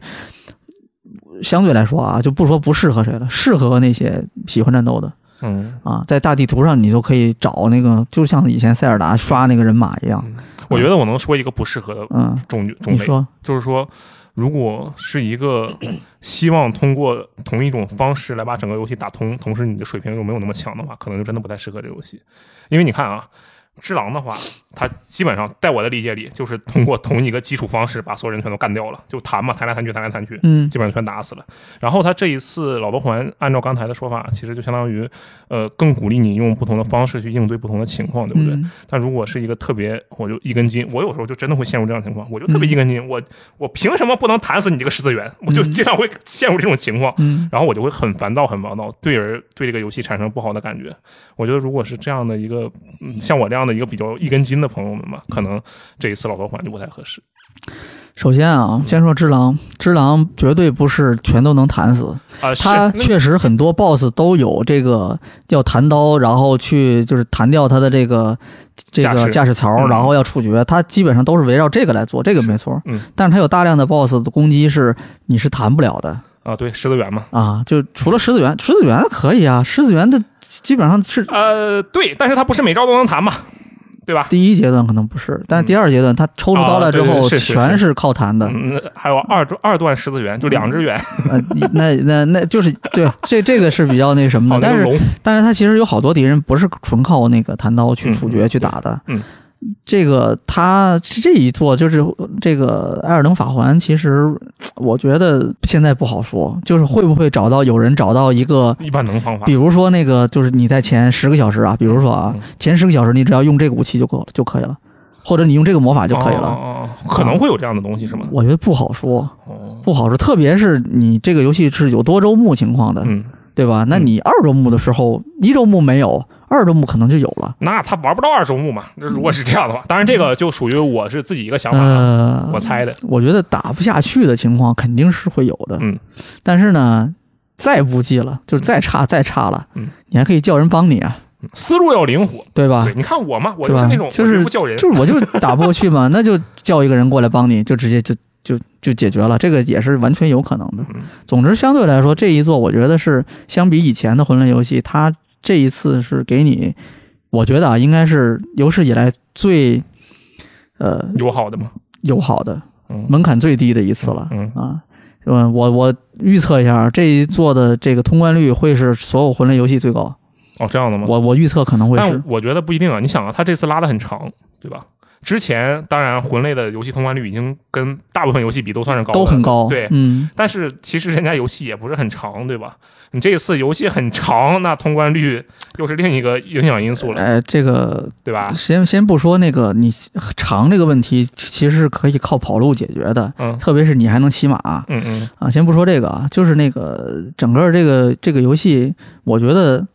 Speaker 2: 相对来说啊，就不说不适合谁了，适合那些喜欢战斗的
Speaker 1: 嗯，
Speaker 2: 啊，在大地图上你就可以找那个，就像以前塞尔达刷那个人马一样。
Speaker 1: 我觉得我能说一个不适合的
Speaker 2: 嗯，
Speaker 1: 种种
Speaker 2: 你
Speaker 1: 类，
Speaker 2: 说，
Speaker 1: 就是说，如果是一个 希望通过同一种方式来把整个游戏打通，同时你的水平又没有那么强的话，可能就真的不太适合这游戏。因为你看啊，只狼的话，它基本上在我的理解里，就是通过同一个基础方式把所有人全都干掉了，就弹嘛，弹来弹去，弹来弹去，
Speaker 2: 嗯
Speaker 1: 基本上全打死了。然后他这一次老头环，按照刚才的说法，其实就相当于，呃，更鼓励你用不同的方式去应对不同的情况，对不对？
Speaker 2: 嗯
Speaker 1: 但如果是一个特别，我就一根筋，我有时候就真的会陷入这样的情况，我就特别一根筋，我我凭什么不能弹死你这个十字员？ 我就
Speaker 2: 嗯
Speaker 1: 经常会陷入这种情况，
Speaker 2: 嗯
Speaker 1: 然后我就会很烦躁，很烦躁，对而对这个游戏产生不好的感觉。我觉得如果是这样的一个，嗯像我这样的一个比较一根筋的朋友们嘛，可能这一次老头环就不太合适。
Speaker 2: 首先啊，先说只狼，只狼绝对不是全都能弹死，
Speaker 1: 啊、是
Speaker 2: 他
Speaker 1: 那
Speaker 2: 确实很多 BOSS 都有这个要弹刀，然后去就是弹掉他的这个这
Speaker 1: 驾
Speaker 2: 个
Speaker 1: 驶
Speaker 2: 驾驶槽，
Speaker 1: 嗯
Speaker 2: 然后要处决，他基本上都是围绕这个来做，这个
Speaker 1: 是
Speaker 2: 没错。
Speaker 1: 嗯，
Speaker 2: 但是他有大量的 BOSS 的攻击是你是弹不了的
Speaker 1: 啊，对十字员嘛，
Speaker 2: 啊，就除了狮子猿，狮子猿可以啊，狮子猿的基本上是
Speaker 1: 呃，对，但是他不是每招都能弹嘛，对吧？
Speaker 2: 第一阶段可能不是，但是第二阶段他抽出刀来之
Speaker 1: 啊对
Speaker 2: 后
Speaker 1: 对是是
Speaker 2: 全是靠弹的，
Speaker 1: 嗯，那还有二二段十字圆，就两只圆，
Speaker 2: 呃，那那那就是对这这个是比较那什么
Speaker 1: 好
Speaker 2: 的，但
Speaker 1: 那
Speaker 2: 是
Speaker 1: 个龙，
Speaker 2: 但是他其实有好多敌人不是纯靠那个弹刀去处决、
Speaker 1: 嗯
Speaker 2: 去打的。
Speaker 1: 嗯，
Speaker 2: 这个他这一做就是这个《艾尔登法环》，其实我觉得现在不好说，就是会不会找到有人找到一个。
Speaker 1: 一般能方法
Speaker 2: 比。如说那个，就是你在前十个小时啊，比如说啊
Speaker 1: 嗯，
Speaker 2: 前十个小时你只要用这个武器就够就可以了，或者你用这个魔法就可以了。
Speaker 1: 哦，
Speaker 2: 嗯
Speaker 1: 哦哦可能会有这样的东西是吗？
Speaker 2: 我觉得不好说，
Speaker 1: 哦，
Speaker 2: 不好说，特别是你这个游戏是有多周目情况的，
Speaker 1: 嗯，
Speaker 2: 对吧？那
Speaker 1: 嗯
Speaker 2: 你二周目的时候，一周目没有，二周目可能就有了。
Speaker 1: 那他玩不到二周目嘛？那如果是这样的话，
Speaker 2: 嗯
Speaker 1: 当然这个就属于我是自己一个想法了，
Speaker 2: 呃，
Speaker 1: 我猜的。
Speaker 2: 我觉得打不下去的情况肯定是会有的。
Speaker 1: 嗯，
Speaker 2: 但是呢，再不济了，就是再差再差了，
Speaker 1: 嗯，
Speaker 2: 你还可以叫人帮你啊，
Speaker 1: 思路要灵活。
Speaker 2: 对吧
Speaker 1: 对，？你看我嘛，我
Speaker 2: 对
Speaker 1: 就
Speaker 2: 吧
Speaker 1: 是那种，
Speaker 2: 就
Speaker 1: 我
Speaker 2: 啊是
Speaker 1: 不叫人。
Speaker 2: 就是我就打不过去嘛， 那就叫一个人过来帮你，就直接就就就解决了，这个也是完全有可能的。
Speaker 1: 嗯
Speaker 2: 总之，相对来说，这一座我觉得是相比以前的魂类游戏，它这一次是给你，我觉得啊，应该是有史以来最呃
Speaker 1: 有好的吗？
Speaker 2: 友好的、
Speaker 1: 嗯
Speaker 2: 门槛最低的一次了。
Speaker 1: 嗯，
Speaker 2: 啊，嗯，我我预测一下，啊这一座的这个通关率会是所有魂类游戏最高。
Speaker 1: 哦，这样的吗？
Speaker 2: 我我预测可能会是
Speaker 1: 但，我觉得不一定啊。你想啊，他这次拉的很长，对吧？之前当然魂类的游戏通关率已经跟大部分游戏比都算是高的，
Speaker 2: 都很高。
Speaker 1: 对，
Speaker 2: 嗯，
Speaker 1: 但是其实人家游戏也不是很长，对吧？你这次游戏很长，那通关率又是另一个影响因素了，
Speaker 2: 哎，这个
Speaker 1: 对吧？
Speaker 2: 先先不说那个你长这个问题，其实是可以靠跑路解决的，
Speaker 1: 嗯
Speaker 2: 特别是你还能骑马啊。
Speaker 1: 嗯嗯
Speaker 2: 先不说这个啊，就是那个整个这个这个游戏，我觉得。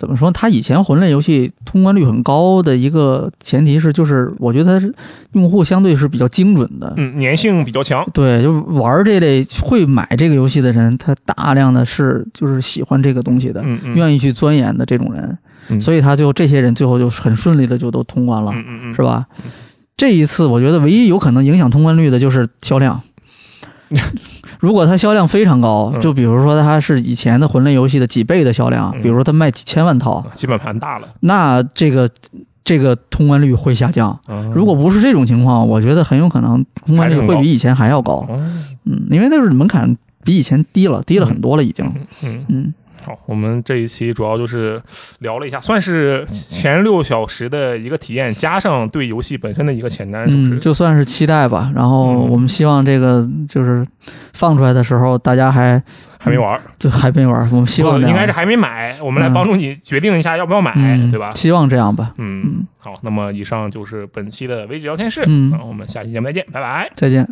Speaker 2: 怎么说？它以前魂类游戏通关率很高的一个前提是，就是我觉得它是用户相对是比较精准的，
Speaker 1: 嗯，粘性比较强，
Speaker 2: 对，就玩这类会买这个游戏的人，他大量的是就是喜欢这个东西的，
Speaker 1: 嗯嗯，
Speaker 2: 愿意去钻研的这种人，
Speaker 1: 嗯
Speaker 2: 所以他就这些人最后就很顺利的就都通关了，
Speaker 1: 嗯嗯嗯，
Speaker 2: 是吧？这一次我觉得唯一有可能影响通关率的就是 销量。如果它销量非常高，
Speaker 1: 嗯
Speaker 2: 就比如说它是以前的魂类游戏的几倍的销量，
Speaker 1: 嗯
Speaker 2: 比如说它卖几千万套，
Speaker 1: 啊基本盘大了。
Speaker 2: 那这个这个通关率会下降。
Speaker 1: 嗯
Speaker 2: 如果不是这种情况，我觉得很有可能通关率
Speaker 1: 还是
Speaker 2: 会
Speaker 1: 很高
Speaker 2: 比以前还要高。
Speaker 1: 哦
Speaker 2: 嗯，因为那是门槛比以前低了，低了很多了已经。
Speaker 1: 嗯嗯，
Speaker 2: 嗯，
Speaker 1: 好，我们这一期主要就是聊了一下，算是前六小时的一个体验，加上对游戏本身的一个前瞻，是不
Speaker 2: 嗯，
Speaker 1: 是？
Speaker 2: 就算是期待吧。然后
Speaker 1: 嗯
Speaker 2: 我们希望这个就是放出来的时候，大家还
Speaker 1: 还没玩儿，
Speaker 2: 就还没玩儿，我们希嗯望
Speaker 1: 不
Speaker 2: 这样
Speaker 1: 应该是还没买，我们来帮助你决定一下要不要买，
Speaker 2: 嗯，
Speaker 1: 对吧？
Speaker 2: 希望这样吧。
Speaker 1: 嗯
Speaker 2: 嗯，
Speaker 1: 好，那么以上就是本期的微智聊天室，
Speaker 2: 嗯
Speaker 1: 然后我们下期节目再见，拜拜。
Speaker 2: 再见。